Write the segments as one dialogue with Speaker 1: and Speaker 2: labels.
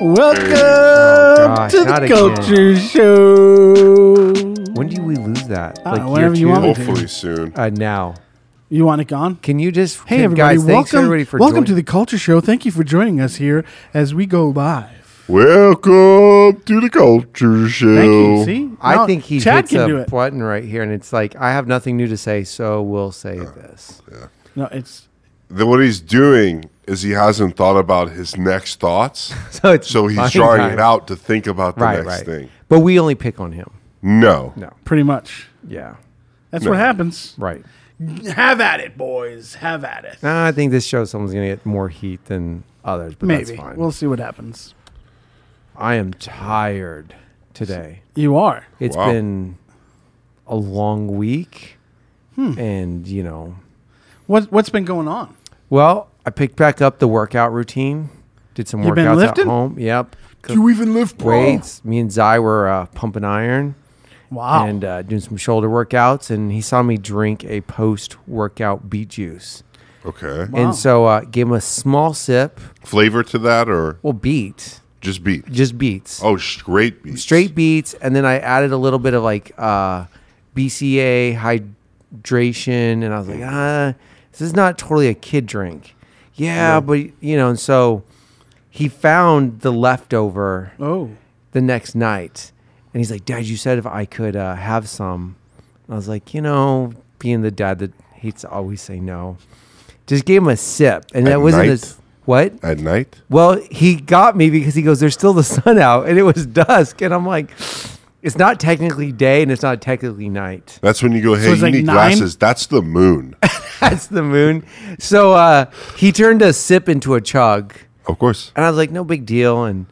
Speaker 1: Welcome Oh,
Speaker 2: gosh,
Speaker 1: to
Speaker 2: not
Speaker 1: the
Speaker 2: again.
Speaker 1: Culture Show.
Speaker 2: When do we lose that?
Speaker 1: Uh, whenever you want.
Speaker 3: Hopefully soon.
Speaker 2: Uh, now.
Speaker 1: You want it gone?
Speaker 2: Can you just?
Speaker 1: Hey,
Speaker 2: can-
Speaker 1: everybody.
Speaker 2: Guys, thanks
Speaker 1: welcome
Speaker 2: everybody for
Speaker 1: welcome to
Speaker 2: joining-
Speaker 1: the Culture Show. Thank you for joining us here as we go live.
Speaker 3: Welcome to the culture show.
Speaker 1: Thank you. See? Now
Speaker 2: I think he
Speaker 1: Chad
Speaker 2: hits
Speaker 1: can do
Speaker 2: a
Speaker 1: it.
Speaker 2: button right here, and it's like I have nothing new to say, so we'll say
Speaker 3: Uh,
Speaker 2: this.
Speaker 1: No, it's.
Speaker 3: Then what he's doing is he hasn't thought about his next thoughts,
Speaker 2: So it's
Speaker 3: so he's
Speaker 2: fine
Speaker 3: drawing
Speaker 2: time.
Speaker 3: it out to think about the
Speaker 2: Right,
Speaker 3: next
Speaker 2: right.
Speaker 3: thing.
Speaker 2: But we only pick on him.
Speaker 3: No,
Speaker 2: No.
Speaker 1: Pretty much.
Speaker 2: Yeah.
Speaker 1: That's what happens.
Speaker 2: Right.
Speaker 1: Have at it, boys. Have at it.
Speaker 2: Nah, I think this show someone's gonna get more heat than others, but that's
Speaker 1: Maybe.
Speaker 2: fine.
Speaker 1: We'll see what happens.
Speaker 2: I am tired today.
Speaker 1: You are.
Speaker 2: It's
Speaker 3: Wow.
Speaker 2: been a long week,
Speaker 1: Hmm.
Speaker 2: and you know,
Speaker 1: What, what's been going on?
Speaker 2: well, I picked back up the workout routine. Did some
Speaker 1: You've been
Speaker 2: workouts at
Speaker 1: lifting?
Speaker 2: home. Yep.
Speaker 3: you even lift
Speaker 2: weights. Me and Zy were uh, pumping iron
Speaker 1: Wow.
Speaker 2: and uh, doing some shoulder workouts, and he saw me drink a post-workout beet juice,
Speaker 3: Okay,
Speaker 1: Wow.
Speaker 2: and so uh, gave him a small sip.
Speaker 3: flavor to that or
Speaker 2: Well, beet,
Speaker 3: just beat?
Speaker 2: just beets,
Speaker 3: Oh, straight beat.
Speaker 2: straight beets, and then I added a little bit of like uh, BCA hydration, and I was like, ah, this is not totally a kid drink. Yeah, but you know, and so he found the leftover
Speaker 1: oh.
Speaker 2: the next night and he's like dad you said if i could uh, have some And i was like you know being the dad that hates to always say no just gave him a sip and
Speaker 3: At
Speaker 2: that wasn't
Speaker 3: night?
Speaker 2: as what
Speaker 3: at night.
Speaker 2: well he got me because he goes there's still the sun out and it was dusk and i'm like it's not technically day and it's not technically night
Speaker 3: That's when you go. Hey,
Speaker 1: it's
Speaker 3: you
Speaker 1: like
Speaker 3: need
Speaker 1: nine?
Speaker 3: glasses. That's the moon.
Speaker 2: that's the moon so uh, he turned a sip into a chug
Speaker 3: of course.
Speaker 2: And I was like, no big deal. And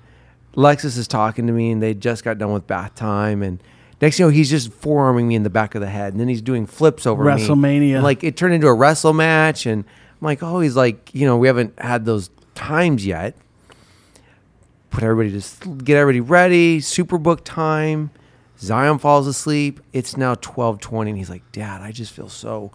Speaker 2: Lexus is talking to me, and they just got done with bath time. And next thing you know, he's just forearming me in the back of the head. And then he's doing flips over me.
Speaker 1: WrestleMania.
Speaker 2: And, Like, it turned into a wrestle match. And I'm like, oh, he's like, you know, we haven't had those times yet. Put everybody to s- get everybody ready. Superbook time. Zion falls asleep. It's now 12:20 and he's like, "Dad, I just feel so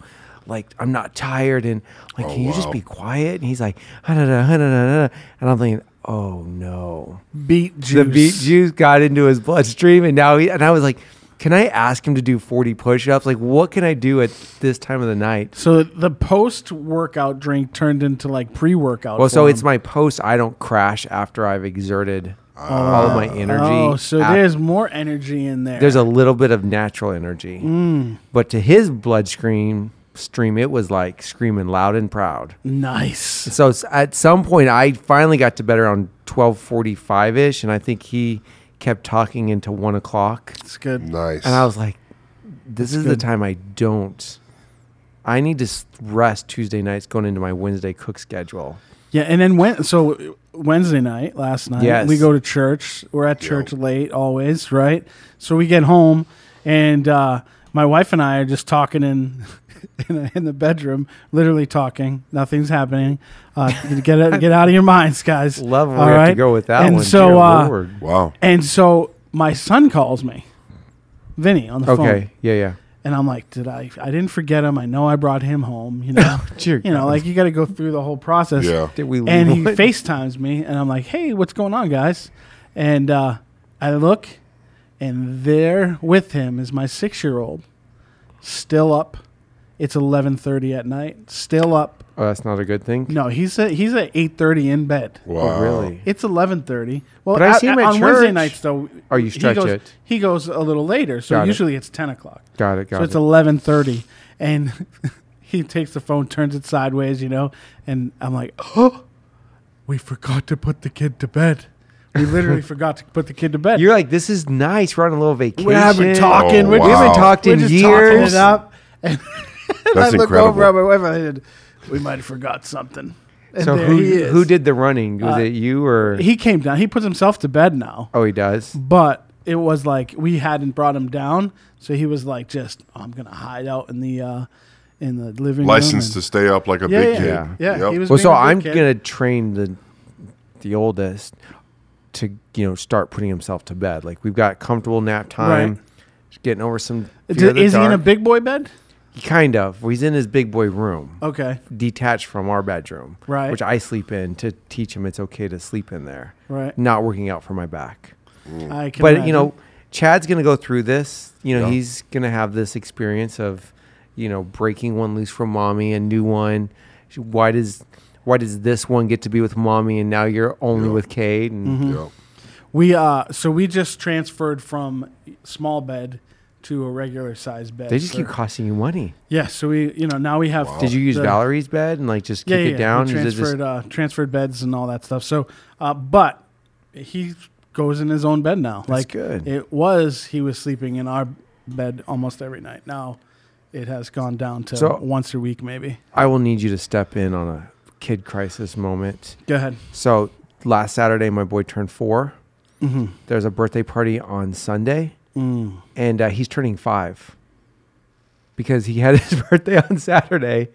Speaker 2: like I'm not tired and like
Speaker 1: Oh,
Speaker 2: can you just
Speaker 3: wow.
Speaker 2: be quiet?" And he's like, "Ah, da, da, ah, da, da, da." and I'm thinking, "Oh no."
Speaker 1: Beet juice.
Speaker 2: The beet juice got into his bloodstream and now he and I was like, "Can I ask him to do 40 push-ups? Like what can I do at this time of the night?"
Speaker 1: So the post workout drink turned into like pre workout.
Speaker 2: Well, so it's my post I don't crash after I've exerted all of my energy.
Speaker 1: Ah. Oh, so
Speaker 2: af-
Speaker 1: there's more energy in there.
Speaker 2: there's a little bit of natural energy.
Speaker 1: Mm.
Speaker 2: But to his blood stream, stream, it was like screaming loud and proud.
Speaker 1: nice.
Speaker 2: So s- at some point, I finally got to bed around twelve forty-five ish, and I think he kept talking into one o'clock,
Speaker 1: It's good.
Speaker 3: Nice.
Speaker 2: and I was like, "This is the time I don't. I need to s- rest Tuesday nights going into my Wednesday cook schedule."
Speaker 1: Yeah, and then when so Wednesday night, last night,
Speaker 2: Yes.
Speaker 1: we go to church. We're at church late always, right? So we get home, and uh, my wife and I are just talking in. In the, in the bedroom, literally talking, nothing's happening. Uh, get out, get out of your minds, guys.
Speaker 2: Love where
Speaker 1: All
Speaker 2: we have to
Speaker 1: right?
Speaker 2: go with that
Speaker 1: and
Speaker 2: one.
Speaker 1: So,
Speaker 2: dear
Speaker 1: uh,
Speaker 2: Lord.
Speaker 3: wow.
Speaker 1: And so my son calls me, Vinny, on the phone.
Speaker 2: okay, yeah, yeah.
Speaker 1: And I'm like, did I? I didn't forget him. I know I brought him home. You know,
Speaker 2: Oh, Dear
Speaker 1: you know,
Speaker 2: God.
Speaker 1: like you got to go through the whole process.
Speaker 3: Yeah.
Speaker 2: Did we?
Speaker 1: And he
Speaker 2: leave-
Speaker 1: FaceTimes me, and I'm like, hey, what's going on, guys? And uh, I look, and there with him is my six year old, still up. It's 11:30 at night, still up.
Speaker 2: Oh, that's not a good thing.
Speaker 1: No, he's at, he's at 8:30 in bed.
Speaker 3: Wow.
Speaker 2: Oh, really?
Speaker 1: It's eleven thirty. Well,
Speaker 2: But I
Speaker 1: at-
Speaker 2: see him at
Speaker 1: on Wednesday
Speaker 2: church.
Speaker 1: nights though.
Speaker 2: Oh, you stretch
Speaker 1: he goes,
Speaker 2: it.
Speaker 1: He goes a little later, so
Speaker 2: Got it.
Speaker 1: usually it's ten o'clock.
Speaker 2: Got it. Got
Speaker 1: so
Speaker 2: it.
Speaker 1: it's eleven thirty, and he takes the phone, turns it sideways, you know, and I'm like, oh, we forgot to put the kid to bed. We literally forgot to put the kid to bed.
Speaker 2: You're like, this is nice. We're on a little vacation.
Speaker 1: we haven't talking.
Speaker 3: Oh,
Speaker 1: we're
Speaker 3: wow.
Speaker 2: We
Speaker 1: just,
Speaker 2: haven't talked
Speaker 1: we're
Speaker 2: in
Speaker 1: just talking
Speaker 2: years.
Speaker 1: it up.
Speaker 3: That's
Speaker 1: I look
Speaker 3: incredible.
Speaker 1: over at my wife. and I said, we might have forgot something. And
Speaker 2: So
Speaker 1: there
Speaker 2: who
Speaker 1: he is. Uh,
Speaker 2: who did the running? Was it you or?
Speaker 1: He came down. He puts himself to bed now.
Speaker 2: oh, he does.
Speaker 1: but it was like we hadn't brought him down, so he was like, "Just "Oh, I'm gonna hide out in the uh, in the living
Speaker 3: License to
Speaker 1: room."
Speaker 3: stay up like a
Speaker 1: Yeah,
Speaker 3: big
Speaker 1: yeah,
Speaker 3: kid.
Speaker 2: yeah.
Speaker 1: Yeah, he was-
Speaker 2: Well, so
Speaker 1: being a good
Speaker 2: I'm
Speaker 1: kid.
Speaker 2: gonna train the the oldest to you know start putting himself to bed. Like we've got comfortable nap time.
Speaker 1: Right.
Speaker 2: Just getting over some.
Speaker 1: And
Speaker 2: fear of the
Speaker 1: is he in a
Speaker 2: dark.
Speaker 1: big boy bed?
Speaker 2: Kind of. He's in his big boy room,
Speaker 1: Okay.
Speaker 2: detached from our bedroom,
Speaker 1: Right.
Speaker 2: Which I sleep in to teach him it's okay to sleep in there,
Speaker 1: Right.
Speaker 2: Not working out for my back. Mm.
Speaker 1: I can
Speaker 2: but
Speaker 1: imagine.
Speaker 2: you know, Chad's gonna go through this. You know,
Speaker 3: Yeah.
Speaker 2: he's gonna have this experience of, you know, breaking one loose from mommy, a new one. Why does why does this one get to be with mommy and now you're only with Cade? And
Speaker 1: Mm-hmm.
Speaker 3: Yeah.
Speaker 1: we uh so we just transferred from small bed to a regular size bed.
Speaker 2: they just
Speaker 1: So-
Speaker 2: keep costing you money.
Speaker 1: Yeah, so we you know now we have
Speaker 2: Did you use
Speaker 1: the-
Speaker 2: Valerie's bed and like just kick it down?
Speaker 1: We
Speaker 2: Is it just-
Speaker 1: transferred uh, transferred beds and all that stuff. So, uh, but he goes in his own bed now. like
Speaker 2: good.
Speaker 1: It was he was sleeping in our bed almost every night. Now it has gone down to
Speaker 2: So-
Speaker 1: once a week maybe.
Speaker 2: I will need you to step in on a kid crisis moment.
Speaker 1: Go ahead.
Speaker 2: So last Saturday, my boy turned 4
Speaker 1: Mm-hmm.
Speaker 2: There's a birthday party on Sunday, and uh, he's turning five because he had his birthday on Saturday,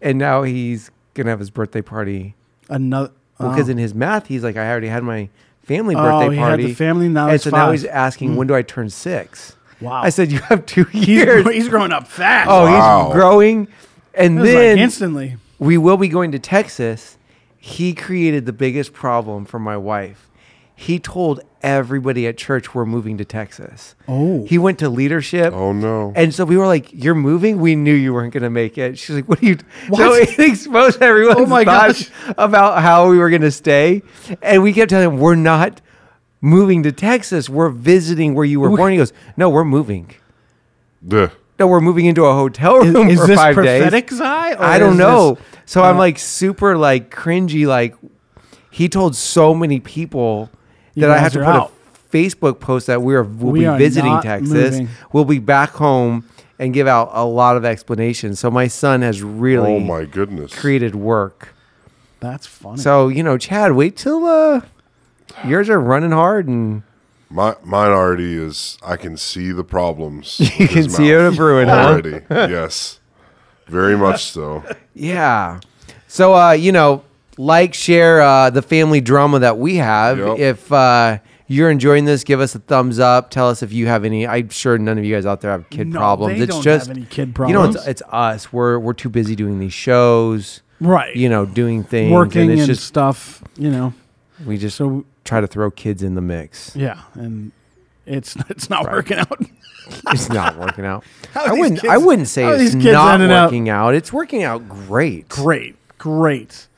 Speaker 2: and now he's gonna have his birthday party.
Speaker 1: Another
Speaker 2: Because
Speaker 1: oh.
Speaker 2: in his math, he's like, I already had my family
Speaker 1: Oh,
Speaker 2: birthday
Speaker 1: he had
Speaker 2: party.
Speaker 1: the family, now
Speaker 2: and
Speaker 1: it's
Speaker 2: so now
Speaker 1: five. Mm.
Speaker 2: he's asking, when do I turn six?
Speaker 1: Wow.
Speaker 2: I said, you have two
Speaker 1: he's,
Speaker 2: years.
Speaker 1: he's growing up fast.
Speaker 2: oh,
Speaker 3: Wow.
Speaker 2: he's growing, and
Speaker 1: It was like
Speaker 2: then
Speaker 1: instantly.
Speaker 2: we will be going to Texas. He created the biggest problem for my wife. He told everybody at church we're moving to Texas.
Speaker 1: Oh.
Speaker 2: He went to leadership.
Speaker 3: Oh, no.
Speaker 2: And so we were like, "You're moving? We knew you weren't going to make it." She's like, "What are you?" So
Speaker 1: What?
Speaker 2: it exposed everyone's
Speaker 1: Oh my
Speaker 2: thoughts about how we were going to stay, and we kept telling him, "We're not moving to Texas. We're visiting where you were born." He goes, "No, we're moving.
Speaker 3: Duh.
Speaker 2: No, we're moving into a hotel
Speaker 1: Is,
Speaker 2: room
Speaker 1: is
Speaker 2: for
Speaker 1: this
Speaker 2: five days."
Speaker 1: prophetic Zy, or
Speaker 2: I don't
Speaker 1: is
Speaker 2: know.
Speaker 1: this- uh,
Speaker 2: so I'm like super like cringy. Like he told so many people
Speaker 1: You
Speaker 2: that I
Speaker 1: guys
Speaker 2: have to
Speaker 1: are
Speaker 2: put
Speaker 1: out.
Speaker 2: a Facebook post that we're we'll
Speaker 1: We
Speaker 2: be
Speaker 1: are
Speaker 2: visiting
Speaker 1: not
Speaker 2: Texas.
Speaker 1: moving.
Speaker 2: We'll be back home and give out a lot of explanations. So my son has really
Speaker 3: Oh, my goodness.
Speaker 2: created work.
Speaker 1: that's funny.
Speaker 2: So you know, Chad, wait till uh, yours are running hard and
Speaker 3: My, mine already is, I can see the problems.
Speaker 2: you can see it a brewing. Huh?
Speaker 3: already. yes. Very much so.
Speaker 2: Yeah. So uh, you know, like share uh, the family drama that we have.
Speaker 3: Yep.
Speaker 2: If uh, you're enjoying this, give us a thumbs up. Tell us if you have any. I'm sure none of you guys out there have kid
Speaker 1: No,
Speaker 2: problems.
Speaker 1: they
Speaker 2: it's
Speaker 1: don't
Speaker 2: just
Speaker 1: have any kid
Speaker 2: You know, it's,
Speaker 1: problems.
Speaker 2: it's us. We're we're too busy doing these shows.
Speaker 1: right.
Speaker 2: You know, doing things.
Speaker 1: working
Speaker 2: and
Speaker 1: and,
Speaker 2: it's just
Speaker 1: stuff, you know.
Speaker 2: we just
Speaker 1: So
Speaker 2: try to throw kids in the mix.
Speaker 1: yeah, and it's it's not working out.
Speaker 2: It's not working out.
Speaker 1: are
Speaker 2: I
Speaker 1: these
Speaker 2: wouldn't. I
Speaker 1: kids-
Speaker 2: wouldn't say
Speaker 1: how are
Speaker 2: it's
Speaker 1: these kids
Speaker 2: not
Speaker 1: ending up-
Speaker 2: working out. It's working out great.
Speaker 1: great, great,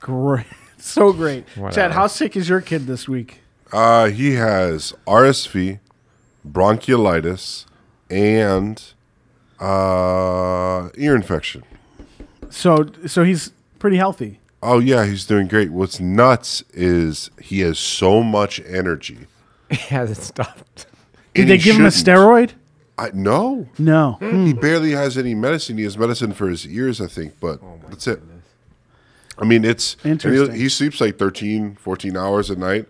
Speaker 1: great, so great. Chad,
Speaker 2: Whatever.
Speaker 1: how sick is your kid this week?
Speaker 3: Uh, he has RSV, bronchiolitis, and uh, ear infection.
Speaker 1: So so he's pretty healthy.
Speaker 3: Oh yeah, he's doing great. What's nuts is he has so much energy.
Speaker 2: It hasn't stopped.
Speaker 1: Did
Speaker 3: And
Speaker 1: they
Speaker 3: he
Speaker 1: give him a
Speaker 3: shouldn't.
Speaker 1: steroid?
Speaker 3: I, no,
Speaker 1: No.
Speaker 3: he barely has any medicine. He has medicine for his ears, I think, but that's it. I mean, it's and he-
Speaker 1: Interesting.
Speaker 3: He, sleeps like 13, 14 hours a night,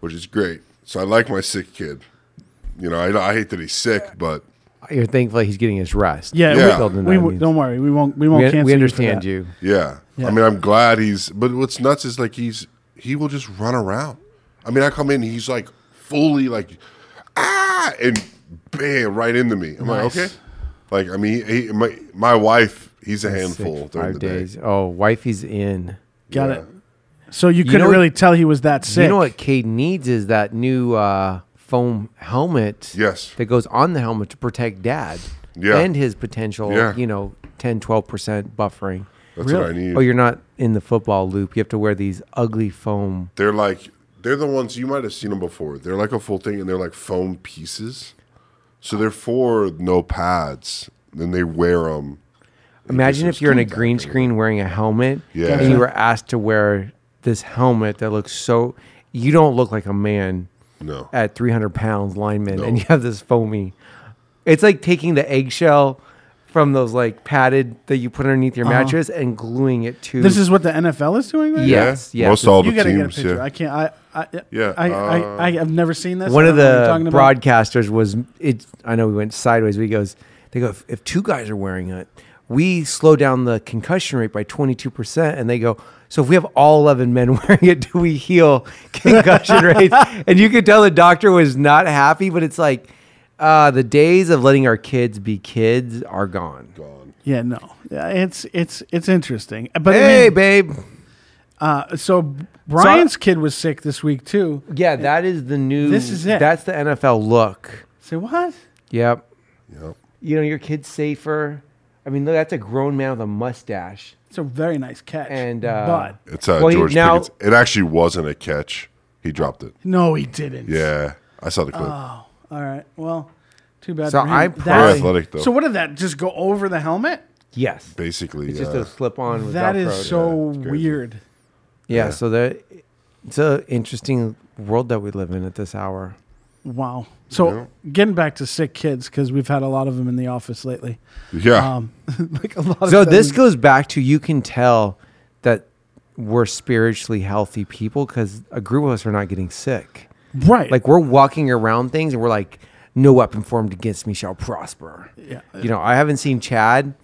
Speaker 3: which is great. So I like my sick kid. You know, I, I hate that he's sick, but
Speaker 2: You're thankful he's getting his rest.
Speaker 1: Yeah,
Speaker 3: Yeah.
Speaker 1: we-
Speaker 2: Building
Speaker 1: we,
Speaker 2: that
Speaker 1: won't-
Speaker 2: means-
Speaker 1: don't worry. We won't we won't
Speaker 2: we,
Speaker 1: cancel.
Speaker 2: we
Speaker 1: you for
Speaker 2: understand
Speaker 1: that.
Speaker 2: you.
Speaker 3: Yeah. I mean, I'm glad he's. But what's nuts is like he's he will just run around. I mean, I come in, he's like fully like ah, and bam, right into me. I'm
Speaker 1: Nice.
Speaker 3: like, okay. Like, I mean, he, he- my my wife, he's a
Speaker 2: Sick
Speaker 3: handful during the
Speaker 2: five
Speaker 3: day.
Speaker 2: days. Oh, wifey's in.
Speaker 1: Got it. So you couldn't
Speaker 2: know what-
Speaker 1: really tell he was that sick.
Speaker 2: You know what Cade needs is that new uh, foam helmet.
Speaker 3: Yes.
Speaker 2: That goes on the helmet to protect dad.
Speaker 3: Yeah.
Speaker 2: And his potential,
Speaker 3: Yeah.
Speaker 2: you know, 10, 12% buffering.
Speaker 3: That's what I
Speaker 1: Really?
Speaker 3: need.
Speaker 2: Oh, you're not in the football loop. You have to wear these ugly foam.
Speaker 3: they're like they're the ones you might have seen them before. They're like a full thing, and they're like foam pieces. So they're for no pads. Then they wear them.
Speaker 2: Imagine if you're in a green screen wearing a helmet
Speaker 3: Yeah.
Speaker 2: and you were asked to wear this helmet that looks so. You don't look like a man
Speaker 3: No.
Speaker 2: at 300 pounds lineman and you have this foamy. It's like taking the eggshell from those like padded that you put underneath your mattress and gluing it to.
Speaker 1: Uh-huh. This is what the NFL is doing right now?
Speaker 2: yes, yes.
Speaker 3: Most all
Speaker 1: You
Speaker 3: the
Speaker 1: gotta
Speaker 3: teams.
Speaker 1: get a picture.
Speaker 3: yeah.
Speaker 1: I can't. I. I
Speaker 3: Yeah,
Speaker 1: I,
Speaker 3: uh,
Speaker 1: I, I. have never seen this.
Speaker 2: One
Speaker 1: I don't
Speaker 2: of
Speaker 1: know what you're
Speaker 2: the
Speaker 1: talking about.
Speaker 2: broadcasters was it. I know we went sideways. We goes. They go. If, if two guys are wearing it, we slow down the concussion rate by twenty two percent. And they go. So if we have all eleven men wearing it, do we heal concussion rates? And you could tell the doctor was not happy. But it's like Uh, the days of letting our kids be kids are gone.
Speaker 3: Gone.
Speaker 1: Yeah, no, yeah, it's it's it's interesting. But I
Speaker 2: Hey,
Speaker 1: mean,
Speaker 2: babe.
Speaker 1: uh, so Brian's kid was sick this week too.
Speaker 2: Yeah, that is the new.
Speaker 1: This is it.
Speaker 2: That's the NFL look.
Speaker 1: Say what?
Speaker 2: Yep.
Speaker 3: Yep.
Speaker 2: You know, your kid's safer. I mean, look, that's a grown man with a mustache.
Speaker 1: It's a very nice catch.
Speaker 2: And, uh,
Speaker 1: but
Speaker 3: It's uh,
Speaker 2: Well, he-
Speaker 3: George
Speaker 2: now-
Speaker 3: Pickens. It actually wasn't a catch. He dropped it.
Speaker 1: no, he didn't.
Speaker 3: Yeah, I saw the clip.
Speaker 2: Ah.
Speaker 1: Oh, All right. Well, too bad.
Speaker 2: So
Speaker 1: for him.
Speaker 2: I'm
Speaker 1: That's-
Speaker 2: probably
Speaker 3: athletic, though.
Speaker 1: So what did that just go over the helmet?
Speaker 2: Yes.
Speaker 3: Basically, uh,
Speaker 2: It's
Speaker 3: yeah.
Speaker 2: just a slip on with
Speaker 1: That
Speaker 2: Velcro.
Speaker 1: is so
Speaker 3: it's crazy.
Speaker 1: weird.
Speaker 2: Yeah, so that it's an interesting world that we live in at this hour.
Speaker 1: Wow. So getting back to sick kids because we've had a lot of them in the office lately.
Speaker 3: yeah.
Speaker 1: Um, like a lot.
Speaker 2: So
Speaker 1: of them-
Speaker 2: this goes back to you can tell that we're spiritually healthy people because a group of us are not getting sick.
Speaker 1: right?
Speaker 2: Like we're walking around things and we're like, no weapon formed against me shall prosper.
Speaker 1: Yeah.
Speaker 2: You know, I haven't seen Chad.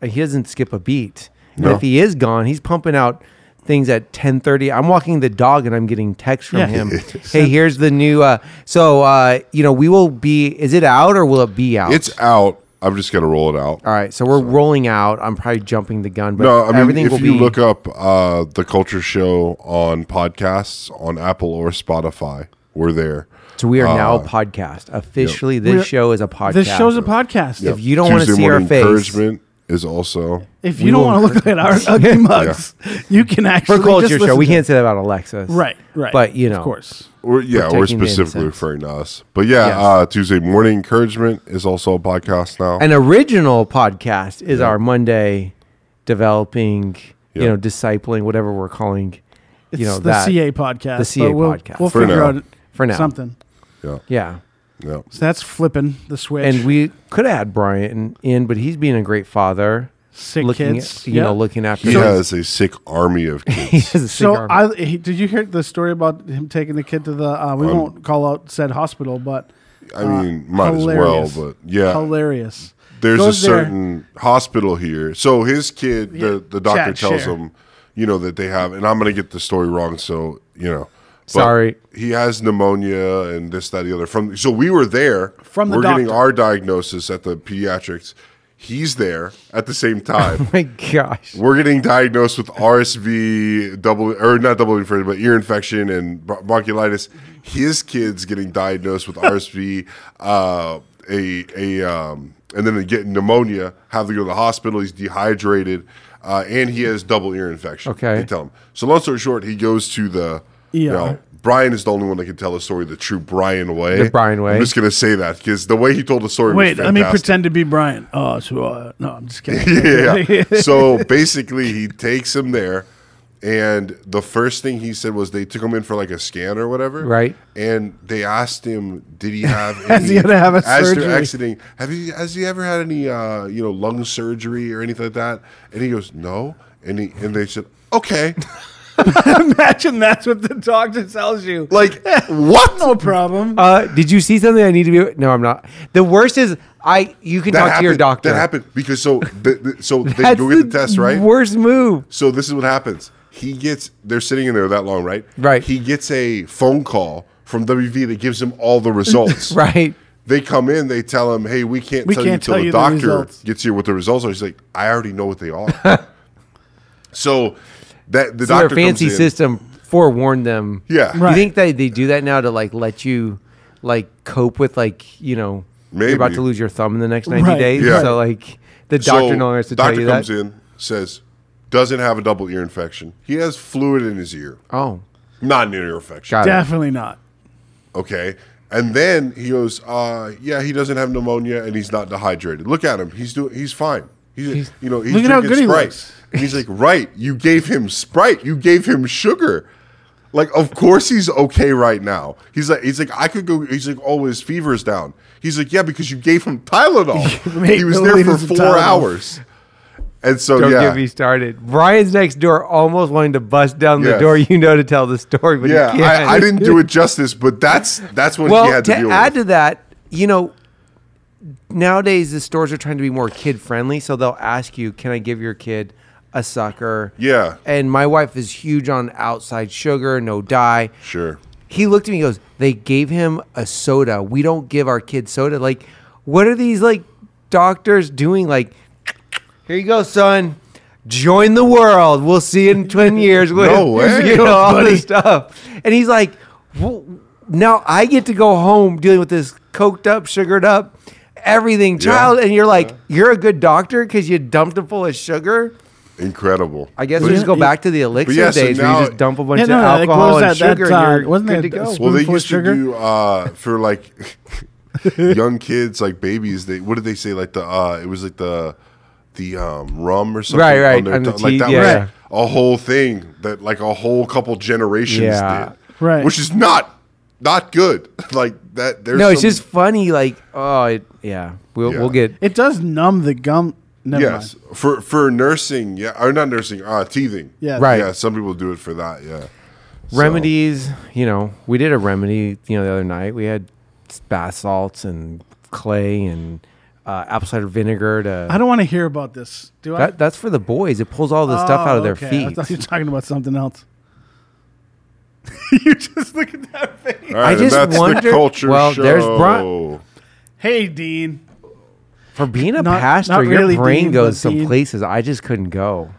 Speaker 2: Uh, He doesn't skip a beat. And
Speaker 3: No.
Speaker 2: if he is gone, he's pumping out things at 10:30. I'm walking the dog and I'm getting text from
Speaker 1: Yeah.
Speaker 2: him. hey, here's the new uh so uh you know, we will be is it out or will it be out?
Speaker 3: It's out. I'm just gonna roll it out.
Speaker 2: All right, so we're rolling out. I'm probably jumping the gun, but
Speaker 3: No, I mean,
Speaker 2: everything
Speaker 3: if
Speaker 2: will
Speaker 3: you
Speaker 2: be
Speaker 3: look up uh, the Culture Show on podcasts on Apple or Spotify, we're there.
Speaker 2: So we are now
Speaker 3: Uh,
Speaker 2: a podcast. Officially, this
Speaker 1: We're-
Speaker 2: show is a podcast.
Speaker 1: this show's a podcast.
Speaker 2: If you don't want to
Speaker 3: Tuesday
Speaker 2: see our
Speaker 3: morning
Speaker 2: face,
Speaker 3: Encouragement is also.
Speaker 1: If
Speaker 2: We
Speaker 1: you don't
Speaker 2: will
Speaker 1: want to look at our ugly mugs, you can
Speaker 2: for
Speaker 1: actually
Speaker 2: culture
Speaker 1: just
Speaker 2: show,
Speaker 1: listen
Speaker 2: we
Speaker 1: to
Speaker 2: can't say that about Alexis.
Speaker 1: it. Right, right.
Speaker 2: But you know,
Speaker 1: of course,
Speaker 3: We're, yeah, we're
Speaker 2: Protecting the
Speaker 3: specifically
Speaker 2: innocents.
Speaker 3: referring to us. But yeah,
Speaker 2: Yes.
Speaker 3: uh, Tuesday morning encouragement is also a podcast now.
Speaker 2: an original podcast is our Monday developing, you
Speaker 3: Yeah.
Speaker 2: know, discipling, whatever we're calling,
Speaker 1: it's
Speaker 2: you know,
Speaker 1: the
Speaker 2: that.
Speaker 1: CA podcast.
Speaker 2: the CA
Speaker 1: but we'll,
Speaker 2: podcast.
Speaker 1: We'll
Speaker 3: For
Speaker 1: figure
Speaker 3: now.
Speaker 1: out
Speaker 2: For now.
Speaker 1: something.
Speaker 3: yeah,
Speaker 2: Yeah,
Speaker 3: yeah.
Speaker 1: So that's flipping the switch.
Speaker 2: and we could have had Brian in, but he's being a great father,
Speaker 1: sick
Speaker 2: looking,
Speaker 1: kids.
Speaker 2: you
Speaker 1: yeah.
Speaker 2: know, looking after.
Speaker 3: He
Speaker 2: his-
Speaker 3: has a sick army of
Speaker 2: he
Speaker 3: kids.
Speaker 2: has a
Speaker 1: So
Speaker 2: cigar. Oh
Speaker 1: I he, did you hear the story about him taking the kid to the? Uh, we won't call out said hospital, but
Speaker 3: Um,
Speaker 1: uh,
Speaker 3: I
Speaker 2: Uh,
Speaker 3: mean, might as well,
Speaker 1: hilarious.
Speaker 3: but yeah.
Speaker 1: hilarious.
Speaker 3: There's a
Speaker 1: Goes there.
Speaker 3: certain hospital here. So his kid, the, the doctor
Speaker 1: Chad,
Speaker 3: tells
Speaker 1: share.
Speaker 3: him, you know, that they have, and I'm going to get the story wrong. So, you know, but
Speaker 2: Sorry.
Speaker 3: He has pneumonia and this, that, the other. From so we were there.
Speaker 1: From the
Speaker 3: we're getting
Speaker 1: doctor.
Speaker 3: our diagnosis at the pediatrics. He's there at the same time.
Speaker 2: My gosh.
Speaker 3: We're getting diagnosed with RSV, double or not double infection, but ear infection and bron- bronchiolitis. His kid's getting diagnosed with RSV, uh, a a um, and then they get pneumonia. Have to go to the hospital. He's dehydrated, uh, and he has double ear infection.
Speaker 2: Okay.
Speaker 3: they tell him. So long story short, he goes to the. You
Speaker 1: ER.
Speaker 3: know, Brian is the only one that can tell the story the true Brian way.
Speaker 2: The Brian way.
Speaker 3: I'm just gonna say that because the way he told the story.
Speaker 1: Wait,
Speaker 3: was
Speaker 1: let me
Speaker 3: fantastic.
Speaker 1: pretend to be Brian. Oh, so, uh, no, I'm just kidding.
Speaker 3: yeah. So basically, he takes him there, and the first thing he said was they took him in for like a scan or whatever,
Speaker 2: Right.
Speaker 3: And they asked him, "Did he have
Speaker 1: Has he had to have a
Speaker 3: as they're
Speaker 1: surgery?
Speaker 3: exiting, have you has he ever had any uh, you know lung surgery or anything like that?" And he goes, "No," and he and they said, "Okay."
Speaker 1: Imagine that's what the doctor tells you.
Speaker 3: Like what?
Speaker 1: no problem.
Speaker 2: Uh, did you see something I need to be? No, I'm not. The worst is I. You can
Speaker 3: That
Speaker 2: talk
Speaker 3: happened,
Speaker 2: to your doctor.
Speaker 3: That happened because so th- th- so they
Speaker 2: That's
Speaker 3: go get the test right.
Speaker 2: Worst move.
Speaker 3: So this is what happens. He gets they're sitting in there that long, right?
Speaker 2: Right.
Speaker 3: He gets a phone call from WV that gives him all the results.
Speaker 2: Right.
Speaker 3: They come in, they tell him, "Hey, we can't
Speaker 1: We
Speaker 3: tell
Speaker 1: can't
Speaker 3: you
Speaker 1: tell
Speaker 3: until
Speaker 1: you
Speaker 3: the
Speaker 1: the
Speaker 3: doctor
Speaker 1: results."
Speaker 3: gets here what the results are." He's like, "I already know what they are." so that the
Speaker 2: So
Speaker 3: doctor
Speaker 2: their fancy
Speaker 3: comes in.
Speaker 2: system forewarned them.
Speaker 3: Yeah.
Speaker 1: Right.
Speaker 2: You think that they do that now to like let you like cope with like you know
Speaker 3: Maybe.
Speaker 2: you're about to lose your thumb in the next 90
Speaker 1: Right,
Speaker 2: days.
Speaker 3: Yeah.
Speaker 2: So like the
Speaker 3: So
Speaker 2: doctor no longer has to
Speaker 3: doctor
Speaker 2: tell you
Speaker 3: comes
Speaker 2: that.
Speaker 3: in, says, "Doesn't have a double ear infection. He has fluid in his ear,
Speaker 2: Oh,
Speaker 3: not an ear infection."
Speaker 2: got it.
Speaker 1: Definitely not.
Speaker 3: Okay. And then he goes, uh, yeah, he doesn't have pneumonia and he's not dehydrated. Look at him. He's doing he's fine. He's, you know, he's
Speaker 1: Look at
Speaker 3: drinking
Speaker 1: how good he
Speaker 3: Sprite.
Speaker 1: looks.
Speaker 3: And he's like, right, you gave him Sprite. You gave him sugar. Like, of course he's okay right now. He's like, he's like, I could go. He's like, oh, his fever's down. He's like, yeah, because you gave him Tylenol.
Speaker 1: him eight
Speaker 3: he was there for
Speaker 1: milliliters of
Speaker 3: four
Speaker 1: Tylenol.
Speaker 3: hours. And so,
Speaker 2: Don't
Speaker 3: yeah,
Speaker 2: get me started. Brian's next door almost wanting to bust down the
Speaker 3: Yes.
Speaker 2: door. You know to tell the story, but
Speaker 3: yeah,
Speaker 2: you can't.
Speaker 3: I, I didn't do it justice, but that's that's what
Speaker 2: well,
Speaker 3: he had to, deal
Speaker 2: add
Speaker 3: with.
Speaker 2: to that, you know, nowadays the stores are trying to be more kid friendly, so they'll ask you, "Can I give your kid a sucker?"
Speaker 3: Yeah.
Speaker 2: And my wife is huge on outside sugar, no dye.
Speaker 3: sure.
Speaker 2: He looked at me. He goes, "They gave him a soda. We don't give our kids soda. Like, what are these like doctors doing? Like, here you go, son." Join the world. We'll see you in 10 years.
Speaker 3: No way.
Speaker 2: You know, all
Speaker 1: Buddy.
Speaker 2: this stuff. And he's like, well, now I get to go home dealing with this coked up, sugared up, everything child. And you're like, you're a good doctor because you dumped him full of sugar.
Speaker 3: Incredible.
Speaker 2: I guess we just go
Speaker 1: yeah,
Speaker 2: back to the elixir
Speaker 3: yeah, so
Speaker 2: days where
Speaker 3: now-
Speaker 2: you just dump a bunch
Speaker 1: Yeah, no,
Speaker 2: of
Speaker 1: like, what
Speaker 2: alcohol
Speaker 1: was
Speaker 2: and
Speaker 1: that- that,
Speaker 2: sugar
Speaker 1: uh,
Speaker 2: and you're
Speaker 1: wasn't
Speaker 2: good
Speaker 1: it
Speaker 2: to
Speaker 1: the
Speaker 2: go.
Speaker 1: sp-
Speaker 3: Well, they
Speaker 1: spoonful of
Speaker 3: used
Speaker 1: sugar?
Speaker 3: to do uh, for like young kids, like babies. They what did they say? Like the uh, it was like the the um, rum or something.
Speaker 2: Right, right,
Speaker 3: On
Speaker 2: on the
Speaker 3: their tongue. like
Speaker 2: teeth,
Speaker 3: that
Speaker 2: yeah.
Speaker 3: was a whole thing that like a whole couple generations
Speaker 2: Yeah.
Speaker 3: did.
Speaker 1: Right.
Speaker 3: Which is not not good. Like that. There's
Speaker 2: no, it's
Speaker 3: some-
Speaker 2: just funny. Like, oh, it, yeah, we'll,
Speaker 3: Yeah.
Speaker 2: we'll get.
Speaker 1: It does numb the gum. Never
Speaker 3: yes
Speaker 1: mind.
Speaker 3: for for nursing. Yeah, or not nursing. Uh, teething.
Speaker 1: Yeah.
Speaker 2: Right.
Speaker 3: Yeah. Some people do it for that. Yeah. So-
Speaker 2: remedies you know we did a remedy you know the other night we had bath salts and clay and uh, apple cider vinegar to
Speaker 1: I don't want to hear about this. Do I?
Speaker 2: that, that's for the boys it pulls all the stuff out of their
Speaker 1: Oh, okay. I
Speaker 2: feet
Speaker 1: thought you were talking about something else. you just look at that face.
Speaker 3: All right,
Speaker 2: I
Speaker 3: and
Speaker 2: just
Speaker 3: that's
Speaker 2: wonder-
Speaker 3: The culture
Speaker 2: well,
Speaker 3: show.
Speaker 2: there's Bron-
Speaker 1: Hey, Dean.
Speaker 2: for being a
Speaker 1: Not-
Speaker 2: pastor
Speaker 1: not
Speaker 2: your
Speaker 1: really,
Speaker 2: brain
Speaker 1: Dean,
Speaker 2: goes
Speaker 1: but
Speaker 2: some
Speaker 1: Dean-
Speaker 2: places i just couldn't go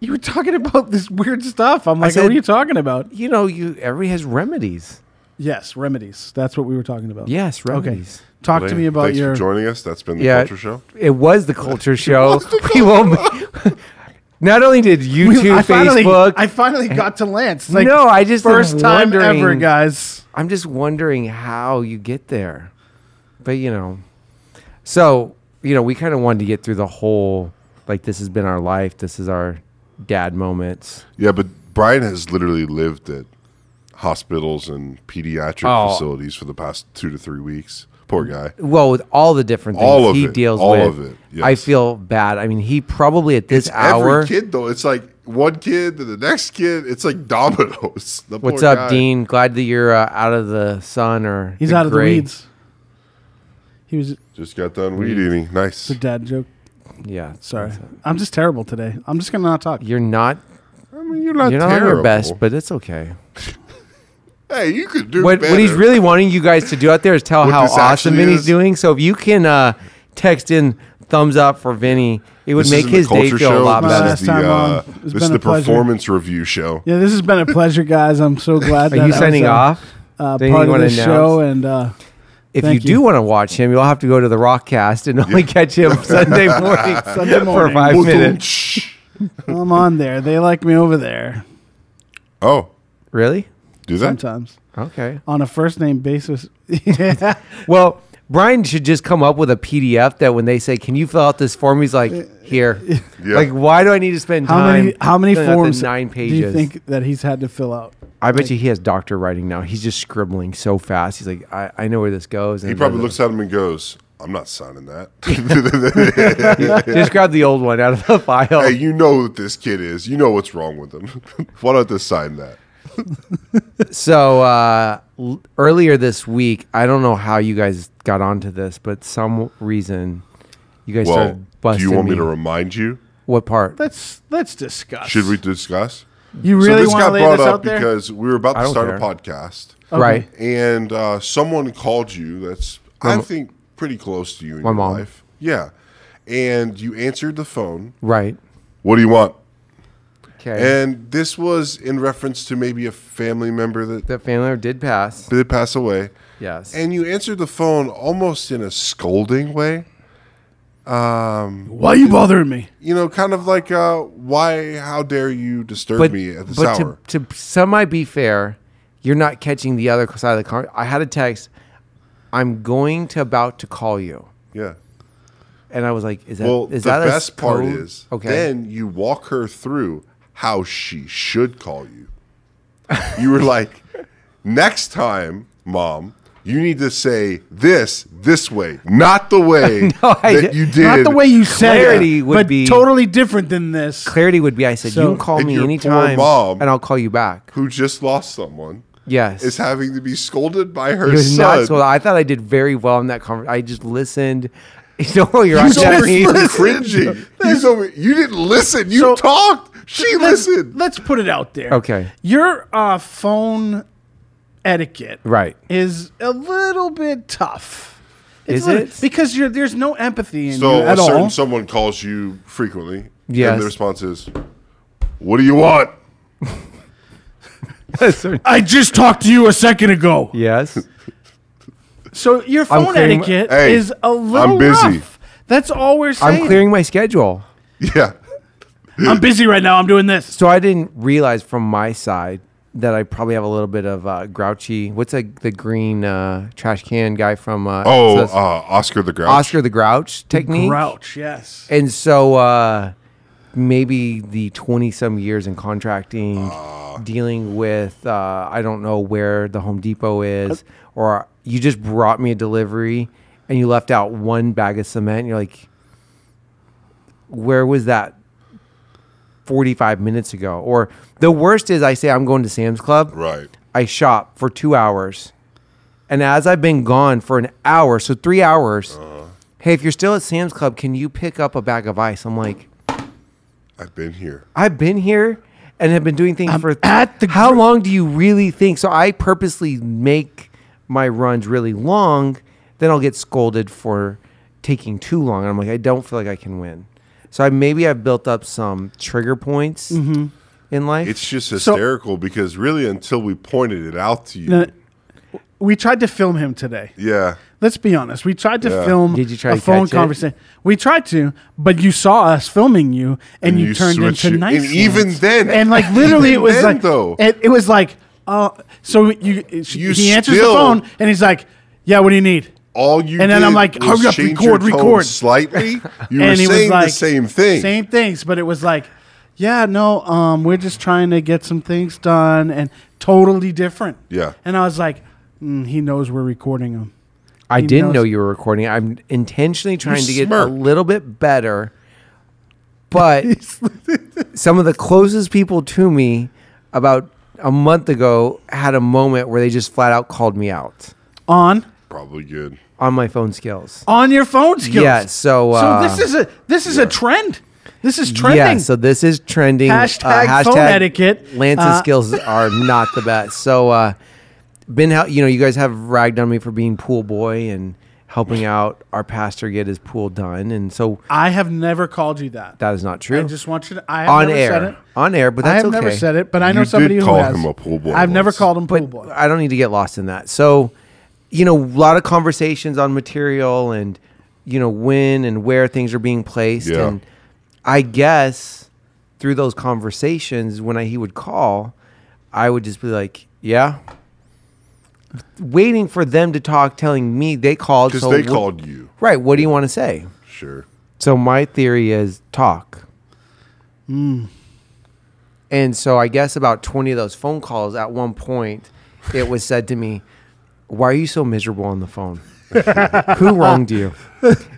Speaker 1: You were talking about this weird stuff. I'm like,
Speaker 2: said-
Speaker 1: what are you talking about?
Speaker 2: you know you everybody has remedies
Speaker 1: Yes, remedies. That's what we were talking about.
Speaker 2: yes
Speaker 1: Okay.
Speaker 2: remedies
Speaker 1: Talk to me about
Speaker 3: Thanks
Speaker 1: your.
Speaker 3: for joining us. That's been the
Speaker 2: yeah
Speaker 3: culture show.
Speaker 2: it was the culture show we won't not only did youtube
Speaker 1: I finally,
Speaker 2: facebook
Speaker 1: I finally got to Lance. Like,
Speaker 2: No, I just am
Speaker 1: first time ever,
Speaker 2: wondering-
Speaker 1: guys.
Speaker 2: I'm just wondering how you get there. But you know, so you know, we kind of wanted to get through the whole like this has been our life. This is our dad moments.
Speaker 3: Yeah, but Brian has literally lived at hospitals and pediatric
Speaker 2: Oh.
Speaker 3: facilities for the past two to three weeks. Poor guy.
Speaker 2: Well, with all the different things
Speaker 3: All of
Speaker 2: he
Speaker 3: it.
Speaker 2: deals
Speaker 3: All
Speaker 2: with,
Speaker 3: of it. Yes.
Speaker 2: I feel bad. I mean, he probably at this hour.
Speaker 3: Every kid though, it's like one kid to the next kid. It's like dominoes. The
Speaker 2: What's
Speaker 3: poor
Speaker 2: up,
Speaker 3: guy.
Speaker 2: Dean? Glad that you're uh, out of the sun or
Speaker 1: He's
Speaker 2: the
Speaker 1: out of
Speaker 2: gray.
Speaker 1: the weeds. He was
Speaker 3: Just got done weed eating. Nice.
Speaker 1: a dad joke.
Speaker 2: Yeah,
Speaker 1: Sorry, I'm just terrible today. I'm just gonna not talk.
Speaker 2: You're not.
Speaker 3: I mean, you're not
Speaker 2: You're not on
Speaker 3: terrible.
Speaker 2: your best, but it's okay.
Speaker 3: hey, you could do
Speaker 2: what,
Speaker 3: better.
Speaker 2: what he's really wanting you guys to do out there is tell
Speaker 3: What
Speaker 2: how
Speaker 3: this
Speaker 2: awesome
Speaker 3: actually
Speaker 2: Vinny's
Speaker 3: is?
Speaker 2: doing. So if you can uh, text in thumbs up for Vinny, it would
Speaker 3: This isn't
Speaker 2: make
Speaker 3: the
Speaker 2: his day
Speaker 3: culture
Speaker 2: feel a lot
Speaker 1: My
Speaker 3: This
Speaker 2: better.
Speaker 1: last
Speaker 3: is the,
Speaker 1: time on.
Speaker 3: uh,
Speaker 1: It's
Speaker 3: this
Speaker 1: been
Speaker 3: is
Speaker 1: a
Speaker 3: the
Speaker 1: pleasure.
Speaker 3: performance review show.
Speaker 1: Yeah, this has been a pleasure, guys. I'm so glad. that
Speaker 2: Are
Speaker 1: I
Speaker 2: you
Speaker 1: was,
Speaker 2: signing
Speaker 1: uh,
Speaker 2: off?
Speaker 1: Uh,
Speaker 2: Anything
Speaker 1: part
Speaker 2: you
Speaker 1: of
Speaker 2: wanna
Speaker 1: the show, and uh,
Speaker 2: If you,
Speaker 1: thank
Speaker 2: do
Speaker 1: you.
Speaker 2: want to watch him, you'll have to go to the Rockcast and only catch him Sunday morning,
Speaker 1: Sunday
Speaker 2: for
Speaker 1: morning.
Speaker 2: five minutes.
Speaker 3: Ba-dum-tsh.
Speaker 1: I'm on there. They like me over there
Speaker 3: Oh,
Speaker 2: Really?
Speaker 3: do that?
Speaker 1: sometimes
Speaker 2: Okay.
Speaker 1: on a first name basis. yeah.
Speaker 2: Well, Brian should just come up with a PDF that when they say, "Can you fill out this form?" He's like, "Here."
Speaker 3: Yeah.
Speaker 2: Like, why do I need to spend
Speaker 1: How
Speaker 2: time?
Speaker 1: many how many
Speaker 2: filling out the
Speaker 1: forms
Speaker 2: Nine pages.
Speaker 1: do you think that he's had to fill out?
Speaker 2: I bet you he has doctor writing now. He's just scribbling so fast. He's like, I, I know where this goes. And
Speaker 3: He probably looks at him and goes, "I'm not signing that."
Speaker 2: Just grab the old one out of the file.
Speaker 3: hey, you know what this kid is. You know what's wrong with him. Why don't they sign that?
Speaker 2: So uh, l- earlier this week, I don't know how you guys got onto this, but some reason you guys
Speaker 3: Well,
Speaker 2: started
Speaker 3: do
Speaker 2: busting
Speaker 3: you want me to remind you?
Speaker 2: what part?
Speaker 1: Let's let's discuss.
Speaker 3: Should we discuss?
Speaker 1: You really
Speaker 3: so this
Speaker 1: want to
Speaker 3: got
Speaker 1: lay
Speaker 3: brought
Speaker 1: this
Speaker 3: up
Speaker 1: out there?
Speaker 3: because we were about
Speaker 2: I
Speaker 3: to
Speaker 2: don't
Speaker 3: start
Speaker 2: care.
Speaker 3: a podcast,
Speaker 2: Right.
Speaker 3: and uh, someone called you. That's I think pretty close to you in
Speaker 2: My
Speaker 3: your
Speaker 2: mom.
Speaker 3: life. Yeah, and you answered the phone.
Speaker 2: Right.
Speaker 3: What do you want?
Speaker 2: Okay.
Speaker 3: And this was in reference to maybe a family member that
Speaker 2: the family did pass.
Speaker 3: did pass away.
Speaker 2: Yes.
Speaker 3: And you answered the phone almost in a scolding way.
Speaker 1: Why are you bothering me?
Speaker 3: you know, kind of like uh, why? How dare you disturb
Speaker 2: but
Speaker 3: me at this
Speaker 2: but
Speaker 3: hour?
Speaker 2: to to semi be fair, you're not catching the other side of the car. I had a text. I'm going to about to call you.
Speaker 3: yeah.
Speaker 2: And I was like, "Is that
Speaker 3: Well,
Speaker 2: is
Speaker 3: the
Speaker 2: that a
Speaker 3: best part
Speaker 2: code?
Speaker 3: is then you walk her through how she should call you. You were like, next time, mom, you need to say this this way, not the way
Speaker 2: No, I
Speaker 3: that
Speaker 2: did-
Speaker 3: you did.
Speaker 1: Not the way you said
Speaker 2: Clarity
Speaker 1: it,
Speaker 2: would
Speaker 1: but
Speaker 2: be-
Speaker 1: totally different than this.
Speaker 2: clarity would be I said,
Speaker 1: So-
Speaker 2: you can call
Speaker 3: And
Speaker 2: me
Speaker 3: your poor
Speaker 2: anytime
Speaker 3: mom-
Speaker 2: and I'll call you back.
Speaker 3: Who just lost someone
Speaker 2: Yes.
Speaker 3: is having to be scolded by her
Speaker 2: it was
Speaker 3: son.
Speaker 2: nuts. Well, I thought I did very well in that conversation. I just listened. Don't worry, you're
Speaker 3: He's
Speaker 2: on
Speaker 3: over
Speaker 2: Japanese.
Speaker 3: here cringing. He's over. You didn't listen. You talked. She listened.
Speaker 1: Let's put it out there.
Speaker 2: Okay.
Speaker 1: Your uh, phone etiquette
Speaker 2: Right.
Speaker 1: is a little bit tough. It's
Speaker 2: Is
Speaker 1: a little-
Speaker 2: it?
Speaker 1: Because you're, there's no empathy in you
Speaker 3: So a
Speaker 1: at
Speaker 3: certain
Speaker 1: all.
Speaker 3: someone calls you frequently,
Speaker 2: Yes.
Speaker 3: and the response is, "What do you want?"
Speaker 1: I just talked to you a second ago.
Speaker 2: yes.
Speaker 1: So your phone
Speaker 2: clearing-
Speaker 1: etiquette
Speaker 3: Hey,
Speaker 1: is a little
Speaker 3: I'm busy.
Speaker 1: rough. That's all we're saying.
Speaker 2: I'm clearing my schedule.
Speaker 3: Yeah,
Speaker 1: I'm busy right now. I'm doing this.
Speaker 2: So I didn't realize from my side that I probably have a little bit of uh, grouchy. What's a, the green uh, trash can guy from? Uh,
Speaker 3: Oh,
Speaker 2: so that's
Speaker 3: uh, Oscar the Grouch.
Speaker 2: Oscar the Grouch technique.
Speaker 1: Grouch, yes.
Speaker 2: And so uh, maybe the 20 some years in contracting, dealing with, uh, I don't know where the Home Depot is, or you just brought me a delivery and you left out one bag of cement. You're like, where was that 45 minutes ago? Or the worst is I say, I'm going to Sam's Club.
Speaker 3: Right.
Speaker 2: I shop for two hours. And as I've been gone for an hour, so three hours, hey, if you're still at Sam's Club, can you pick up a bag of ice? I'm like,
Speaker 3: I've been here.
Speaker 2: I've been here and have been doing things for
Speaker 1: at the
Speaker 2: how long do you really think? So I purposely make my runs really long, then I'll get scolded for taking too long. I'm like, I don't feel like I can win. So I maybe I've built up some trigger points
Speaker 1: Mm-hmm.
Speaker 2: in life.
Speaker 3: It's just hysterical because really, until we pointed it out to you,
Speaker 1: Uh, We tried to film him today.
Speaker 3: yeah,
Speaker 1: Let's be honest. We tried to
Speaker 3: Yeah.
Speaker 1: film
Speaker 2: Did you try
Speaker 1: a
Speaker 2: to
Speaker 1: phone
Speaker 2: catch it?
Speaker 1: conversation. We tried to, but you saw us filming you and, you,
Speaker 3: you
Speaker 1: turned
Speaker 3: switch
Speaker 1: into
Speaker 3: it-
Speaker 1: nice.
Speaker 3: and even
Speaker 1: ones.
Speaker 3: then-
Speaker 1: And like literally it
Speaker 3: even
Speaker 1: was
Speaker 3: then,
Speaker 1: like
Speaker 3: though.
Speaker 1: It, it was like uh so you,
Speaker 3: You
Speaker 1: he answers the
Speaker 3: still-
Speaker 1: phone and he's like, "Yeah, what do you need?"
Speaker 3: all you
Speaker 1: And then
Speaker 3: did
Speaker 1: I'm like,
Speaker 3: was
Speaker 1: hurry up,
Speaker 3: change
Speaker 1: record,
Speaker 3: your tone
Speaker 1: record.
Speaker 3: slightly. You were
Speaker 1: and he was
Speaker 3: saying
Speaker 1: like
Speaker 3: the same thing.
Speaker 1: Same things, but it was like, "Yeah, no, um we're just trying to get some things done and totally different."
Speaker 3: Yeah.
Speaker 1: And I was like, mm, "He knows we're recording him."
Speaker 2: I
Speaker 1: He
Speaker 2: didn't
Speaker 1: knows-
Speaker 2: know you were recording. I'm intentionally trying to get
Speaker 3: smirked.
Speaker 2: a little bit better, but some of the closest people to me about a month ago had a moment where they just flat out called me out
Speaker 1: On
Speaker 3: Probably good.
Speaker 2: on my phone skills.
Speaker 1: on your phone skills.
Speaker 2: Yeah, so, uh,
Speaker 1: so this is a this is a trend. This is trending.
Speaker 2: Yeah, so this is trending. Uh,
Speaker 1: Hashtag phone etiquette.
Speaker 2: Lance's
Speaker 1: Uh,
Speaker 2: skills are not the best. So, uh, been how you know you guys have ragged on me for being pool boy and helping out our pastor get his pool done, and so
Speaker 1: I have never called you that.
Speaker 2: that is not true.
Speaker 1: I just want you to. I have
Speaker 2: on
Speaker 1: never
Speaker 2: air,
Speaker 1: said it.
Speaker 2: on air, but
Speaker 1: I
Speaker 2: that's
Speaker 1: have
Speaker 2: okay.
Speaker 1: never said it, but I know
Speaker 3: You did
Speaker 1: somebody who
Speaker 3: call
Speaker 1: has.
Speaker 3: him a pool boy
Speaker 1: I've never
Speaker 3: once.
Speaker 1: called him pool
Speaker 2: but
Speaker 1: boy.
Speaker 2: I don't need to get lost in that. So, you know, a lot of conversations on material and you know when and where things are being placed,
Speaker 3: Yeah.
Speaker 2: and I guess through those conversations, when I, he would call, I would just be like, "Yeah." Waiting for them to talk, telling me they called.
Speaker 3: Because
Speaker 2: so
Speaker 3: they
Speaker 2: what-
Speaker 3: called you.
Speaker 2: Right. What do you want to say?
Speaker 3: Sure.
Speaker 2: So my theory is talk. And so I guess about 20 of those phone calls at one point it was said to me, "Why are you so miserable on the phone? Who wronged you?"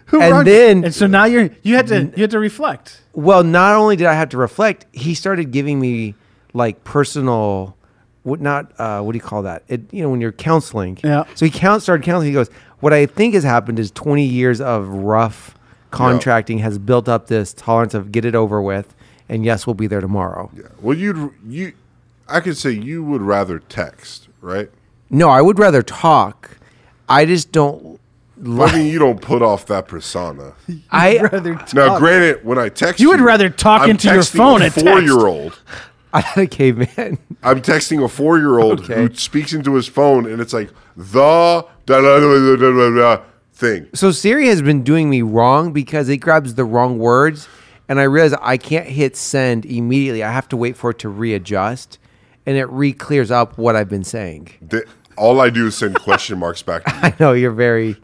Speaker 1: Who
Speaker 2: and
Speaker 1: wrote-
Speaker 2: then-
Speaker 1: and so now you're you had to you had to reflect.
Speaker 2: Well, not only did I have to reflect, he started giving me like personal what not uh, what do you call that? It you know when you're counseling.
Speaker 1: Yeah.
Speaker 2: So he count started counseling. He goes, "What I think has happened is 20 years of rough contracting has built up this tolerance of get it over with, and yes, we'll be there tomorrow."
Speaker 3: Yeah. Well, you'd you, I could say you would rather text, right?
Speaker 2: No, I would rather talk. I just don't.
Speaker 3: I mean, you don't put off that persona.
Speaker 2: I
Speaker 1: Rather t-
Speaker 3: Now, granted, when I text
Speaker 1: You would rather talk into your
Speaker 3: texting
Speaker 1: phone
Speaker 3: A
Speaker 1: and text.
Speaker 3: four-year-old.
Speaker 2: I had a caveman.
Speaker 3: I'm texting a four-year-old who
Speaker 2: Okay.
Speaker 3: speaks into his phone, and it's like the da da da da da da, da thing.
Speaker 2: So Siri has been doing me wrong because it grabs the wrong words, and I realize I can't hit send immediately. I have to wait for it to readjust, and it re-clears up what I've been saying.
Speaker 3: Th- all I do is send question marks back to
Speaker 2: I know you're very,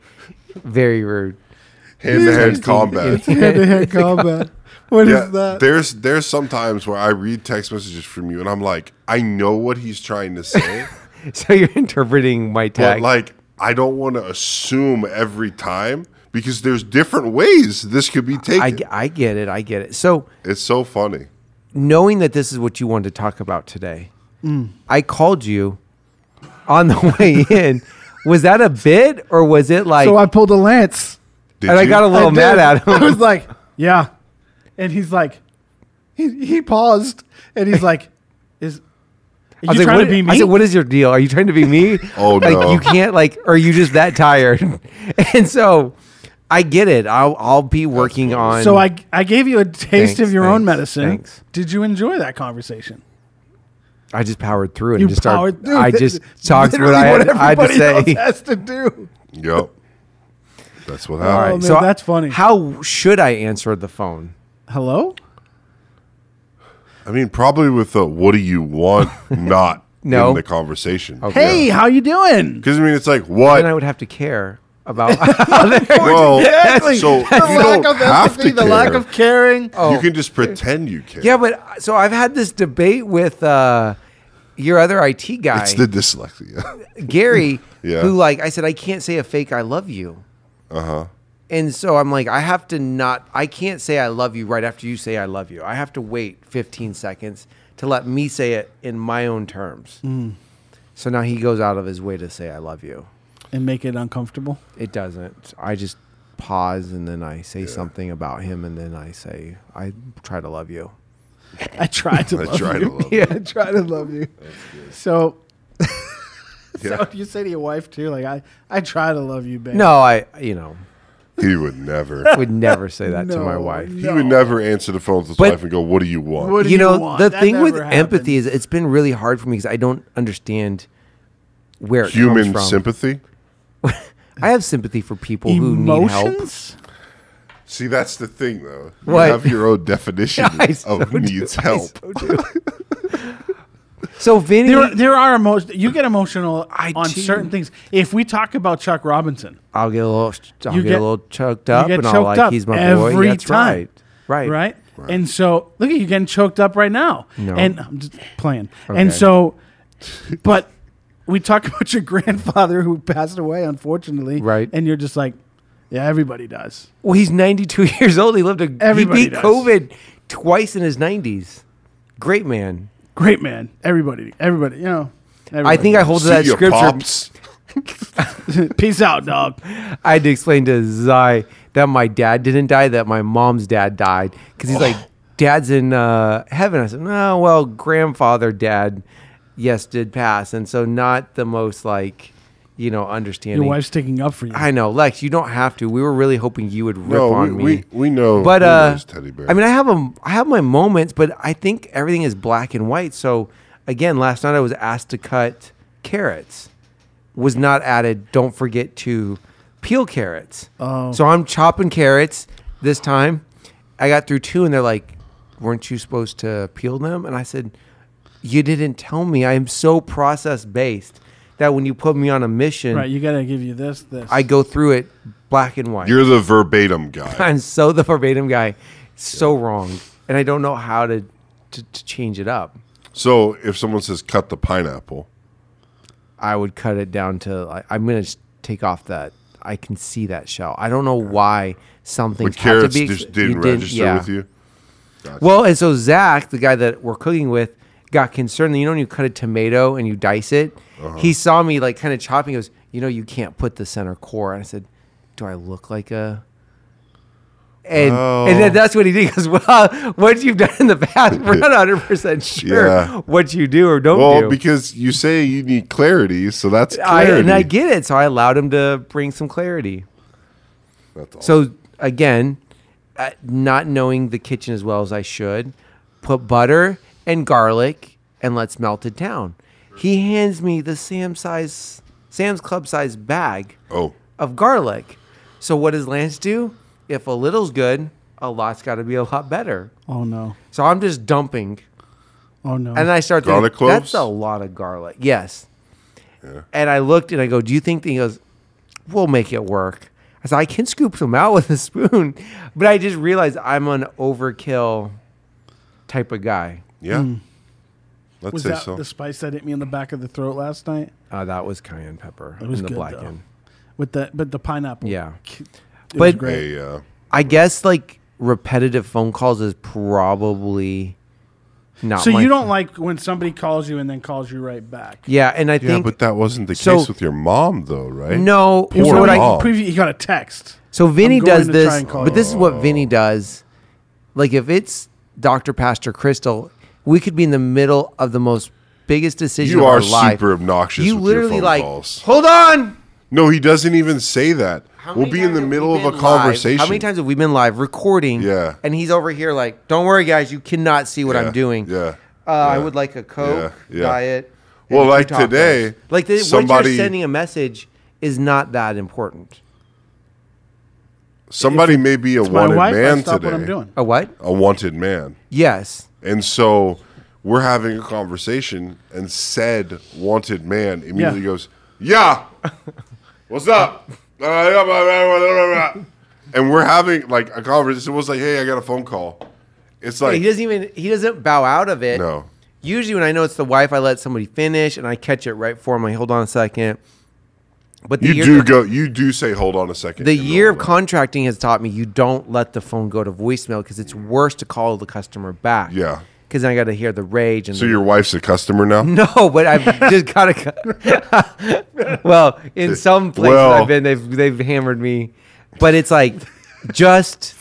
Speaker 2: very rude.
Speaker 3: you. hand-to-hand combat.
Speaker 1: Hand to hand combat. What is
Speaker 3: Yeah,
Speaker 1: that?
Speaker 3: there's there's sometimes where I read text messages from you, and I'm like, I know what he's trying to say,
Speaker 2: So you're interpreting my
Speaker 3: but
Speaker 2: tag.
Speaker 3: like, I don't want to assume every time because there's different ways this could be taken.
Speaker 2: I, I get it. I get it. So
Speaker 3: it's so funny.
Speaker 2: knowing that this is what you wanted to talk about today, I called you on the way in. Was that a bit or was it like?
Speaker 1: So I pulled a lance.
Speaker 3: Did
Speaker 2: and I
Speaker 3: you?
Speaker 2: got a little
Speaker 1: I
Speaker 2: mad
Speaker 1: did.
Speaker 2: at him.
Speaker 1: I was like, yeah. And he's like, he, he paused and he's like, "Is are
Speaker 2: I was
Speaker 1: you
Speaker 2: like,
Speaker 1: trying
Speaker 2: what,
Speaker 1: to be me?"
Speaker 2: I said, what is your deal? Are you trying to be me?
Speaker 3: Oh,
Speaker 2: like,
Speaker 3: no.
Speaker 2: You can't, like, are you just that tired? and so I get it. I'll, I'll be working on.
Speaker 1: so I I gave you a taste
Speaker 2: Thanks,
Speaker 1: of your own
Speaker 2: thanks,
Speaker 1: medicine.
Speaker 2: thanks.
Speaker 1: Did you enjoy that conversation?
Speaker 2: I just powered through it
Speaker 1: You
Speaker 2: and just started.
Speaker 1: powered through
Speaker 2: I
Speaker 1: it.
Speaker 2: just talked what
Speaker 1: Literally
Speaker 2: I had, I had to
Speaker 1: everybody else
Speaker 2: say.
Speaker 1: has to do.
Speaker 3: Yep. That's what
Speaker 2: All right,
Speaker 3: happened.
Speaker 1: Oh, man, that's funny.
Speaker 2: How should I answer the phone?
Speaker 1: Hello.
Speaker 3: I mean, probably with the "What do you want?" not
Speaker 2: No.
Speaker 3: in the conversation.
Speaker 2: Okay.
Speaker 1: Hey, how you doing?
Speaker 3: Because I mean, it's like
Speaker 2: Then I
Speaker 3: what?
Speaker 2: would have to care about how they're-
Speaker 3: Well,
Speaker 1: Exactly.
Speaker 3: so you
Speaker 1: the lack
Speaker 3: don't
Speaker 1: of
Speaker 3: have
Speaker 1: empathy,
Speaker 3: to
Speaker 1: the lack
Speaker 3: care.
Speaker 1: of caring.
Speaker 2: Oh.
Speaker 3: You can just pretend you care.
Speaker 2: Yeah, but so I've had this debate with uh, your other IT guy,
Speaker 3: It's the dyslexia.
Speaker 2: Gary,
Speaker 3: Yeah.
Speaker 2: who like I said, I can't say a fake "I love you,"
Speaker 3: Uh huh.
Speaker 2: and so I'm like, I have to not, I can't say "I love you" right after you say "I love you." I have to wait 15 seconds to let me say it in my own terms. So now he goes out of his way to say "I love you."
Speaker 1: and make it uncomfortable.
Speaker 2: It doesn't. I just pause and then I say something about him, and then I say, "I try to love you."
Speaker 1: I try to
Speaker 3: I
Speaker 1: love
Speaker 3: try
Speaker 1: you.
Speaker 3: to love
Speaker 1: yeah, I try to love you. So,
Speaker 3: Yeah.
Speaker 1: so you say to your wife too, like I, I try to love you, babe.
Speaker 2: No, I, you know,
Speaker 3: He would never.
Speaker 2: would never say that to my
Speaker 1: No,
Speaker 2: wife.
Speaker 3: He would never answer the phone with his
Speaker 2: But-
Speaker 3: wife and go, "What do you want?"
Speaker 1: What do
Speaker 2: you know
Speaker 1: want?
Speaker 2: the
Speaker 1: That
Speaker 2: thing with
Speaker 1: never
Speaker 2: empathy is it's been really hard for me because i don't understand where it comes
Speaker 3: Human
Speaker 2: from.
Speaker 3: sympathy.
Speaker 2: i have sympathy for people who need help
Speaker 1: emotions.
Speaker 3: See, that's the thing, though. You
Speaker 2: What?
Speaker 3: have your own definition
Speaker 2: I so
Speaker 3: of
Speaker 2: do.
Speaker 3: needs
Speaker 2: I
Speaker 3: help.
Speaker 2: so do. so vinny
Speaker 1: There, there are emotions. You get emotional
Speaker 2: I
Speaker 1: on
Speaker 2: do.
Speaker 1: certain things. If we talk about Chuck Robinson,
Speaker 2: i'll get a little i'll
Speaker 1: You
Speaker 2: get,
Speaker 1: get-
Speaker 2: a little choked up
Speaker 1: get
Speaker 2: and i'll
Speaker 1: choked
Speaker 2: like
Speaker 1: up
Speaker 2: he's my boy
Speaker 1: every
Speaker 2: that's
Speaker 1: time.
Speaker 2: right right
Speaker 1: right? And so, look at you getting choked up right now.
Speaker 2: No.
Speaker 1: And I'm just playing.
Speaker 2: Okay.
Speaker 1: And so, but we talk about your grandfather who passed away, unfortunately.
Speaker 2: Right.
Speaker 1: And you're just like, yeah, everybody does.
Speaker 2: well he's 92 years old he lived a
Speaker 1: Everybody
Speaker 2: he beat
Speaker 1: does.
Speaker 2: covid twice in his 90s great man
Speaker 1: Great man. Everybody, everybody, you know.
Speaker 2: I think I hold to
Speaker 3: See
Speaker 2: that
Speaker 3: ya,
Speaker 2: scripture.
Speaker 3: pops.
Speaker 1: I peace out, dog.
Speaker 2: I had to explain to Zai that my dad didn't die, that my mom's dad died. Because he's like, Dad's in uh, heaven. I said, No, well, grandfather, dad, yes, did pass. And so, not the most like, you know,
Speaker 1: Your
Speaker 2: understanding.
Speaker 1: wife's taking up for you.
Speaker 2: I know, Lex, you don't have to. We were really hoping you would rip
Speaker 3: No,
Speaker 2: on
Speaker 3: we,
Speaker 2: me.
Speaker 3: we we know.
Speaker 2: but
Speaker 3: we know
Speaker 2: uh,
Speaker 3: his Oh, teddy bear.
Speaker 2: I mean, I have a, I have my moments, but I think everything is black and white. So again, last night I was asked to cut carrots, was not added. Don't forget to peel carrots.
Speaker 1: Oh.
Speaker 2: so I'm chopping carrots this time. I got through two, and they're like, "Weren't you supposed to peel them?" And I said, "You didn't tell me. I am so process based that when you put me on a mission,
Speaker 1: right. You got to give you this, this.
Speaker 2: I go through it black and white."
Speaker 3: you're the verbatim guy.
Speaker 2: I'm so the verbatim guy, so wrong, and I don't know how to, to to change it up.
Speaker 3: So if someone says cut the pineapple,
Speaker 2: I would cut it down to like, I'm gonna s- take off that. I can see that shell. I don't know why something
Speaker 3: but carrots
Speaker 2: to be
Speaker 3: just
Speaker 2: you
Speaker 3: didn't register
Speaker 2: yeah.
Speaker 3: with you. Gotcha.
Speaker 2: Well, and so Zach, the guy that we're cooking with, got concerned. You know, when you cut a tomato and you dice it,
Speaker 3: Uh-huh.
Speaker 2: he saw me like kind of chopping. He goes, "You know, you can't put the center core." And I said, "Do I look like a?" And and then
Speaker 3: Oh.
Speaker 2: that's what he did. He goes, "Well, what you've done in the past, we're not hundred percent sure
Speaker 3: Yeah.
Speaker 2: what you do or don't
Speaker 3: Well,
Speaker 2: do."
Speaker 3: because you say you need clarity, so that's
Speaker 2: I,
Speaker 3: clarity.
Speaker 2: and I get it, so I allowed him to bring some clarity.
Speaker 3: That's all.
Speaker 2: So again, uh, not knowing the kitchen as well as I should, put butter and garlic and let's melt it down. He hands me the Sam size, Sam's Club size bag
Speaker 3: oh,
Speaker 2: of garlic. So what does Lance do? If a little's good, a lot's got to be a lot better.
Speaker 1: oh, no.
Speaker 2: So I'm just dumping,
Speaker 1: Oh, no.
Speaker 2: and I start thinking,
Speaker 3: Garlic cloves?
Speaker 2: that's a lot of garlic. Yes. And I looked and I go, do you think? that-" He goes, we'll make it work. I said, I can scoop some out with a spoon, but I just realized I'm an overkill type of guy.
Speaker 3: yeah. Let's
Speaker 1: was
Speaker 3: say
Speaker 1: that
Speaker 3: so.
Speaker 1: the spice that hit me in the back of the throat last night?
Speaker 2: Uh, that was cayenne pepper
Speaker 1: was
Speaker 2: in the
Speaker 1: good,
Speaker 2: black
Speaker 1: though.
Speaker 2: end.
Speaker 1: with the but the pineapple.
Speaker 2: Yeah.
Speaker 1: K- it was
Speaker 2: But-
Speaker 1: great.
Speaker 3: A, uh,
Speaker 2: I guess like repetitive phone calls is probably not.
Speaker 1: So
Speaker 2: my-
Speaker 1: you don't like when somebody calls you and then calls you right back.
Speaker 2: Yeah, and I
Speaker 3: yeah,
Speaker 2: think
Speaker 3: but that wasn't the
Speaker 2: so-
Speaker 3: case with your mom, though, right?
Speaker 2: no.
Speaker 1: It was
Speaker 2: so
Speaker 3: Poor
Speaker 2: what
Speaker 1: only
Speaker 2: I-
Speaker 3: mom.
Speaker 1: preview- he got a text.
Speaker 2: So Vinny
Speaker 1: going
Speaker 2: does
Speaker 1: to try
Speaker 2: this,
Speaker 1: and call
Speaker 2: but this is what Vinny does. Like if it's Dr. Pastor Crystal, we could be in the middle of the most biggest decision
Speaker 3: You
Speaker 2: of
Speaker 3: are
Speaker 2: our life.
Speaker 3: super obnoxious
Speaker 2: You
Speaker 3: with your
Speaker 2: literally
Speaker 3: phone
Speaker 2: like,
Speaker 3: calls.
Speaker 2: hold on.
Speaker 3: No, he doesn't even say that.
Speaker 2: How
Speaker 3: We'll
Speaker 2: many
Speaker 3: be in
Speaker 2: times
Speaker 3: the
Speaker 2: have we
Speaker 3: middle of
Speaker 2: been
Speaker 3: a
Speaker 2: live?
Speaker 3: conversation.
Speaker 2: How many times have we been live recording?
Speaker 3: Yeah.
Speaker 2: And he's over here like, don't worry, guys, you cannot see what
Speaker 3: Yeah,
Speaker 2: I'm doing.
Speaker 3: yeah,
Speaker 2: Uh, I
Speaker 3: yeah,
Speaker 2: would like a Coke
Speaker 3: yeah, yeah.
Speaker 2: diet. and
Speaker 3: Well,
Speaker 2: two
Speaker 3: like
Speaker 2: tacos."
Speaker 3: today,
Speaker 2: like the, what
Speaker 3: somebody-
Speaker 2: you're sending a message is not that important.
Speaker 3: Somebody may be a
Speaker 1: My
Speaker 3: wanted
Speaker 1: wife, I
Speaker 3: man
Speaker 1: stop
Speaker 3: today.
Speaker 1: what I'm doing.
Speaker 2: A what?
Speaker 3: A wanted man.
Speaker 2: Yes.
Speaker 3: And so we're having a conversation, and said wanted man immediately
Speaker 1: Yeah.
Speaker 3: goes, Yeah, what's up? and we're having like a conversation. It was like, Hey, I got a phone call. It's like,
Speaker 2: he doesn't even he doesn't bow out of it.
Speaker 3: No.
Speaker 2: Usually when I know it's the wife, I let somebody finish and I catch it right for him. Like, hold on a second. But the
Speaker 3: you
Speaker 2: year,
Speaker 3: do go, you do say, Hold on a second.
Speaker 2: the
Speaker 3: in middle
Speaker 2: year of
Speaker 3: it.
Speaker 2: contracting has taught me you don't let the phone go to voicemail because it's worse to call the customer back.
Speaker 3: Yeah.
Speaker 2: Because I got to hear the rage and
Speaker 3: So
Speaker 2: the,
Speaker 3: your wife's a customer now?
Speaker 2: no, but I've just got to. well, in some places
Speaker 3: Well-
Speaker 2: I've been, they've they've hammered me, but it's like just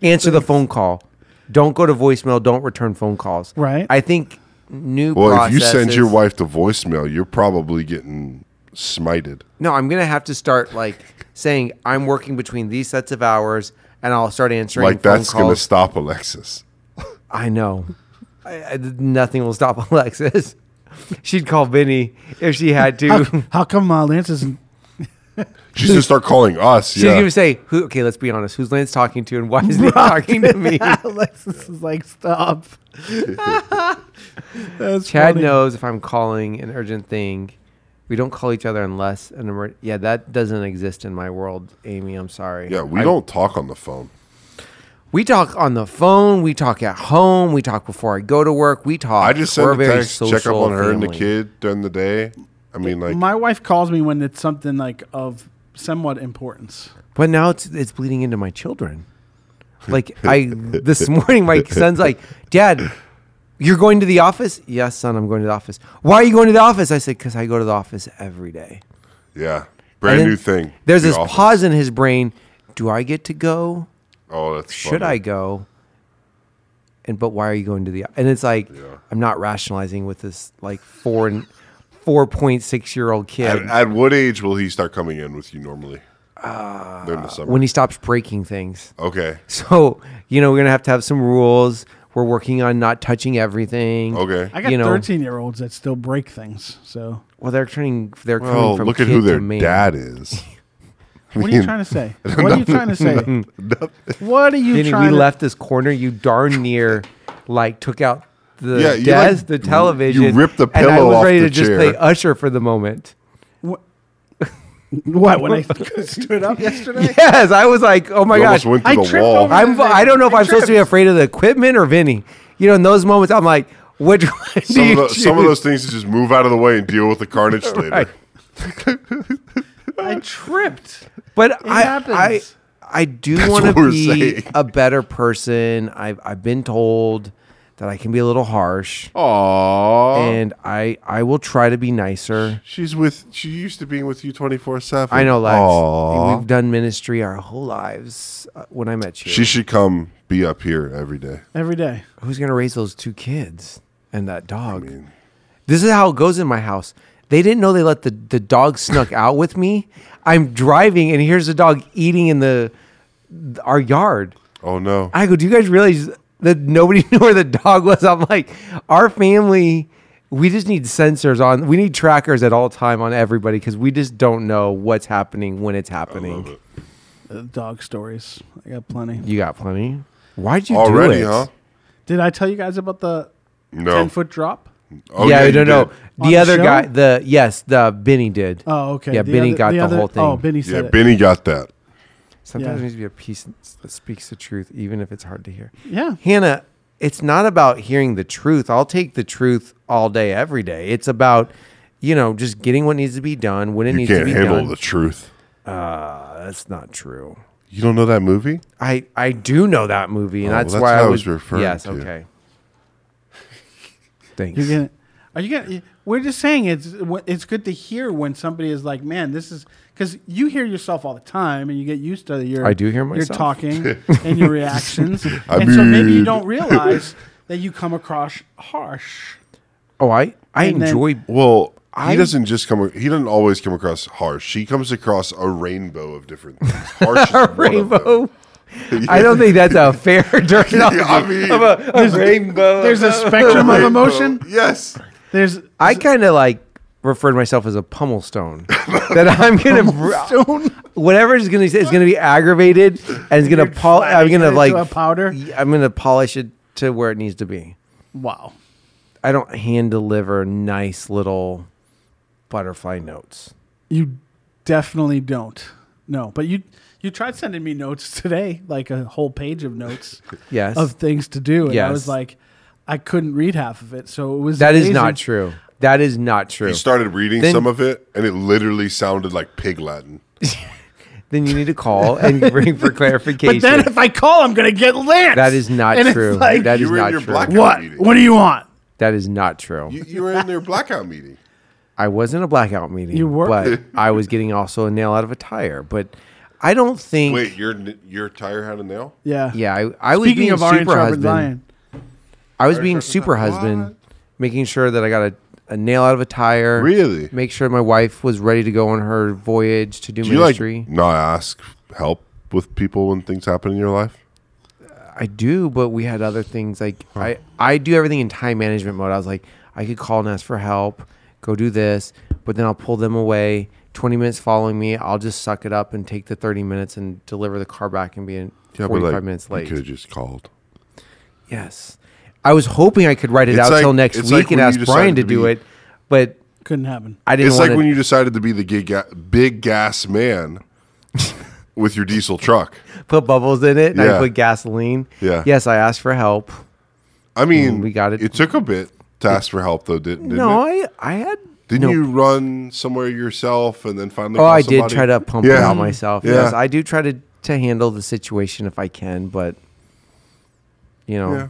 Speaker 2: answer the phone call. Don't go to voicemail. Don't return phone calls.
Speaker 1: Right.
Speaker 2: I think new.
Speaker 3: Well, if you send your
Speaker 2: processes-
Speaker 3: wife the voicemail, you're probably getting smited.
Speaker 2: no, I'm gonna have to start like saying I'm working between these sets of hours, and I'll start answering.
Speaker 3: Like
Speaker 2: phone
Speaker 3: that's
Speaker 2: calls.
Speaker 3: gonna stop Alexis.
Speaker 2: I know. I, I, nothing will stop Alexis. She'd call Vinny if she had to.
Speaker 1: How, how come uh, Lance isn't?
Speaker 3: She's gonna start calling us.
Speaker 2: She's
Speaker 3: yeah.
Speaker 2: gonna say, "Who? Okay, let's be honest. Who's Lance talking to, and why is he talking to me?"
Speaker 1: Alexis is like, stop. That's
Speaker 2: Chad
Speaker 1: funny.
Speaker 2: knows if I'm calling an urgent thing. We don't call each other unless an emer- Yeah, that doesn't exist in my world, Amy. I'm sorry.
Speaker 3: yeah, we
Speaker 2: I-
Speaker 3: don't talk on the phone.
Speaker 2: We talk on the phone. We talk at home. We talk before I go to work. We talk.
Speaker 3: I just send a text, check up on her and the kid during the day. I mean, like,
Speaker 1: My wife calls me when it's something like of somewhat importance.
Speaker 2: But now it's it's bleeding into my children. Like I this morning, my son's like, "Dad, you're going to the office?" "Yes, son, I'm going to the office." "Why are you going to the office?" I said, "Cause I go to the office every day."
Speaker 3: yeah,
Speaker 2: And
Speaker 3: brand
Speaker 2: then
Speaker 3: new thing.
Speaker 2: There's
Speaker 3: The
Speaker 2: this
Speaker 3: office.
Speaker 2: pause in his brain. Do I get to go?
Speaker 3: Oh, that's
Speaker 2: Should
Speaker 3: funny.
Speaker 2: I go? And but why are you going to the? And it's like I'm not rationalizing with this like four and four point six year old kid
Speaker 3: At, at what age will he start coming in with you normally? Uh, During the summer.
Speaker 2: when he stops breaking things.
Speaker 3: okay.
Speaker 2: So you know we're gonna have to have some rules. We're working on not touching everything.
Speaker 3: Okay.
Speaker 1: I got
Speaker 2: You know-
Speaker 1: 13 year olds that still break things. So
Speaker 2: Well, they're turning. They're
Speaker 3: Oh,
Speaker 2: coming from
Speaker 3: look at
Speaker 2: kid
Speaker 3: who
Speaker 2: to
Speaker 3: their
Speaker 2: man.
Speaker 3: dad is.
Speaker 1: what are you trying to say? What are you trying to say? What are you
Speaker 2: Vinny,
Speaker 1: trying
Speaker 2: we
Speaker 1: to
Speaker 2: left this corner. You darn near like took out the
Speaker 3: Yeah, you, like,
Speaker 2: desk, the television.
Speaker 3: you ripped the
Speaker 2: and I
Speaker 3: pillow
Speaker 2: was
Speaker 3: off
Speaker 2: ready
Speaker 3: the
Speaker 2: to just
Speaker 3: chair.
Speaker 2: play Usher for the moment.
Speaker 1: What when I stood up yesterday?
Speaker 2: Yes, I was like, oh my
Speaker 3: You
Speaker 2: gosh,
Speaker 3: almost went
Speaker 1: I
Speaker 3: through the
Speaker 1: tripped
Speaker 3: wall.
Speaker 1: over-
Speaker 2: I'm. I don't know if I'm supposed to be afraid of the equipment or Vinny. You know, in those moments, I'm like, which one do
Speaker 3: Some
Speaker 2: you
Speaker 3: of, those, some of
Speaker 2: choose?
Speaker 3: those things you just move out of the way and deal with the carnage later.
Speaker 2: Right.
Speaker 1: I tripped.
Speaker 2: But I, I,
Speaker 1: happens.
Speaker 2: I do
Speaker 3: That's
Speaker 2: want to
Speaker 3: what we're
Speaker 2: be
Speaker 3: saying.
Speaker 2: a better person. I've I've been told that I can be a little harsh,
Speaker 3: Aww.
Speaker 2: and I I will try to be nicer.
Speaker 3: She's with. She used to being with you twenty four seven.
Speaker 2: I know, Lex. We've done ministry our whole lives. Uh, when I met you,
Speaker 3: She should come be up here every day.
Speaker 1: Every day.
Speaker 2: who's gonna raise those two kids and that dog? this is how it goes in my house. They didn't know they let the, the dog snuck out with me. I'm driving and here's the dog eating in the our yard.
Speaker 3: Oh no.
Speaker 2: I go, do you guys realize that nobody knew where the dog was? I'm like, our family, we just need sensors on, we need trackers at all time on everybody because we just don't know what's happening when it's happening.
Speaker 1: Uh, Dog stories. I got plenty.
Speaker 2: You got plenty. Why'd you
Speaker 3: Already,
Speaker 2: do it?
Speaker 3: huh?
Speaker 1: Did I tell you guys about the
Speaker 3: No.
Speaker 1: 10 foot drop?
Speaker 3: Oh,
Speaker 2: yeah, I
Speaker 3: you
Speaker 2: don't know.
Speaker 3: did.
Speaker 2: The
Speaker 1: On the
Speaker 2: other
Speaker 1: show?
Speaker 2: guy, the yes, the Benny did.
Speaker 1: Oh, okay.
Speaker 2: Yeah,
Speaker 1: The
Speaker 2: Benny
Speaker 1: other-
Speaker 2: got the,
Speaker 1: other-
Speaker 2: whole thing.
Speaker 1: Oh, Benny
Speaker 3: Yeah,
Speaker 1: said it.
Speaker 3: Benny got that.
Speaker 2: Sometimes
Speaker 1: Yeah.
Speaker 2: there needs to be a piece that speaks the truth, even if it's hard to hear.
Speaker 1: Yeah.
Speaker 2: Hannah, it's not about hearing the truth. I'll take the truth all day, every day. It's about, you know, just getting what needs to be done when it
Speaker 3: You
Speaker 2: needs to
Speaker 3: can't
Speaker 2: be
Speaker 3: handle
Speaker 2: done.
Speaker 3: the truth.
Speaker 2: uh, that's not true.
Speaker 3: You don't know that movie?
Speaker 2: I I do know that movie, and
Speaker 3: Oh,
Speaker 2: that's,
Speaker 3: that's
Speaker 2: why
Speaker 3: what
Speaker 2: I
Speaker 3: I was
Speaker 2: was
Speaker 3: referring
Speaker 2: Yes,
Speaker 3: to.
Speaker 2: okay. Thanks.
Speaker 1: You're gonna, are you going to We're just saying it's it's good to hear when somebody is like, "Man, this is." Because you hear yourself all the time, and you get used to your.
Speaker 2: I do hear
Speaker 1: Your
Speaker 2: myself.
Speaker 1: talking and your reactions, and
Speaker 3: I
Speaker 1: so maybe you
Speaker 3: mean-
Speaker 1: don't realize that you come across harsh.
Speaker 2: Oh, I I
Speaker 1: And then-
Speaker 2: enjoy.
Speaker 3: Well,
Speaker 2: I-
Speaker 3: he doesn't just come. He doesn't always come across harsh. He comes across a rainbow of different things. Harsh is one of them.
Speaker 2: rainbow. I don't think that's a fair terminology.
Speaker 3: I mean-
Speaker 2: of a, a rainbow.
Speaker 1: There's a
Speaker 2: of-
Speaker 1: spectrum of
Speaker 3: Rainbow.
Speaker 1: emotion.
Speaker 3: Yes.
Speaker 1: There's
Speaker 2: I kind of like refer to myself as a pummel stone. that I'm gonna stone. Whatever is gonna it's gonna be aggravated and it's gonna
Speaker 1: You're
Speaker 2: pol- I'm
Speaker 1: flattening it
Speaker 2: gonna
Speaker 1: into
Speaker 2: like
Speaker 1: a powder?
Speaker 2: I'm gonna polish it to where it needs to be.
Speaker 1: wow.
Speaker 2: I don't hand deliver nice little butterfly notes.
Speaker 1: You definitely don't. No, but you you tried sending me notes today, like a whole page of notes
Speaker 2: Yes.
Speaker 1: of things to do, and I
Speaker 2: Yes.
Speaker 1: was like, I couldn't read half of it, so it was
Speaker 2: That is
Speaker 1: amazing.
Speaker 2: not true. That is not true.
Speaker 3: He started reading
Speaker 2: Then-
Speaker 3: some of it, and it literally sounded like pig Latin.
Speaker 2: then you need to call and bring for clarification.
Speaker 1: But then if I call, I'm gonna get Lance.
Speaker 2: that is not
Speaker 1: And it's
Speaker 2: true.
Speaker 1: like,
Speaker 2: that
Speaker 3: You
Speaker 2: is
Speaker 3: were in
Speaker 2: not
Speaker 3: your
Speaker 2: true.
Speaker 3: blackout.
Speaker 1: what?
Speaker 3: meeting.
Speaker 1: What do you want?
Speaker 2: That is not true.
Speaker 3: You, you were in their blackout meeting.
Speaker 2: I was in a blackout meeting.
Speaker 1: You were?
Speaker 2: but I was getting also a nail out of a tire. But I don't think.
Speaker 3: Wait, your n- your tire had a nail.
Speaker 1: Yeah.
Speaker 2: Yeah, I, I was
Speaker 1: Speaking
Speaker 2: being
Speaker 1: of Orange
Speaker 2: super
Speaker 1: Robert
Speaker 2: husband.
Speaker 1: Lion,
Speaker 2: I was being
Speaker 3: Robert
Speaker 2: super
Speaker 3: Lion.
Speaker 2: husband,
Speaker 3: What?
Speaker 2: making sure that I got a, a nail out of a tire.
Speaker 3: Really?
Speaker 2: Make sure my wife was ready to go on her voyage to do,
Speaker 3: Do you like
Speaker 2: ministry.
Speaker 3: not ask help with people when things happen in your life?
Speaker 2: I do, but we had other things like I I do everything in time management mode. I was like, I could call and ask for help, go do this, but then I'll pull them away. Twenty minutes following me, I'll just suck it up and take the thirty minutes and deliver the car back and be in forty-five minutes late.
Speaker 3: You could have just called.
Speaker 2: Yes, I was hoping I could write it
Speaker 3: It's
Speaker 2: out
Speaker 3: like-
Speaker 2: till next
Speaker 3: it's
Speaker 2: week
Speaker 3: like
Speaker 2: and
Speaker 3: when you
Speaker 2: ask Brian
Speaker 3: decided
Speaker 2: to
Speaker 3: to
Speaker 2: do
Speaker 3: be-
Speaker 2: it, but
Speaker 1: couldn't happen.
Speaker 2: I didn't
Speaker 3: It's like
Speaker 2: want
Speaker 3: when you decided to be the gig ga- big gas man with your diesel truck.
Speaker 2: to put bubbles in it. And I
Speaker 3: Yeah.
Speaker 2: put gasoline.
Speaker 3: Yeah.
Speaker 2: Yes, I asked for help.
Speaker 3: I mean,
Speaker 2: Mm, we got it.
Speaker 3: It took a bit to ask for help, though, didn't, didn't
Speaker 2: no,
Speaker 3: it?
Speaker 2: I I had
Speaker 3: Didn't
Speaker 2: no
Speaker 3: you run somewhere yourself and then finally?
Speaker 2: Oh,
Speaker 3: call
Speaker 2: I did
Speaker 3: somebody?
Speaker 2: try to pump it
Speaker 3: Yeah.
Speaker 2: out myself.
Speaker 3: Yeah.
Speaker 2: Yes, I do try to to handle the situation if I can, but you know,
Speaker 3: Yeah.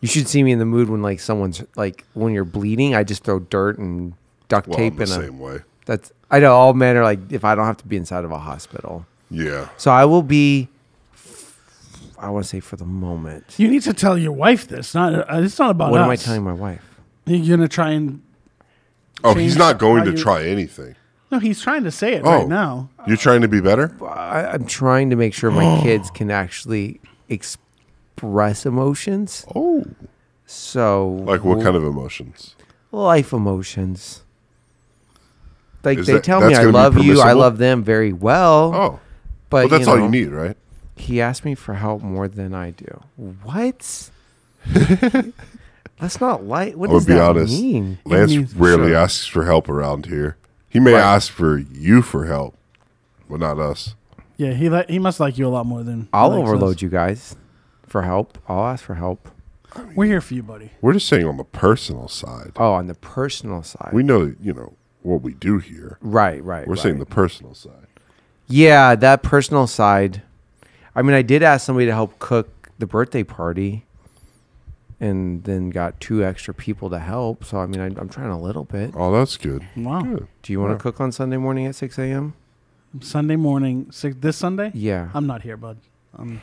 Speaker 2: you should see me in the mood when like someone's like when you're bleeding. I just throw dirt and duct
Speaker 3: Well, I'm
Speaker 2: tape
Speaker 3: the
Speaker 2: and
Speaker 3: same way.
Speaker 2: that's. I know all men are like if I don't have to be inside of a hospital,
Speaker 3: Yeah.
Speaker 2: so I will be. I want to say for the moment.
Speaker 1: You need to tell your wife this. Not uh, it's not about
Speaker 2: what
Speaker 1: us.
Speaker 2: am I telling my wife?
Speaker 1: You're gonna try and
Speaker 3: Oh, he's
Speaker 1: Change
Speaker 3: not
Speaker 1: how
Speaker 3: going to
Speaker 1: you-
Speaker 3: try anything.
Speaker 1: no. He's trying to say it
Speaker 3: Oh,
Speaker 1: right now.
Speaker 3: You're trying to be better.
Speaker 2: I, I'm trying to make sure my kids can actually express emotions.
Speaker 3: Oh,
Speaker 2: So
Speaker 3: like what kind of emotions?
Speaker 2: life emotions. Like
Speaker 3: Is
Speaker 2: they
Speaker 3: that-
Speaker 2: tell me
Speaker 3: that's
Speaker 2: I
Speaker 3: gonna be
Speaker 2: love you, I
Speaker 3: permissible?
Speaker 2: love them very well.
Speaker 3: Oh,
Speaker 2: but
Speaker 3: well, that's all
Speaker 2: Uh, know,
Speaker 3: you need, right?
Speaker 2: He asked me for help more than I do. What? that's not like. What
Speaker 3: I'm
Speaker 2: does
Speaker 3: gonna be
Speaker 2: that
Speaker 3: honest.
Speaker 2: mean?
Speaker 3: Lance
Speaker 1: needs-
Speaker 3: rarely asks for help around here. He may
Speaker 2: Right.
Speaker 3: ask for you for help, but not us.
Speaker 1: Yeah, he li- he must like you a lot more than
Speaker 2: I'll
Speaker 1: he likes
Speaker 2: overload
Speaker 1: us.
Speaker 2: you guys for help. I'll ask for help.
Speaker 1: We're here for you, buddy.
Speaker 3: We're just saying on the personal side.
Speaker 2: Oh, on the personal side.
Speaker 3: We know, you know, what we do here.
Speaker 2: right, right.
Speaker 3: We're
Speaker 2: right.
Speaker 3: saying the personal side.
Speaker 2: Yeah, that personal side. I mean, I did ask somebody to help cook the birthday party, and then got two extra people to help. So I mean, I, I'm trying a little bit.
Speaker 3: Oh, that's good.
Speaker 1: Wow.
Speaker 3: Good.
Speaker 2: Do you want to cook on Sunday morning at 6 a.m.?
Speaker 1: Sunday morning, six, this Sunday.
Speaker 2: Yeah,
Speaker 1: I'm not here, bud. Um, I'm,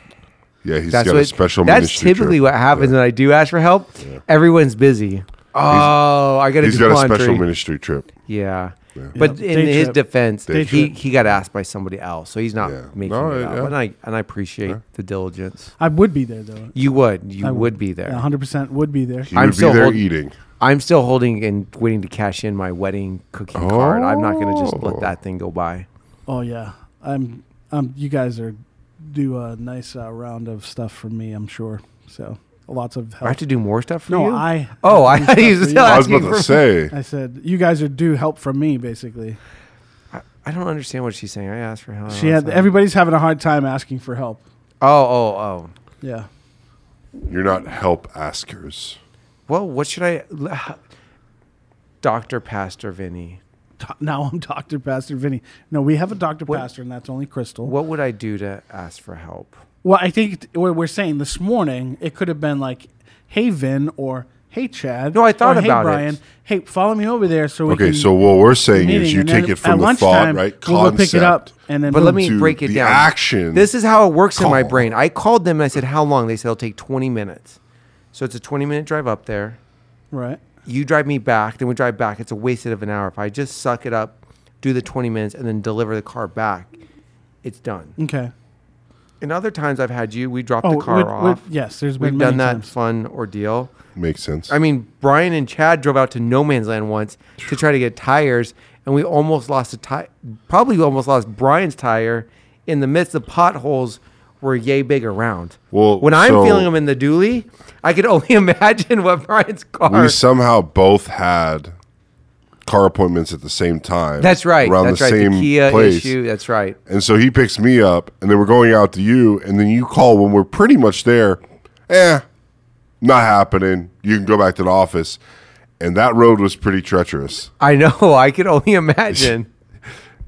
Speaker 3: Yeah, he's
Speaker 2: that's
Speaker 3: got
Speaker 2: what.
Speaker 3: a special
Speaker 2: that's
Speaker 3: ministry
Speaker 2: typically
Speaker 3: trip.
Speaker 2: what happens when I do ask for help. Everyone's busy. Oh, I got to
Speaker 3: He's
Speaker 2: do
Speaker 3: got
Speaker 2: laundry.
Speaker 3: a special ministry trip.
Speaker 2: Yeah.
Speaker 3: Yeah.
Speaker 2: But
Speaker 1: Yeah,
Speaker 2: in
Speaker 1: day
Speaker 2: his
Speaker 1: trip.
Speaker 2: defense,
Speaker 3: Day
Speaker 2: he,
Speaker 3: trip.
Speaker 2: he got asked by somebody else, so he's not
Speaker 3: Yeah.
Speaker 2: making
Speaker 3: No,
Speaker 2: it
Speaker 3: yeah.
Speaker 2: up. And I and I appreciate the diligence.
Speaker 1: I would be there though.
Speaker 2: You would, you
Speaker 1: I
Speaker 2: would be there.
Speaker 1: 100 percent would be there.
Speaker 3: He
Speaker 2: I'm
Speaker 3: would be
Speaker 2: still
Speaker 3: there
Speaker 2: hold-
Speaker 3: eating.
Speaker 2: I'm still holding and waiting to cash in my wedding cooking card. I'm not going to just let
Speaker 3: Oh.
Speaker 2: that thing go by.
Speaker 1: Oh yeah, I'm. Um, you guys are do a nice uh, round of stuff for me. I'm sure. So lots of
Speaker 2: I
Speaker 1: help.
Speaker 2: have to do more stuff for
Speaker 1: Oh. no,
Speaker 2: you.
Speaker 1: I.
Speaker 2: oh, I, he was
Speaker 1: for
Speaker 2: still
Speaker 1: you.
Speaker 3: I was about
Speaker 2: asking
Speaker 3: to
Speaker 2: for.
Speaker 3: say.
Speaker 1: I said you guys are due help from me basically.
Speaker 2: I, I don't understand what she's saying. I asked for help.
Speaker 1: She had
Speaker 2: outside.
Speaker 1: everybody's having a hard time asking for help.
Speaker 2: Oh, oh, oh.
Speaker 1: Yeah.
Speaker 3: You're not help askers.
Speaker 2: Well, what should I, Doctor Pastor Vinny?
Speaker 1: Do- Now I'm Doctor Pastor Vinny. No, we have a Doctor
Speaker 2: What-
Speaker 1: Pastor, and that's only Crystal.
Speaker 2: What would I do to ask for help?
Speaker 1: Well, I think t- what we're saying this morning, it could have been like, "Hey Vin," or hey Chad.
Speaker 2: No, I thought
Speaker 1: or, hey,
Speaker 2: about it.
Speaker 1: Brian, Hey, follow me over there so we
Speaker 3: Okay,
Speaker 1: can
Speaker 3: so what we're saying
Speaker 1: meeting,
Speaker 3: is you
Speaker 1: and then
Speaker 3: take it
Speaker 1: at
Speaker 3: from the thought,
Speaker 1: lunchtime,
Speaker 3: right?
Speaker 1: We'll go pick it up
Speaker 3: Concept.
Speaker 1: and then.
Speaker 2: But let me
Speaker 3: to
Speaker 2: break it
Speaker 3: the
Speaker 2: down.
Speaker 3: action
Speaker 2: This is how it works in my
Speaker 3: call.
Speaker 2: brain. I called them and I said, "How long?" They said, "It'll take 20 minutes." So it's a 20 minute drive up there.
Speaker 1: Right.
Speaker 2: You drive me back, then we drive back. It's a wasted of an hour. If I just suck it up, do the 20 minutes, and then deliver the car back, it's done.
Speaker 1: Okay.
Speaker 2: And other times I've had you, we dropped
Speaker 1: Oh,
Speaker 2: the car
Speaker 1: we- we-
Speaker 2: off.
Speaker 1: yes, there's been
Speaker 2: We've
Speaker 1: many
Speaker 2: done that
Speaker 1: times.
Speaker 2: fun ordeal.
Speaker 3: Makes sense.
Speaker 2: I mean, Brian and Chad drove out to no man's land once to try to get tires, and we almost lost a tire. Probably almost lost Brian's tire in the midst of potholes were yay big around.
Speaker 3: Well,
Speaker 2: when I'm
Speaker 3: so-
Speaker 2: feeling them in the dually, I could only imagine what Brian's car.
Speaker 3: we somehow both had car appointments at the same time.
Speaker 2: that's right.
Speaker 3: Around
Speaker 2: that's
Speaker 3: the
Speaker 2: right.
Speaker 3: same
Speaker 2: the Kia
Speaker 3: place.
Speaker 2: issue. That's right.
Speaker 3: And so he picks me up, and then we're going out to you, and then you call when we're pretty much there. Eh, not happening. You can go back to the office. And that road was pretty treacherous
Speaker 2: I know. I could only imagine.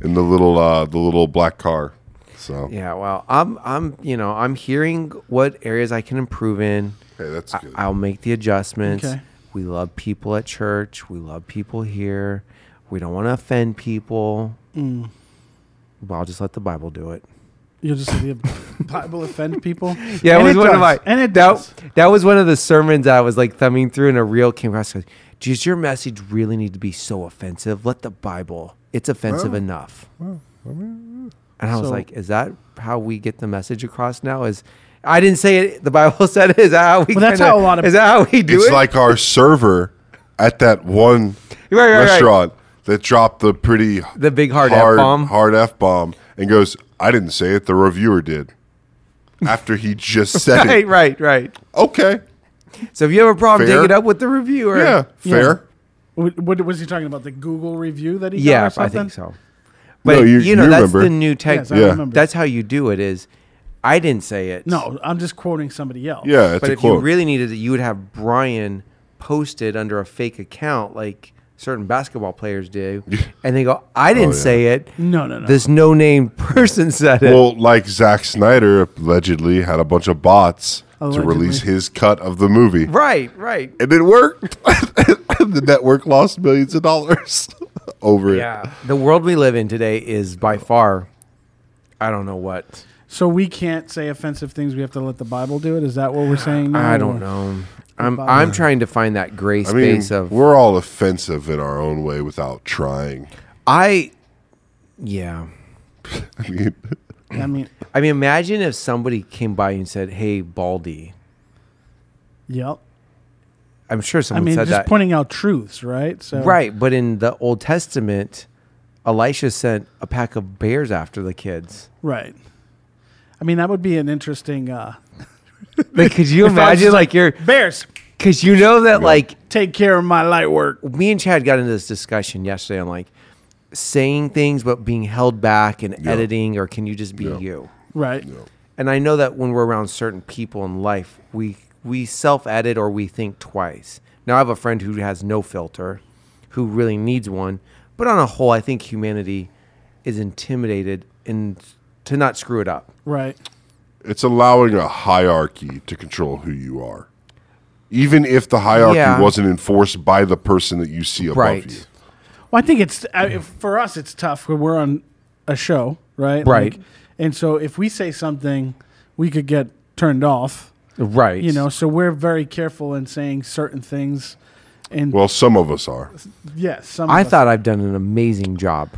Speaker 3: in the little uh, the little black car. So
Speaker 2: yeah. Well, I'm. I'm. You know. I'm hearing what areas I can improve in.
Speaker 3: hey, that's good.
Speaker 2: I'll make the adjustments.
Speaker 1: Okay.
Speaker 2: We love people at church. We love people here. We don't want to offend people. But I'll just let the Bible do it.
Speaker 1: You'll just see the Bible offend people.
Speaker 2: Yeah,
Speaker 1: And
Speaker 2: it was one
Speaker 1: does,
Speaker 2: of my
Speaker 1: and it
Speaker 2: that-
Speaker 1: does.
Speaker 2: That, was one of the sermons I was like thumbing through, and a reel came across. Goes, Does your message really need to be so offensive? Let the Bible. It's offensive enough. and I was
Speaker 1: So-
Speaker 2: like, Is that how we get the message across now? Is I didn't say it. The Bible said it. Is that how we?
Speaker 1: Well, that's
Speaker 2: kinda-
Speaker 1: how a lot of-
Speaker 2: Is that how we do
Speaker 3: it's
Speaker 2: it?
Speaker 3: like our server at that one
Speaker 2: Right, right, right.
Speaker 3: restaurant that dropped the pretty
Speaker 2: The big hard
Speaker 3: hard
Speaker 2: F-bomb.
Speaker 3: hard f bomb and goes, "I didn't say it. The reviewer did." After he just said
Speaker 2: right,
Speaker 3: it.
Speaker 2: right, right.
Speaker 3: Okay.
Speaker 2: So if you have a problem,
Speaker 3: Fair.
Speaker 2: dig it up with the reviewer.
Speaker 3: Yeah. Fair.
Speaker 1: What, what was he talking about? The Google review that he got
Speaker 2: Yeah,
Speaker 1: or
Speaker 2: I
Speaker 1: something?
Speaker 2: think so. But
Speaker 3: No, you-
Speaker 2: you, know,
Speaker 3: you
Speaker 2: that's
Speaker 3: remember.
Speaker 2: the new tech.
Speaker 1: Yes, I
Speaker 3: Yeah.
Speaker 1: remember.
Speaker 2: That's how you do it. Is I didn't say it.
Speaker 1: No, I'm just quoting somebody else.
Speaker 3: Yeah, it's
Speaker 2: but
Speaker 3: a
Speaker 2: if
Speaker 3: quote.
Speaker 2: you really needed it, you would have Brian posted under a fake account, like certain basketball players do, and they go, "I
Speaker 3: Oh,
Speaker 2: didn't say it.
Speaker 1: No, no, no.
Speaker 2: This no-name person said it."
Speaker 3: well, like Zack Snyder allegedly had a bunch of bots
Speaker 1: Allegedly.
Speaker 3: to release his cut of the movie.
Speaker 2: Oh, right, right.
Speaker 3: And it worked. the network lost millions of dollars over it.
Speaker 2: Yeah, the world we live in today is by far, I don't know what.
Speaker 1: So we can't say offensive things. We have to let the Bible do it. Is that what we're saying? now,
Speaker 2: I
Speaker 1: or-
Speaker 2: don't know. I'm I'm trying to find that gray
Speaker 3: I mean,
Speaker 2: space of
Speaker 3: we're all offensive in our own way without trying.
Speaker 2: I yeah.
Speaker 3: I mean,
Speaker 1: I mean,
Speaker 2: I mean imagine if somebody came by and said, "Hey, Baldy."
Speaker 1: yep.
Speaker 2: I'm sure
Speaker 1: I
Speaker 2: someone
Speaker 1: mean,
Speaker 2: said
Speaker 1: just
Speaker 2: that.
Speaker 1: pointing out truths, right? So
Speaker 2: right, but in the Old Testament, Elisha sent a pack of bears after the kids.
Speaker 1: right. I mean, that would be an interesting uh,
Speaker 2: Like could you
Speaker 1: If I was
Speaker 2: imagine
Speaker 1: just
Speaker 2: like you're
Speaker 1: bears
Speaker 2: cuz you know that like
Speaker 1: take care of my light work.
Speaker 2: me and Chad got into this discussion yesterday on like saying things but being held back and editing or can you just be you?
Speaker 1: Right.
Speaker 2: and I know that when we're around certain people in life, we we self edit or we think twice. Now I have a friend who has no filter, who really needs one, but on a whole, I think humanity is intimidated and to not screw it up.
Speaker 1: Right.
Speaker 3: it's allowing a hierarchy to control who you are, even if the hierarchy
Speaker 2: Yeah.
Speaker 3: wasn't enforced by the person that you see above
Speaker 2: Right.
Speaker 3: you.
Speaker 1: Well, I think it's I, if- for us. It's tough when we're on a show, right?
Speaker 2: Right.
Speaker 1: Like, and so if we say something, we could get turned off.
Speaker 2: Right.
Speaker 1: You know, so we're very careful in saying certain things. And
Speaker 3: Well, some of us are.
Speaker 1: yes, some of
Speaker 2: I
Speaker 1: us-
Speaker 2: thought I've done an amazing job.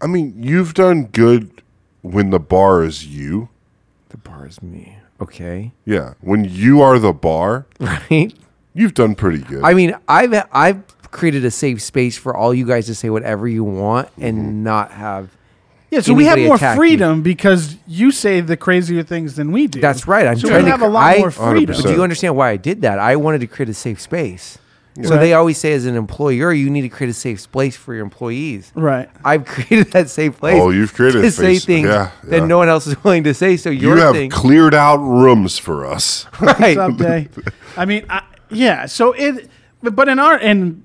Speaker 3: I mean, you've done good when the bar is you.
Speaker 2: The bar is me. Okay.
Speaker 3: Yeah, when you are the bar,
Speaker 2: Right.
Speaker 3: you've done pretty good.
Speaker 2: I mean, I've I've created a safe space for all you guys to say whatever you want and not have.
Speaker 1: Yeah, so we have
Speaker 2: anybody
Speaker 1: more
Speaker 2: attack you.
Speaker 1: freedom because you say the crazier things than we do.
Speaker 2: That's right. I'm
Speaker 1: so
Speaker 2: trying
Speaker 1: we
Speaker 2: to-
Speaker 1: have a lot
Speaker 2: I-
Speaker 1: more freedom.
Speaker 3: 100%.
Speaker 2: But do you understand why I did that? I wanted to create a safe space. So
Speaker 1: Right.
Speaker 2: they always say, as an employer, you need to create a safe space for your employees.
Speaker 1: Right.
Speaker 2: I've created that safe place.
Speaker 3: Oh, you've created
Speaker 2: to
Speaker 3: a
Speaker 2: say
Speaker 3: space-
Speaker 2: things
Speaker 3: yeah, yeah.
Speaker 2: that no one else is willing to say. So
Speaker 3: you
Speaker 2: your
Speaker 3: have
Speaker 2: thing,
Speaker 3: cleared out rooms for us.
Speaker 2: right?
Speaker 1: Someday. I mean, I, yeah. So it, but but in our in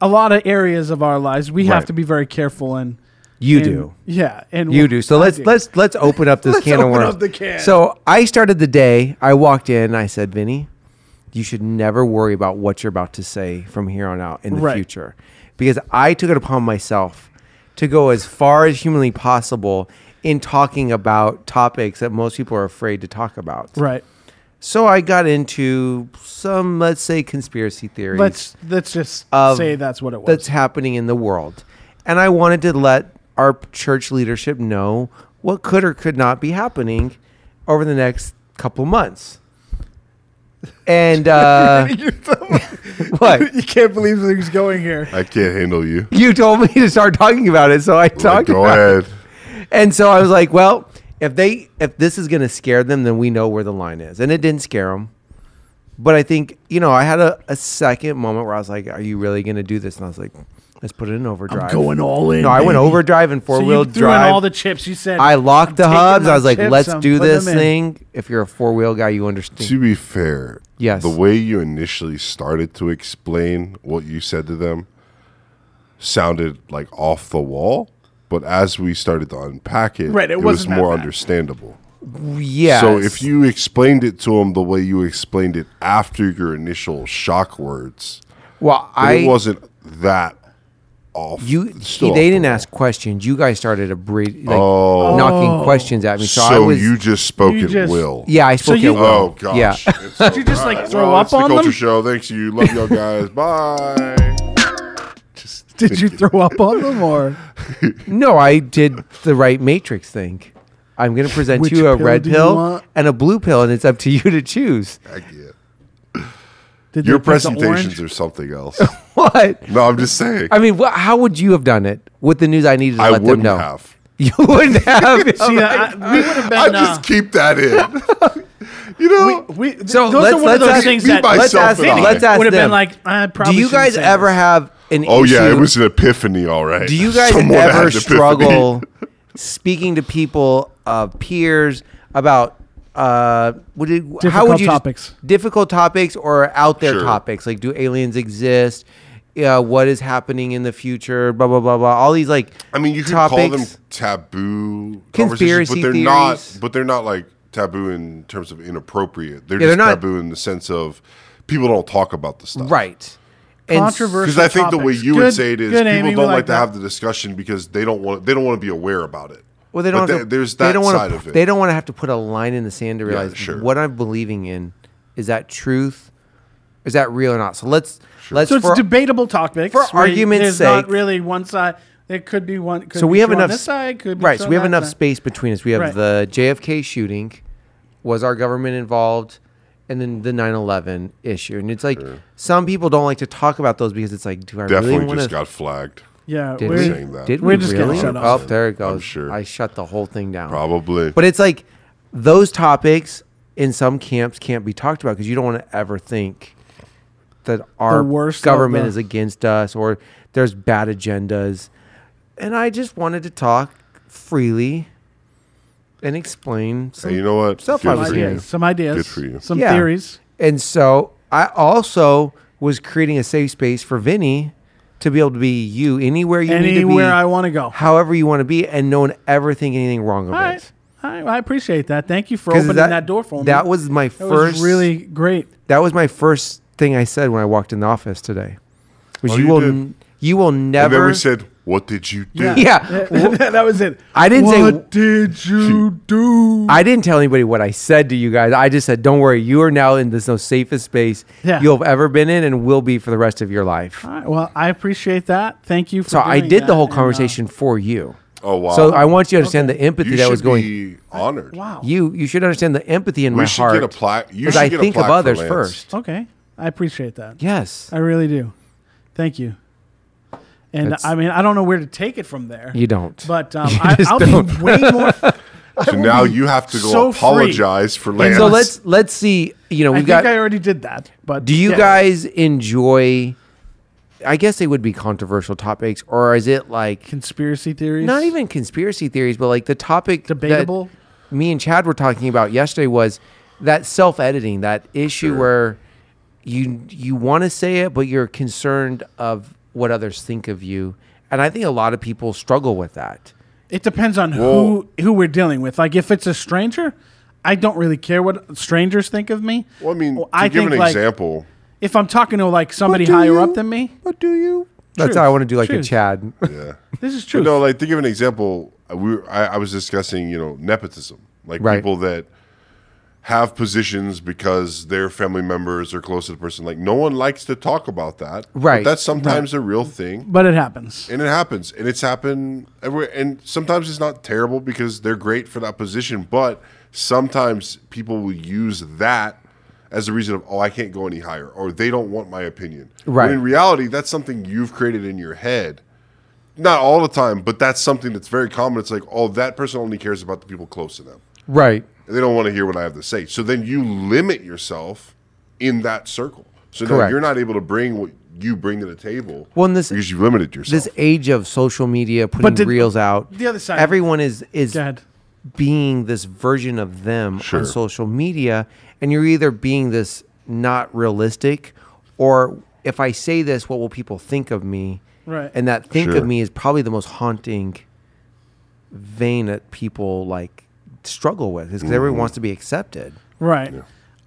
Speaker 1: a lot of areas of our lives, we have
Speaker 2: Right.
Speaker 1: to be very careful and
Speaker 2: You
Speaker 1: and-
Speaker 2: do.
Speaker 1: Yeah, and
Speaker 2: You do. So
Speaker 1: I
Speaker 2: let's let's let's open up this can
Speaker 1: open
Speaker 2: of worms.
Speaker 1: up the can.
Speaker 2: So I started the day. I walked in. I said, "Vinny, you should never worry about what you're about to say from here on out in the
Speaker 1: Right.
Speaker 2: future. Because I took it upon myself to go as far as humanly possible in talking about topics that most people are afraid to talk about.
Speaker 1: Right.
Speaker 2: So I got into some, let's say, conspiracy theories
Speaker 1: Let's let's just
Speaker 2: Of-
Speaker 1: say that's what it was.
Speaker 2: that's happening in the world. And I wanted to let our church leadership know what could or could not be happening over the next couple months. And uh, what?
Speaker 1: you can't believe things going here.
Speaker 3: I can't handle you.
Speaker 2: You told me to start talking about it, so I
Speaker 3: Like,
Speaker 2: talked
Speaker 3: go
Speaker 2: about
Speaker 3: ahead.
Speaker 2: it. And so I was like, well, if they if this is going to scare them, then we know where the line is. And it didn't scare them. But I think, you know, I had a, a second moment where I was like, are you really going to do this? And I was like, let's put it in overdrive.
Speaker 1: all in.
Speaker 2: No, I went
Speaker 1: baby.
Speaker 2: overdrive and four
Speaker 1: So
Speaker 2: wheel
Speaker 1: you threw
Speaker 2: drive.
Speaker 1: in all the chips. You said
Speaker 2: I locked the
Speaker 1: taking
Speaker 2: hubs.
Speaker 1: my
Speaker 2: I was like,
Speaker 1: chips,
Speaker 2: let's
Speaker 1: I'm
Speaker 2: do
Speaker 1: putting
Speaker 2: this
Speaker 1: them in.
Speaker 2: thing. If you're a four wheel guy, you understand.
Speaker 3: To be fair,
Speaker 2: Yes.
Speaker 3: the way you initially started to explain what you said to them sounded like off the wall, but as we started to unpack it,
Speaker 1: Right, it
Speaker 3: was
Speaker 1: wasn't that
Speaker 3: more
Speaker 1: bad.
Speaker 3: understandable.
Speaker 2: Yeah.
Speaker 3: So if you explained it to them the way you explained it after your initial shock words,
Speaker 2: well,
Speaker 3: I, it
Speaker 2: I
Speaker 3: wasn't that off.
Speaker 2: you
Speaker 3: still off
Speaker 2: they
Speaker 3: the
Speaker 2: didn't
Speaker 3: wall.
Speaker 2: ask questions. You guys started a breed like
Speaker 3: Oh.
Speaker 2: knocking questions at me. So,
Speaker 3: So,
Speaker 2: I was
Speaker 3: you just spoke
Speaker 1: You
Speaker 3: at
Speaker 1: just-
Speaker 3: will.
Speaker 2: yeah. I spoke
Speaker 1: you-
Speaker 2: at will.
Speaker 3: Oh gosh.
Speaker 2: Yeah.
Speaker 3: It's so-
Speaker 1: you just, like,
Speaker 3: All right,
Speaker 1: throw
Speaker 3: well,
Speaker 1: up
Speaker 3: it's the
Speaker 1: on
Speaker 3: culture
Speaker 1: them?
Speaker 3: show. Thanks you. Love y'all guys. Bye. Just
Speaker 1: Did you throw up on them or
Speaker 2: No, I did the right matrix thing. I'm going to present
Speaker 1: Which
Speaker 2: you a
Speaker 1: pill
Speaker 2: red
Speaker 1: do you
Speaker 2: pill
Speaker 1: want?
Speaker 2: and a blue pill, and it's up to you to choose.
Speaker 3: Heck yeah.
Speaker 1: did
Speaker 3: Your
Speaker 1: they put the orange?
Speaker 3: presentations are something else.
Speaker 2: What?
Speaker 3: No, I'm just saying.
Speaker 2: I mean, wh- how would you have done it with the news I needed to
Speaker 3: I
Speaker 2: let them
Speaker 3: wouldn't
Speaker 2: know?
Speaker 3: have.
Speaker 2: You wouldn't have.
Speaker 1: See, I, we would have
Speaker 3: I
Speaker 1: been. uh,
Speaker 3: just keep that in. you know,
Speaker 1: we, th-
Speaker 2: So
Speaker 1: those
Speaker 2: let's-
Speaker 1: are one of
Speaker 2: let's
Speaker 1: those
Speaker 2: ask-
Speaker 1: things
Speaker 3: me
Speaker 1: that
Speaker 3: myself
Speaker 2: let's ask
Speaker 3: and I.
Speaker 2: them. Let's ask
Speaker 1: would have
Speaker 2: them.
Speaker 1: been like, I
Speaker 2: Do
Speaker 1: probably.
Speaker 2: you
Speaker 1: shouldn't
Speaker 2: guys
Speaker 1: say
Speaker 2: ever
Speaker 1: this.
Speaker 2: have an
Speaker 3: Oh yeah, it
Speaker 2: issue-
Speaker 3: was an epiphany. All right.
Speaker 2: Do you guys
Speaker 3: Someone had an
Speaker 2: ever
Speaker 3: epiphany.
Speaker 2: struggle speaking to people, uh, peers about uh, would it, how would
Speaker 1: Difficult
Speaker 2: you
Speaker 1: topics.
Speaker 2: difficult topics, or out there
Speaker 3: Sure.
Speaker 2: topics like do aliens exist? Yeah, what is happening in the future? Blah blah blah blah. All these like
Speaker 3: I mean, you could call them taboo conversations,
Speaker 2: Conspiracy
Speaker 3: but they're
Speaker 2: theories.
Speaker 3: not. But they're not like taboo in terms of inappropriate. They're
Speaker 2: Yeah,
Speaker 3: just
Speaker 2: they're not-
Speaker 3: taboo in the sense of people don't talk about the stuff.
Speaker 2: right. And s-
Speaker 1: Controversial.
Speaker 3: Because I think the way
Speaker 1: topics.
Speaker 3: you
Speaker 1: Good-
Speaker 3: would say it is,
Speaker 1: good,
Speaker 3: people
Speaker 1: Amy, we
Speaker 3: don't like, to
Speaker 1: that.
Speaker 3: have the discussion because they don't want. They don't want to be aware about it.
Speaker 2: Well, they
Speaker 3: But
Speaker 2: don't. Have
Speaker 3: th-
Speaker 2: to,
Speaker 3: there's
Speaker 2: they
Speaker 3: that
Speaker 2: don't wanna
Speaker 3: side
Speaker 2: p-
Speaker 3: of it.
Speaker 2: They don't want to have to put a line in the sand to realize
Speaker 3: sure.
Speaker 2: what I'm believing in is that truth. Is that real or not? So let's let's
Speaker 1: So it's
Speaker 2: for-
Speaker 1: debatable topics.
Speaker 2: for
Speaker 1: where
Speaker 2: argument's
Speaker 1: there's not
Speaker 2: sake.
Speaker 1: really one side. It could be one. Could
Speaker 2: so
Speaker 1: be
Speaker 2: we have
Speaker 1: two on
Speaker 2: enough
Speaker 1: This side could be
Speaker 2: right.
Speaker 1: two
Speaker 2: So we
Speaker 1: on
Speaker 2: have
Speaker 1: that
Speaker 2: enough
Speaker 1: side.
Speaker 2: space between us. We have
Speaker 1: Right.
Speaker 2: the JFK shooting. Was our government involved? And then the 9/11 issue. And it's like some people don't like to talk about those because it's like, do I
Speaker 3: Definitely
Speaker 2: really want
Speaker 3: just
Speaker 2: to?
Speaker 3: got flagged.
Speaker 1: Yeah,
Speaker 2: Did
Speaker 1: we're-
Speaker 3: saying
Speaker 2: we?
Speaker 3: that.
Speaker 2: Did
Speaker 1: We're
Speaker 2: we
Speaker 1: just gonna
Speaker 2: really?
Speaker 1: shut
Speaker 2: oh,
Speaker 1: off.
Speaker 2: there it goes.
Speaker 3: sure.
Speaker 2: I shut the whole thing down.
Speaker 3: Probably.
Speaker 2: But it's like those topics in some camps can't be talked about because you don't want to ever think that our
Speaker 1: worst of
Speaker 2: government
Speaker 1: the-
Speaker 2: is against us or there's bad agendas. And I just wanted to talk freely and explain some
Speaker 3: and you know what?
Speaker 2: stuff
Speaker 3: Good
Speaker 2: I
Speaker 3: for
Speaker 2: was
Speaker 3: you.
Speaker 2: hearing.
Speaker 1: ideas, some ideas,
Speaker 3: Good for you.
Speaker 1: some
Speaker 2: Yeah.
Speaker 1: theories.
Speaker 2: And so I also was creating a safe space for Vinny to be able to be you anywhere you need to be.
Speaker 1: Anywhere I want to go.
Speaker 2: however you want to be, and no one ever think anything wrong of
Speaker 1: All
Speaker 2: it.
Speaker 1: right. I, I appreciate that. Thank you for
Speaker 2: 'Cause
Speaker 1: opening that, door for me.
Speaker 2: That was my
Speaker 1: That
Speaker 2: first.
Speaker 1: was really great.
Speaker 2: that was my first thing I said when I walked in the office today. Was
Speaker 3: Oh,
Speaker 2: you,
Speaker 3: you
Speaker 2: will
Speaker 3: did.
Speaker 2: n- you will
Speaker 3: And
Speaker 2: never.
Speaker 3: then we said, "What did you do?"
Speaker 2: yeah, w-
Speaker 1: that was it.
Speaker 2: I didn't say-
Speaker 1: What did you do?
Speaker 2: I didn't tell anybody what I said to you guys. I just said, "Don't worry, you are now in this most safest space
Speaker 1: Yeah.
Speaker 2: you'll have ever been in, and will be for the rest of your life."
Speaker 1: All right, well, I appreciate that. Thank you for
Speaker 2: So I
Speaker 1: doing
Speaker 2: did
Speaker 1: that,
Speaker 2: the whole
Speaker 1: and, uh,
Speaker 2: conversation for you.
Speaker 3: Oh wow.
Speaker 2: So I want you to understand the empathy
Speaker 3: you
Speaker 2: that
Speaker 3: should
Speaker 2: was going.
Speaker 3: be honored.
Speaker 1: wow.
Speaker 2: You you should understand the empathy in
Speaker 3: We
Speaker 2: my
Speaker 3: should
Speaker 2: heart
Speaker 3: get a plaque. You
Speaker 2: because
Speaker 3: should
Speaker 2: I
Speaker 3: get
Speaker 2: think
Speaker 3: a plaque
Speaker 2: of
Speaker 3: for
Speaker 2: others
Speaker 3: Lance.
Speaker 2: first.
Speaker 1: Okay. I appreciate that.
Speaker 2: Yes.
Speaker 1: I really do. Thank you. And
Speaker 2: That's-
Speaker 1: I mean, I don't know where to take it from there.
Speaker 2: You don't.
Speaker 1: But um, I,
Speaker 2: just
Speaker 1: I'll
Speaker 2: don't.
Speaker 1: be way more.
Speaker 3: So now you have to go
Speaker 1: so free.
Speaker 3: apologize for Lance.
Speaker 2: so let's let's see. You know,
Speaker 1: I
Speaker 2: we've
Speaker 1: think
Speaker 2: got.
Speaker 1: I already did that. But
Speaker 2: do you
Speaker 1: yeah.
Speaker 2: guys enjoy? I guess they would be controversial topics, or is it like
Speaker 1: conspiracy theories?
Speaker 2: not even conspiracy theories, but like the topic that
Speaker 1: Debatable?
Speaker 2: me and Chad were talking about yesterday was that self editing, that issue where you you want to say it, but you're concerned of what others think of you, and I think a lot of people struggle with that.
Speaker 1: It depends on
Speaker 3: Well-
Speaker 1: who who we're dealing with. Like if it's a stranger, I don't really care what strangers think of me.
Speaker 3: Well, I mean, to
Speaker 1: I
Speaker 3: give
Speaker 1: think
Speaker 3: an
Speaker 1: like
Speaker 3: example,
Speaker 1: if I'm talking to like somebody
Speaker 2: do
Speaker 1: higher
Speaker 2: you-
Speaker 1: up than me,
Speaker 2: What do you? That's
Speaker 1: Truth.
Speaker 2: how I want to do like a
Speaker 1: Truth.
Speaker 2: Chad.
Speaker 3: yeah.
Speaker 1: this is true.
Speaker 3: But no, like to give an example, we were, I, I was discussing, you know, nepotism, like
Speaker 2: Right.
Speaker 3: people that have positions because their family members are close to the person. Like no one likes to talk about that, but
Speaker 2: Right.
Speaker 3: that's sometimes a real thing,
Speaker 1: but it happens.
Speaker 3: and it happens, and it's happened everywhere. And sometimes it's not terrible because they're great for that position, but sometimes people will use that. As a reason of oh I can't go any higher or they don't want my opinion. When
Speaker 2: Right.
Speaker 3: in reality, that's something you've created in your head not all the time, but that's something that's very common. It's like, oh, that person only cares about the people close to them.
Speaker 2: right.
Speaker 3: And they don't want to hear what I have to say. So then you limit yourself in that circle. So now
Speaker 2: Correct.
Speaker 3: you're not able to bring what you bring to the table
Speaker 2: Well, and this-
Speaker 3: because you've limited yourself.
Speaker 2: This age of social media, putting
Speaker 1: did-
Speaker 2: reels out,
Speaker 1: the other side-
Speaker 2: everyone is is
Speaker 1: Go ahead.
Speaker 2: being this version of them
Speaker 3: Sure.
Speaker 2: on social media, and you're either being this not realistic, or if I say this, what will people think of me?
Speaker 1: Right.
Speaker 2: And that think
Speaker 3: Sure.
Speaker 2: of me is probably the most haunting vein that people like struggle with, because
Speaker 3: Mm-hmm.
Speaker 2: everyone wants to be accepted.
Speaker 1: Right.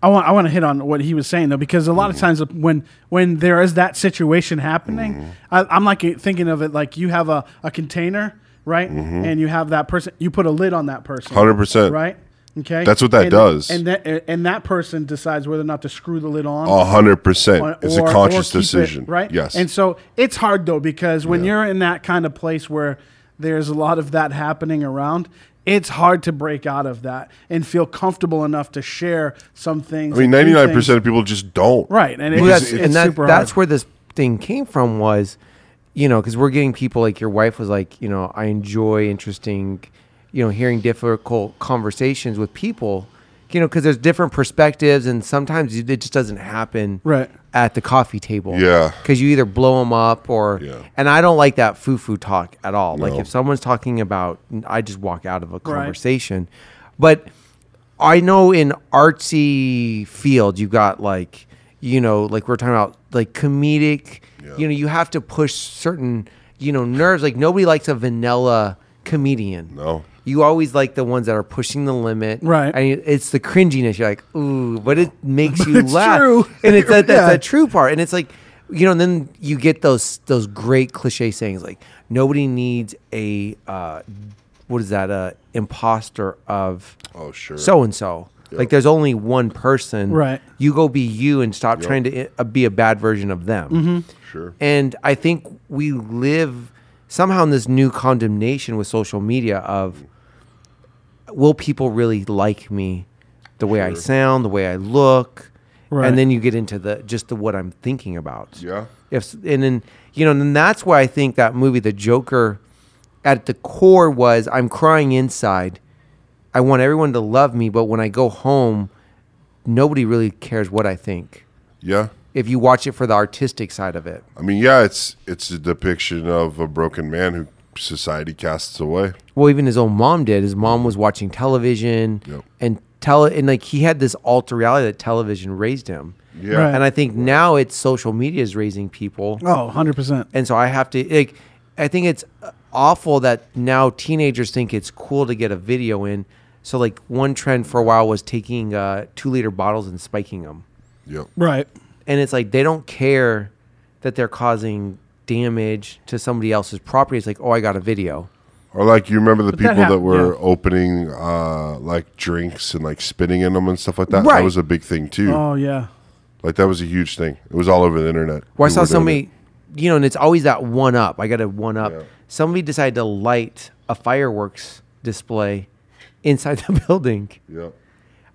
Speaker 1: I want I want to hit on what he was saying though, because a lot
Speaker 3: Mm-hmm.
Speaker 1: of times when when there is that situation happening,
Speaker 3: Mm-hmm.
Speaker 1: I, I'm like eh, thinking of it like you have a, a container, right?
Speaker 3: Mm-hmm.
Speaker 1: And you have that person, you put a lid on that person,
Speaker 3: 100%.
Speaker 1: right? Okay,
Speaker 3: That's what that
Speaker 1: And-
Speaker 3: does.
Speaker 1: and that and that person decides whether or not to screw the lid on.
Speaker 3: A hundred percent.
Speaker 1: or-
Speaker 3: It's a
Speaker 1: or- or
Speaker 3: conscious
Speaker 1: keep it,
Speaker 3: decision,
Speaker 1: right?
Speaker 3: Yes.
Speaker 1: And so it's hard though because when you're in that kind of place where there's a lot of that happening around, it's hard to break out of that and feel comfortable enough to share some things.
Speaker 3: I mean, ninety nine percent of people just don't.
Speaker 1: Right, and
Speaker 2: Well,
Speaker 1: it's,
Speaker 2: that's,
Speaker 1: it's
Speaker 2: and that,
Speaker 1: super
Speaker 2: that's
Speaker 1: hard.
Speaker 2: where this thing came from was, you know, because we're getting people like your wife was like, you know, I enjoy interesting, you know, hearing difficult conversations with people, you know, because there's different perspectives and sometimes it just doesn't happen
Speaker 1: Right.
Speaker 2: at the coffee table.
Speaker 3: Yeah.
Speaker 2: Because you either blow them up or,
Speaker 3: Yeah.
Speaker 2: and I don't like that foo foo talk at all. Like
Speaker 3: No.
Speaker 2: if someone's talking about, I just walk out of a conversation. But I know in artsy field, you've got like, you know, like we're talking about like comedic, you know, you have to push certain, you know, nerves. Like nobody likes a vanilla comedian.
Speaker 3: No.
Speaker 2: You always like the ones that are pushing the limit.
Speaker 1: Right.
Speaker 2: And it's the cringiness. You're like, ooh, but it makes you
Speaker 1: it's
Speaker 2: laugh.
Speaker 1: true.
Speaker 2: And it's that, that's
Speaker 1: Yeah.
Speaker 2: that true part. And it's like, you know, and then you get those those great cliche sayings like nobody needs a uh, what is that, uh imposter of
Speaker 3: Oh sure.
Speaker 2: so and so. Like there's only one person.
Speaker 1: Right.
Speaker 2: You go be you and stop trying to uh, be a bad version of them.
Speaker 1: Mm-hmm.
Speaker 3: sure.
Speaker 2: And I think we live somehow in this new condemnation with social media of will people really like me the way I sound, the way I look?
Speaker 1: Right.
Speaker 2: And then you get into the just the what I'm thinking about.
Speaker 3: Yeah.
Speaker 2: If and then you know, and then that's why I think that movie The Joker at the core was I'm crying inside. I want everyone to love me, but when I go home, nobody really cares what I think.
Speaker 3: Yeah.
Speaker 2: If you watch it for the artistic side of it.
Speaker 3: I mean, yeah, it's it's a depiction of a broken man who society casts away.
Speaker 2: well even his own mom did his mom was watching television
Speaker 3: Yep.
Speaker 2: and tell and like he had this alter reality that television raised him
Speaker 3: Yeah.
Speaker 1: Right.
Speaker 2: and i think now it's social media is raising people
Speaker 1: Oh, 100%.
Speaker 2: and so i have to like i think it's awful that now teenagers think it's cool to get a video in so like one trend for a while was taking uh, two liter bottles and spiking them
Speaker 3: Yep.
Speaker 1: Right.
Speaker 2: and it's like they don't care that they're causing damage to somebody else's property it's like oh i got a video
Speaker 3: Or like you remember the
Speaker 1: that
Speaker 3: people that,
Speaker 1: hap-
Speaker 3: were
Speaker 1: yeah.
Speaker 3: opening uh, like drinks and like spitting in them and stuff like that. That
Speaker 2: Right.
Speaker 3: was a big thing too.
Speaker 1: Oh, yeah.
Speaker 3: Like that was a huge thing. It was all over the internet.
Speaker 2: Well,
Speaker 3: People
Speaker 2: I saw
Speaker 3: were doing
Speaker 2: somebody, you know, and it's always that one up. I got to one up.
Speaker 3: Yeah.
Speaker 2: Somebody decided to light a fireworks display inside the building.
Speaker 3: it. Yep.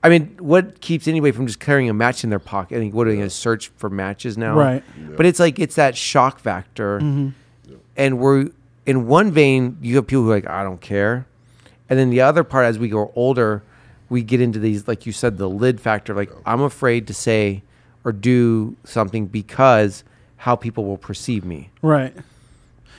Speaker 2: I mean, what keeps anybody from just carrying a match in their pocket? I think what are they going to search for matches now?
Speaker 1: Right.
Speaker 2: But it's like it's that shock factor, and we're in one vein. You have people who are like I don't care, and then the other part as we go older, we get into these like you said the lid factor. Like I'm afraid to say or do something because how people will perceive me.
Speaker 1: Right.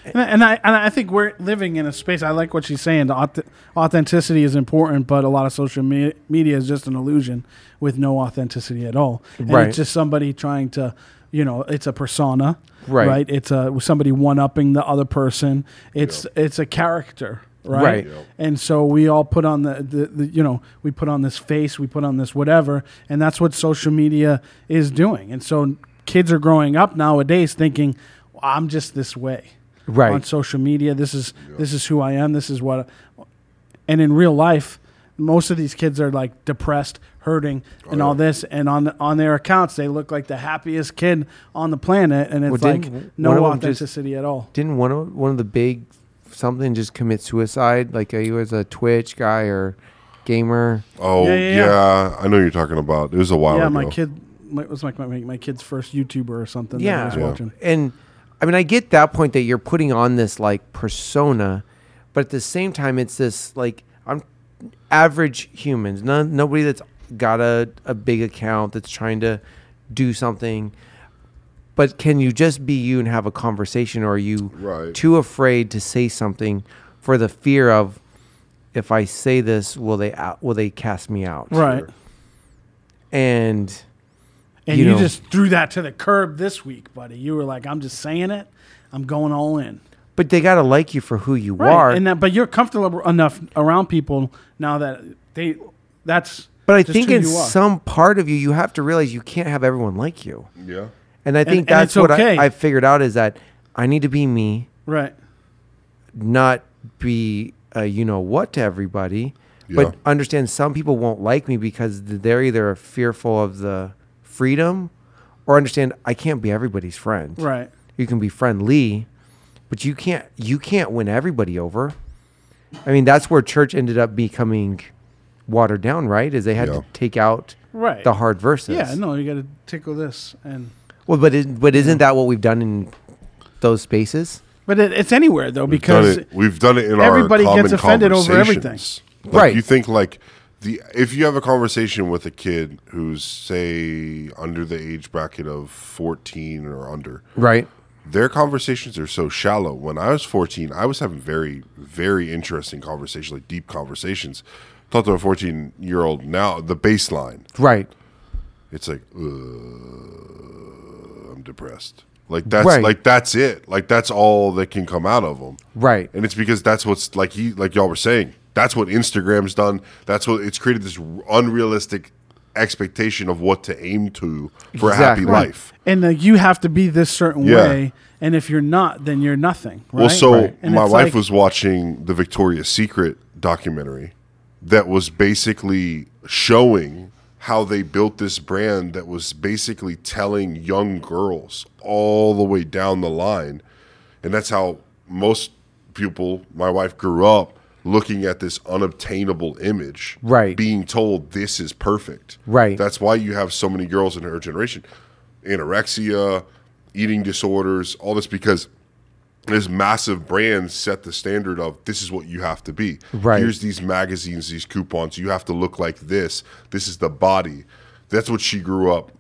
Speaker 1: And, I- and I and I think we're living in a space. I like what she's saying. The auth- authenticity is important, but a lot of social me- media is just an illusion with no authenticity at all. And
Speaker 2: Right.
Speaker 1: It's just somebody trying to, you know, it's a persona.
Speaker 2: Right.
Speaker 1: It's a somebody one upping the other person. It's it's a character. right?
Speaker 2: Right. Yep.
Speaker 1: And so we all put on the, the, the, you know, we put on this face, we put on this whatever, and that's what social media is doing. And so kids are growing up nowadays thinking, I'm just this way
Speaker 2: Right.
Speaker 1: on social media. This is this is who I am. This is what. I, and in real life, most of these kids are like depressed, hurting, and all this. And on the, on their accounts, they look like the happiest kid on the planet, and it's
Speaker 2: Well,
Speaker 1: like
Speaker 2: didn't w-
Speaker 1: no
Speaker 2: one of 'em just-
Speaker 1: authenticity at all.
Speaker 2: Didn't one of one of the big something just commit suicide? Like uh, he was a Twitch guy or gamer.
Speaker 3: Oh
Speaker 1: Yeah,
Speaker 3: yeah,
Speaker 1: yeah, yeah.
Speaker 3: I know you're talking about. It was a while
Speaker 1: Yeah,
Speaker 3: ago.
Speaker 1: my kid my, it was like my, my kid's first YouTuber or something. that I was
Speaker 2: Yeah.
Speaker 1: watching.
Speaker 2: And I mean, I get that point that you're putting on this like persona, but at the same time, it's this like I'm average humans, none, nobody that's got a, a big account that's trying to do something. But can you just be you and have a conversation, or are you
Speaker 3: Right.
Speaker 2: too afraid to say something for the fear of if I say this, will they out, will they cast me out?
Speaker 1: Right.
Speaker 2: And
Speaker 1: And you,
Speaker 2: You know.
Speaker 1: just threw that to the curb this week, buddy. You were like, I'm just saying it. I'm going all in.
Speaker 2: but they gotta like you for who you
Speaker 1: Right.
Speaker 2: are.
Speaker 1: And that, but you're comfortable enough around people now that they that's
Speaker 2: But I
Speaker 1: just
Speaker 2: think
Speaker 1: who
Speaker 2: in
Speaker 1: you are.
Speaker 2: some part of you, you have to realize you can't have everyone like you.
Speaker 3: Yeah.
Speaker 2: And I think
Speaker 1: and it's
Speaker 2: that's what
Speaker 1: okay.
Speaker 2: I, I figured out is that I need to be me,
Speaker 1: right.
Speaker 2: not be a you know what to everybody,
Speaker 3: Yeah.
Speaker 2: but understand some people won't like me because they're either fearful of the freedom or understand I can't be everybody's friend.
Speaker 1: Right.
Speaker 2: You can be friendly, but you can't you can't win everybody over. I mean, that's where church ended up becoming watered down, right? Is they had
Speaker 3: Yeah.
Speaker 2: to take out
Speaker 1: Right.
Speaker 2: the hard verses.
Speaker 1: yeah, no, you gotta tickle this and
Speaker 2: Well, but is, but isn't that what we've done in those spaces?
Speaker 1: but it, it's anywhere though
Speaker 3: Done
Speaker 1: because
Speaker 3: it. We've done it in our
Speaker 1: everybody
Speaker 3: common
Speaker 1: gets offended over everything.
Speaker 3: conversations. Like,
Speaker 2: Right.
Speaker 3: You think like the if you have a conversation with a kid who's say under the age bracket of 14 or under,
Speaker 2: Right.
Speaker 3: their conversations are so shallow. When I was 14, I was having very, very interesting conversations, like deep conversations. Talk to a 14 year old now, the baseline,
Speaker 2: Right.
Speaker 3: it's like, uh, I'm depressed. Like that's
Speaker 2: Right.
Speaker 3: like that's it. Like that's all that can come out of them.
Speaker 2: Right.
Speaker 3: And it's because that's what's like he like y'all were saying. That's what Instagram's done. That's what it's created this unrealistic expectation of what to aim to for a happy
Speaker 2: Exactly.
Speaker 3: life.
Speaker 1: and uh, you have to be this certain
Speaker 3: Yeah.
Speaker 1: way and if you're not then you're nothing right?
Speaker 3: Well, so
Speaker 1: And
Speaker 3: my
Speaker 1: it's
Speaker 3: wife
Speaker 1: like-
Speaker 3: was watching the Victoria's Secret documentary that was basically showing how they built this brand that was basically telling young girls all the way down the line. And that's how most people, my wife grew up looking at this unobtainable image.
Speaker 2: Right.
Speaker 3: Being told this is perfect.
Speaker 2: Right.
Speaker 3: That's why you have so many girls in her generation. Anorexia, eating disorders, all this because this massive brand set the standard of this is what you have to be.
Speaker 2: Right.
Speaker 3: Here's these magazines, these coupons. You have to look like this. This is the body. That's what she grew up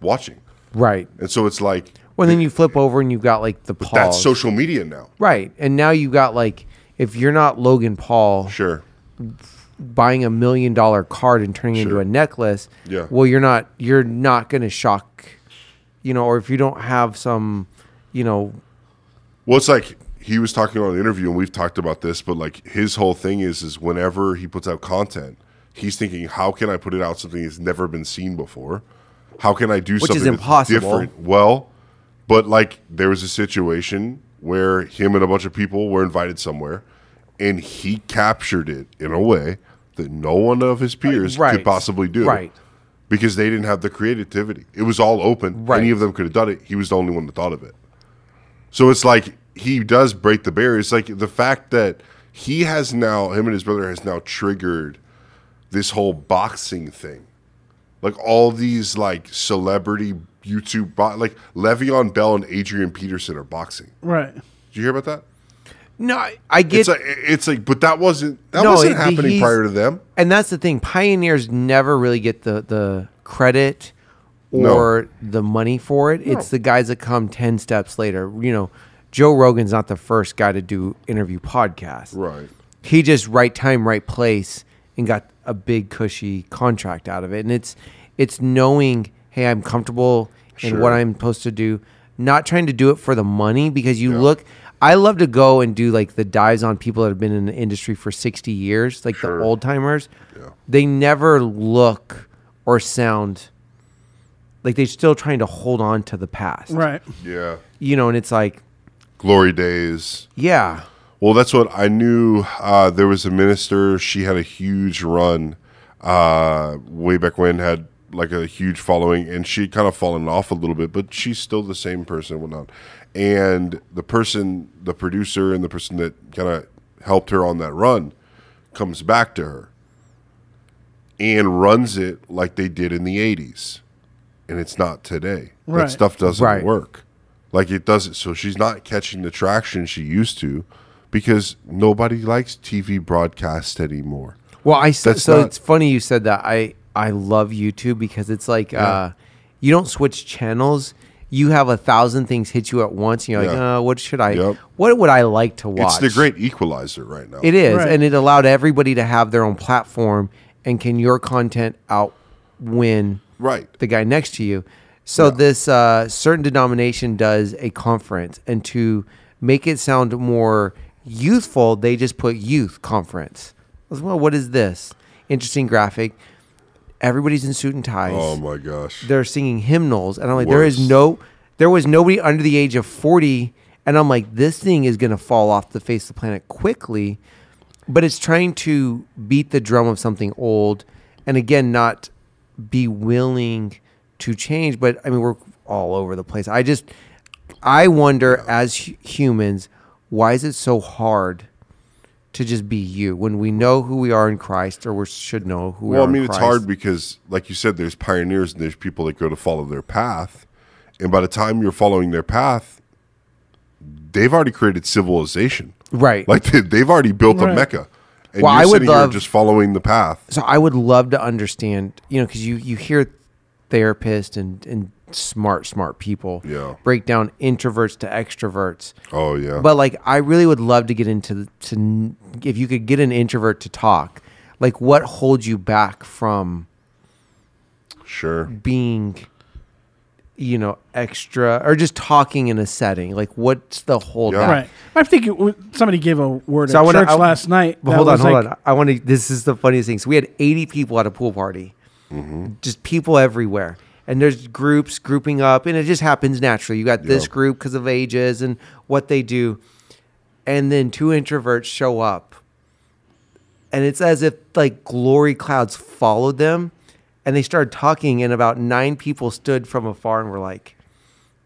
Speaker 3: watching.
Speaker 2: Right.
Speaker 3: And so it's like
Speaker 2: Well, then you flip over and you've got like the Paul.
Speaker 3: that's social media now.
Speaker 2: Right. And now you've got like if you're not Logan Paul
Speaker 3: Sure.
Speaker 2: buying a million dollar card and turning it into a necklace,
Speaker 3: Yeah.
Speaker 2: well you're not you're not going to shock you know or if you don't have some you know
Speaker 3: Well, it's like he was talking on an interview, and we've talked about this, but like his whole thing is is whenever he puts out content, he's thinking, how can I put it out something that's never been seen before? How can I do
Speaker 2: Which is
Speaker 3: something that's
Speaker 2: impossible.
Speaker 3: different? Well, but like there was a situation where him and a bunch of people were invited somewhere, and he captured it in a way that no one of his peers
Speaker 2: Right.
Speaker 3: could possibly do
Speaker 2: Right.
Speaker 3: because they didn't have the creativity. It was all open.
Speaker 2: Right.
Speaker 3: Any of them could have done it. He was the only one that thought of it. So it's like he does break the barrier. It's like the fact that he has now, him and his brother has now triggered this whole boxing thing. Like all these like celebrity YouTube, bo- like Le'Veon Bell and Adrian Peterson are boxing.
Speaker 1: right
Speaker 3: Did you hear about that?
Speaker 2: no I, I get
Speaker 3: It's like it's like, but that wasn't that
Speaker 2: No,
Speaker 3: wasn't
Speaker 2: it-
Speaker 3: happening
Speaker 2: he's-
Speaker 3: prior to them.
Speaker 2: and that's the thing pioneers never really get the the credit
Speaker 3: No.
Speaker 2: or the money for it it's the guys that come 10 steps later you know joe rogan's not the first guy to do interview podcasts
Speaker 3: Right.
Speaker 2: he just right time right place and got a big cushy contract out of it and it's it's knowing hey i'm comfortable in what
Speaker 3: Sure.
Speaker 2: i'm supposed to do not trying to do it for the money because you look I love to go and do like the dives on people that have been in the industry for 60 years, like
Speaker 3: Sure.
Speaker 2: the old timers.
Speaker 3: Yeah.
Speaker 2: They never look or sound like they're still trying to hold on to the past.
Speaker 1: Right.
Speaker 3: Yeah.
Speaker 2: You know, and it's like,
Speaker 3: Glory days.
Speaker 2: yeah,
Speaker 3: Well, that's what I knew. Uh, there was a minister. She had a huge run uh, way back when, had like a huge following, and she kind of fallen off a little bit, but she's still the same person and whatnot. And the person, the producer, and the person that kind of helped her on that run comes back to her and runs it like they did in the 80s. And it's not today.
Speaker 1: Right.
Speaker 3: That stuff doesn't
Speaker 2: Right.
Speaker 3: work. Like it doesn't. So she's not catching the traction she used to because nobody likes TV broadcast anymore.
Speaker 2: Well, I so,
Speaker 3: That's
Speaker 2: so
Speaker 3: not-
Speaker 2: it's funny you said that. I I love YouTube because it's like uh, you don't switch channels. You have a thousand things hit you at once. And you're like,
Speaker 3: Yeah.
Speaker 2: uh, what should I?
Speaker 3: Yep.
Speaker 2: What would I like to watch?
Speaker 3: It's the great equalizer right now.
Speaker 2: It is,
Speaker 1: Right.
Speaker 2: and it allowed everybody to have their own platform. And can your content outwin
Speaker 3: Right.
Speaker 2: the guy next to you. So this uh, certain denomination does a conference, and to make it sound more youthful, they just put youth conference. I was, well, what is this? Interesting graphic. Everybody's in suit and ties.
Speaker 3: Oh my gosh.
Speaker 2: They're singing hymnals, and I'm like, there is
Speaker 3: Worse.
Speaker 2: no, there was nobody under the age of forty, and I'm like, this thing is gonna fall off the face of the planet quickly. But it's trying to beat the drum of something old, and again, not be willing to change. But I mean, we're all over the place. I just, I wonder as hu- humans, why is it so hard? To just be you when we know who we are in Christ, or we should know who we
Speaker 3: Well,
Speaker 2: are.
Speaker 3: I mean,
Speaker 2: in
Speaker 3: it's
Speaker 2: Christ.
Speaker 3: hard because, like you said, there's pioneers and there's people that go to follow their path. And by the time you're following their path, they've already created civilization.
Speaker 2: right?
Speaker 3: Like they, they've already built a
Speaker 1: Right.
Speaker 3: mecca. And
Speaker 2: Well,
Speaker 3: you're
Speaker 2: I would
Speaker 3: sitting
Speaker 2: love-
Speaker 3: here just following the path.
Speaker 2: so I would love to understand, you know, because you you hear therapists and and smart smart people
Speaker 3: Yeah.
Speaker 2: break down introverts to extroverts,
Speaker 3: Oh, yeah.
Speaker 2: but like I really would love to get into the- to n- if you could get an introvert to talk, like what holds you back from
Speaker 3: sure.
Speaker 2: being, you know, extra or just talking in a setting? Like what's the hold
Speaker 3: Yeah.
Speaker 2: back?
Speaker 1: Right. I think it, w- somebody gave a word
Speaker 2: So I
Speaker 1: at
Speaker 2: wanna-
Speaker 1: church
Speaker 2: I-
Speaker 1: last night.
Speaker 2: But
Speaker 1: that
Speaker 2: hold on,
Speaker 1: was
Speaker 2: hold
Speaker 1: like-
Speaker 2: on. I want to. This is the funniest thing. So we had 80 people at a pool party,
Speaker 3: Mm-hmm.
Speaker 2: just people everywhere, and there's groups grouping up, and it just happens naturally. You got this
Speaker 3: Yeah.
Speaker 2: group because of ages and what they do, and then two introverts show up, and it's as if like glory clouds followed them, and they started talking, and about nine people stood from afar and were like,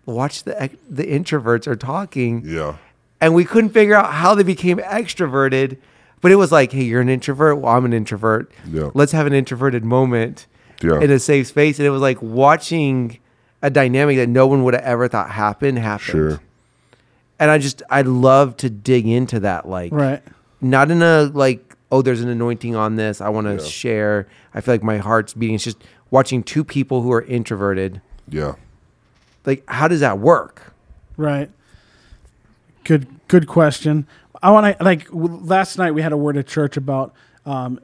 Speaker 2: "Watch the ex- the introverts are talking."
Speaker 3: Yeah.
Speaker 2: and we couldn't figure out how they became extroverted. But it was like, hey, you're an introvert. Well, I'm an introvert.
Speaker 3: Yeah.
Speaker 2: Let's have an introverted moment
Speaker 3: Yeah.
Speaker 2: in a safe space. And it was like watching a dynamic that no one would have ever thought happened happen.
Speaker 3: Sure.
Speaker 2: And I just, I love to dig into that. Like,
Speaker 1: Right.
Speaker 2: not in a like, oh, there's an anointing on this. I want to share. I feel like my heart's beating. It's just watching two people who are introverted.
Speaker 3: Yeah.
Speaker 2: Like, how does that work?
Speaker 1: Right. Good. Good question. I want to like w- last night we had a word at church about um,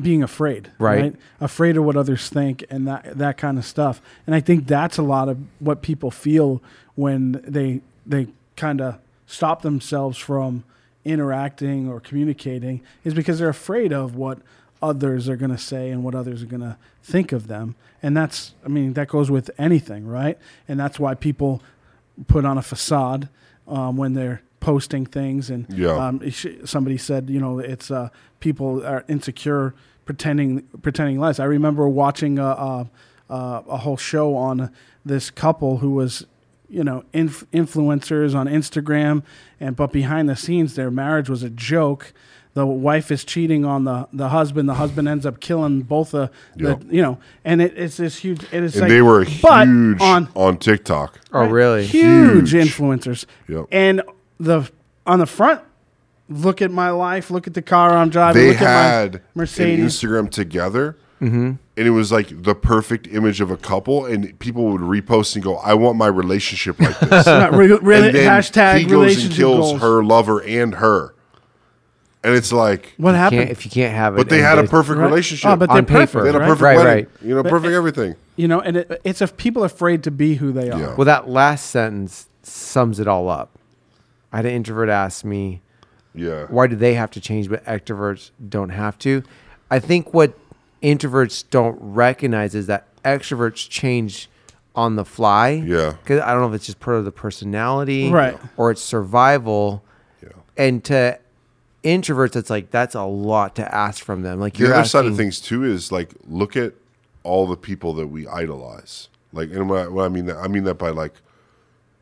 Speaker 1: being afraid,
Speaker 2: Right.
Speaker 1: Afraid of what others think and that that kind of stuff. And I think that's a lot of what people feel when they they kind of stop themselves from interacting or communicating is because they're afraid of what others are going to say and what others are going to think of them. And that's I mean that goes with anything, right? And that's why people put on a facade um, when they're posting things and
Speaker 3: Yeah.
Speaker 1: um, it sh- somebody said, you know, it's uh, people are insecure pretending pretending lies. I remember watching a, a, a a whole show on this couple who was, you know, inf- influencers on Instagram, and but behind the scenes, their marriage was a joke. The wife is cheating on the, the husband. The husband ends up killing both the,
Speaker 3: Yep.
Speaker 1: the you know, and it, it's this huge. It is
Speaker 3: And
Speaker 1: like,
Speaker 3: they were
Speaker 1: but
Speaker 3: huge
Speaker 1: on
Speaker 3: on, TikTok.
Speaker 2: Oh, really?
Speaker 1: huge,
Speaker 3: Huge.
Speaker 1: influencers.
Speaker 3: Yep.
Speaker 1: And the on the front, look at my life, look at the car I'm driving,
Speaker 3: They
Speaker 1: look at my
Speaker 3: had an
Speaker 1: Mercedes.
Speaker 3: Instagram together.
Speaker 2: Mm-hmm.
Speaker 3: And it was like the perfect image of a couple, and people would repost and go, "I want my relationship like this."
Speaker 1: Not Uh, re- really,
Speaker 3: and then
Speaker 1: hashtag
Speaker 3: he goes and
Speaker 1: relationship
Speaker 3: kills
Speaker 1: goals.
Speaker 3: her lover and her, and it's like,
Speaker 1: What happened?
Speaker 2: Can't, if you can't have it.
Speaker 3: but they had a
Speaker 2: and-
Speaker 3: perfect
Speaker 1: Right.
Speaker 3: relationship.
Speaker 1: Oh, but
Speaker 2: On
Speaker 1: they're perfect.
Speaker 2: paper,
Speaker 3: they had a
Speaker 1: right?
Speaker 3: perfect
Speaker 2: Right,
Speaker 3: wedding,
Speaker 2: right.
Speaker 3: you know, perfect everything.
Speaker 1: You know, and it, it's if people are afraid to be who they are.
Speaker 3: Yeah.
Speaker 2: Well, that last sentence sums it all up. I had an introvert ask me,
Speaker 3: Yeah.
Speaker 2: why do they have to change but extroverts don't have to i think what introverts don't recognize is that extroverts change on the fly
Speaker 3: Yeah.
Speaker 2: because i don't know if it's just part of the personality
Speaker 1: Right.
Speaker 2: or it's survival
Speaker 3: Yeah.
Speaker 2: and to introverts it's like that's a lot to ask from them like
Speaker 3: The
Speaker 2: you're
Speaker 3: other side of
Speaker 2: asking-
Speaker 3: things too is like look at all the people that we idolize. Like, and what I, what I mean that I mean that by like,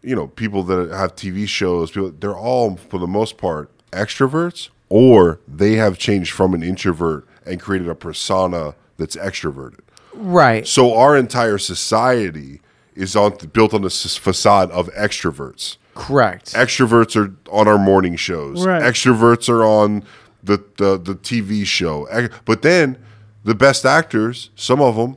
Speaker 3: you know, people that have TV shows. People they're all for the most part extroverts, or they have changed from an introvert and created a persona that's extroverted.
Speaker 2: right
Speaker 3: So our entire society is on built on this facade of extroverts
Speaker 2: correct
Speaker 3: extroverts are on our morning shows.
Speaker 1: Right.
Speaker 3: Extroverts are on the, the the TV show. Ex- But then the best actors, some of them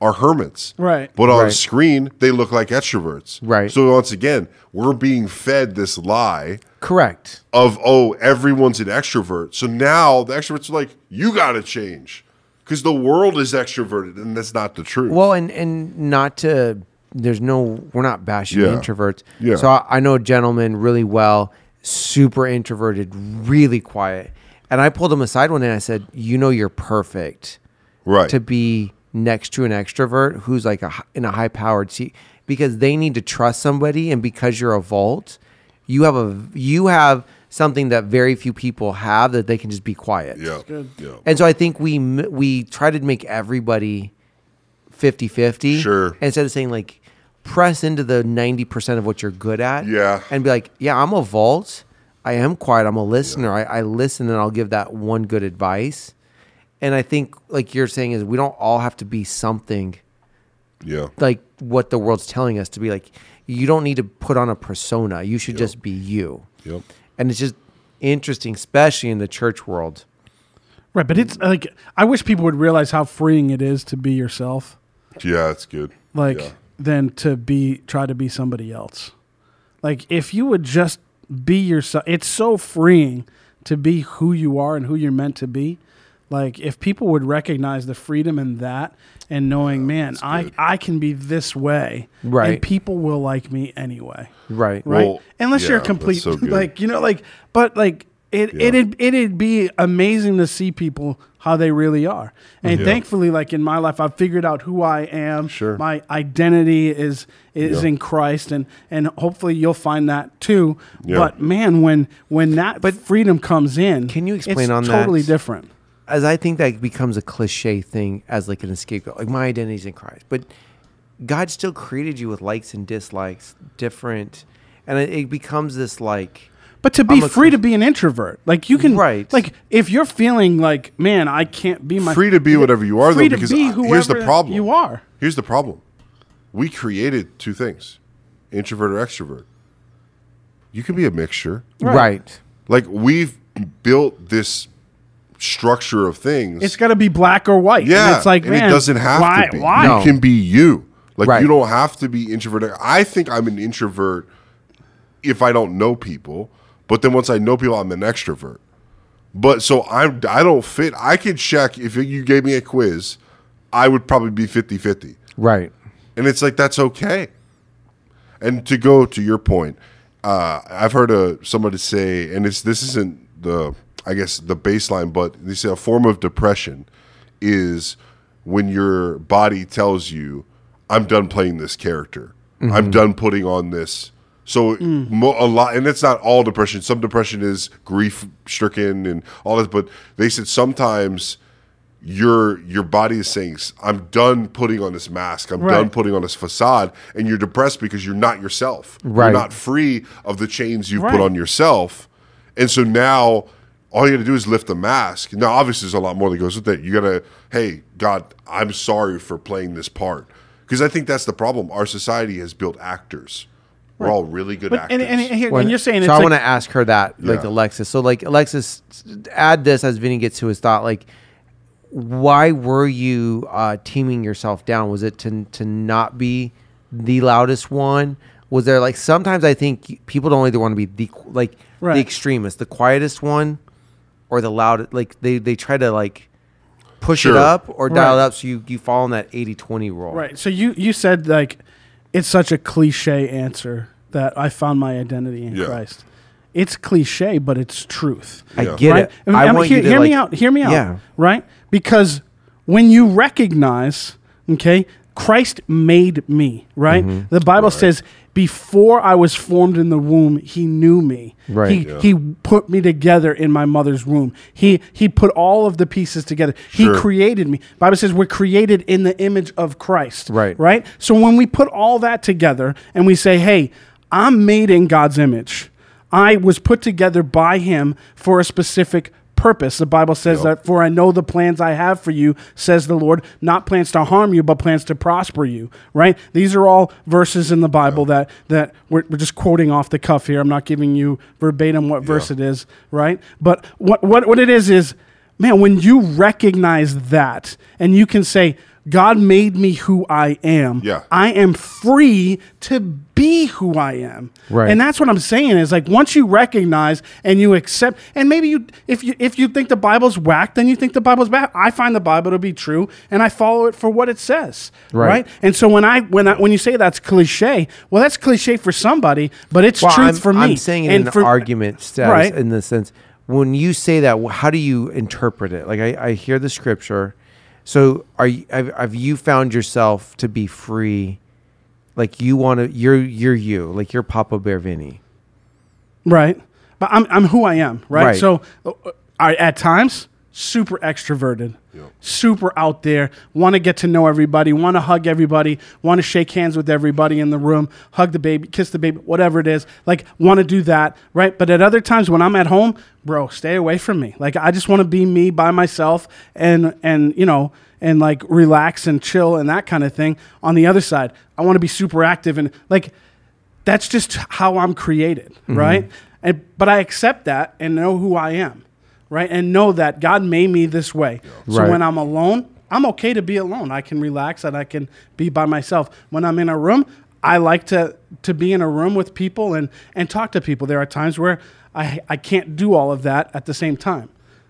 Speaker 3: are hermits.
Speaker 1: Right.
Speaker 3: But on
Speaker 2: Right.
Speaker 3: screen, they look like extroverts.
Speaker 2: Right.
Speaker 3: So once again, we're being fed this lie
Speaker 2: correct
Speaker 3: of oh everyone's an extrovert. So now the extroverts are like you got to change because the world is extroverted and that's not the truth.
Speaker 2: Well, and and not to there's no we're not bashing
Speaker 3: Yeah.
Speaker 2: introverts.
Speaker 3: Yeah.
Speaker 2: So I, I know a gentleman really well, super introverted, really quiet. And I pulled him aside one day and I said, "You know, you're perfect
Speaker 3: right.
Speaker 2: to be next to an extrovert who's like a, hi- in a high powered seat because they need to trust somebody, and because you're a vault, you have a you have something that very few people have that they can just be quiet.
Speaker 3: yeah. Yeah.
Speaker 2: And so I think we m- we try to make everybody 50-50.
Speaker 3: Sure.
Speaker 2: Instead of saying like press into the 90% of what you're good at.
Speaker 3: Yeah.
Speaker 2: And be like, yeah, I'm a vault. I am quiet. I'm a listener. I, I listen and I'll give that one good advice. And I think like you're saying is we don't all have to be something
Speaker 3: Yeah.
Speaker 2: like what the world's telling us to be like you don't need to put on a persona. You should just be you.
Speaker 3: Yep.
Speaker 2: And it's just interesting, especially in the church world.
Speaker 1: Right, but it's like I wish people would realize how freeing it is to be yourself,
Speaker 3: Yeah, that's good.
Speaker 1: like
Speaker 3: Yeah.
Speaker 1: than to be try to be somebody else. Like if you would just be yourself, it's so freeing to be who you are and who you're meant to be. Like if people would recognize the freedom in that and knowing, man, I I can be this way,
Speaker 2: Right.
Speaker 1: And people will like me anyway.
Speaker 2: Right.
Speaker 1: right?
Speaker 3: Well,
Speaker 1: Unless
Speaker 3: yeah,
Speaker 1: you're a
Speaker 3: that's
Speaker 1: complete,
Speaker 3: so good.
Speaker 1: like you know, like but like it
Speaker 3: Yeah.
Speaker 1: it'd it'd be amazing to see people how they really are. And thankfully, like in my life, I've figured out who I am.
Speaker 3: Sure.
Speaker 1: my identity is is
Speaker 3: Yeah.
Speaker 1: in Christ, and and hopefully you'll find that too.
Speaker 3: Yeah.
Speaker 1: But man, when when that but freedom comes in,
Speaker 2: Can you
Speaker 1: it's
Speaker 2: explain on that?
Speaker 1: Totally different.
Speaker 2: as I think that becomes a cliche thing as like an escape goat. Like my identity's in Christ, but God still created you with likes and dislikes, different, and it, it becomes this like
Speaker 1: But to be
Speaker 2: I'm a
Speaker 1: free to be an introvert, like you can,
Speaker 2: Right.
Speaker 1: Like if you're feeling like, man, I can't be my
Speaker 3: free to be whatever you are,
Speaker 1: free to
Speaker 3: though. Because
Speaker 1: be
Speaker 3: I- here's the
Speaker 1: whoever
Speaker 3: problem:
Speaker 1: you are.
Speaker 3: Here's the problem: we created two things, introvert or extrovert. You can be a mixture.
Speaker 2: right.
Speaker 3: Like we've built this structure of things.
Speaker 1: It's got to be black or white. And
Speaker 3: yeah,
Speaker 1: it's like
Speaker 3: and
Speaker 1: man,
Speaker 3: it doesn't have
Speaker 1: why,
Speaker 3: to be.
Speaker 1: Why?
Speaker 2: No.
Speaker 3: You can be you. Like
Speaker 2: Right.
Speaker 3: you don't have to be introvert. I think I'm an introvert if I don't know people, but then once I know people, I'm an extrovert. But so I'm I don't fit. I could check if you gave me a quiz, I would probably be 50-50.
Speaker 2: right,
Speaker 3: And it's like that's okay. And to go to your point, uh, I've heard uh somebody say, and it's this isn't the I guess the baseline, but they say a form of depression is when your body tells you, "I'm done playing this character. I'm done putting on this." So mo- a lot, and it's not all depression. Some depression is grief stricken and all this, but they said sometimes your your body is saying, "I'm done putting on this mask. I'm
Speaker 1: Right.
Speaker 3: done putting on this facade," and you're depressed because you're not yourself.
Speaker 2: Right.
Speaker 3: You're not free of the chains you've
Speaker 1: Right.
Speaker 3: put on yourself, and so now all you got to do is lift the mask. Now, obviously, there's a lot more that goes with that. You got to, hey, God, I'm sorry for playing this part because I think that's the problem. Our society has built actors. We're all really good
Speaker 1: But,
Speaker 3: actors.
Speaker 1: and, and, and here,
Speaker 2: When-
Speaker 1: and you're saying
Speaker 2: so.
Speaker 1: it's
Speaker 2: I
Speaker 1: like,
Speaker 2: want to ask her that, like
Speaker 3: Yeah.
Speaker 2: Alexis. So like Alexis, add this as Vinny gets to his thought. Like, why were you uh, teaming yourself down? Was it to to not be the loudest one? Was there like sometimes I think people don't either want to be the like
Speaker 1: Right.
Speaker 2: the extremist, the quietest one, or the loudest. Like they they try to like push
Speaker 3: Sure.
Speaker 2: it up or dial it
Speaker 1: Right.
Speaker 2: up so you you fall in that 80-20 rule.
Speaker 1: right. So you you said like it's such a cliche answer that I found my identity in
Speaker 3: Yeah.
Speaker 1: Christ, it's cliche, but it's truth.
Speaker 2: I
Speaker 3: Yeah.
Speaker 2: get
Speaker 1: right?
Speaker 2: it.
Speaker 1: I mean,
Speaker 2: I
Speaker 1: I'm-
Speaker 2: want
Speaker 1: hear,
Speaker 2: you to
Speaker 1: hear me
Speaker 2: like-
Speaker 1: out. Hear me out.
Speaker 2: Yeah.
Speaker 1: Right? Because when you recognize, okay, Christ made me, right?
Speaker 2: Mm-hmm.
Speaker 1: The Bible says, before I was formed in the womb, he knew me.
Speaker 2: Right.
Speaker 1: He,
Speaker 2: Yeah.
Speaker 1: he put me together in my mother's womb. He he put all of the pieces together.
Speaker 3: Sure.
Speaker 1: He created me. Bible says we're created in the image of Christ.
Speaker 2: Right.
Speaker 1: Right? So when we put all that together and we say, hey, I'm made in God's image, I was put together by Him for a specific purpose. The Bible says that, for I know the plans I have for you, says the Lord, not plans to harm you, but plans to prosper you. Right? These are all verses in the Bible that, that we're, we're just quoting off the cuff here. I'm not giving you verbatim what verse it is, right? But what, what, what it is is, man, when you recognize that and you can say, God made me who I am.
Speaker 3: Yeah.
Speaker 1: I am free to be who I am.
Speaker 2: Right.
Speaker 1: And that's what I'm saying is like once you recognize and you accept and maybe you if you if you think the Bible's whack, then you think the Bible's bad. I find the Bible to be true and I follow it for what it says.
Speaker 2: Right.
Speaker 1: And so when I when I when you say that's cliche, well that's cliche for somebody, but it's
Speaker 2: Well,
Speaker 1: truth
Speaker 2: I'm,
Speaker 1: for me.
Speaker 2: I'm saying it
Speaker 1: and
Speaker 2: in an
Speaker 1: for-
Speaker 2: argument status
Speaker 1: Right.
Speaker 2: in the sense when you say that, wh- how do you interpret it? Like I, I hear the scripture. So are you, have, have you found yourself to be free? Like you want to, you're you're you, like you're Papa Bear Vinny.
Speaker 1: Right. But I'm, I'm who I am, right?
Speaker 2: Right.
Speaker 1: So uh, I, at times, super extroverted, super out there, want to get to know everybody, want to hug everybody, want to shake hands with everybody in the room, hug the baby, kiss the baby, whatever it is. Like, want to do that, right? But at other times when I'm at home, bro, stay away from me. Like, I just want to be me by myself and, and, you know, and like relax and chill and that kind of thing. On the other side, I want to be super active and like, that's just how I'm created, right? And but I accept that and know who I am, right? And know that God made me this way. So
Speaker 2: Right.
Speaker 1: when I'm alone, I'm okay to be alone. I can relax and I can be by myself. When I'm in a room, I like to to be in a room with people and and talk to people. There are times where I I can't do all of that at the same time.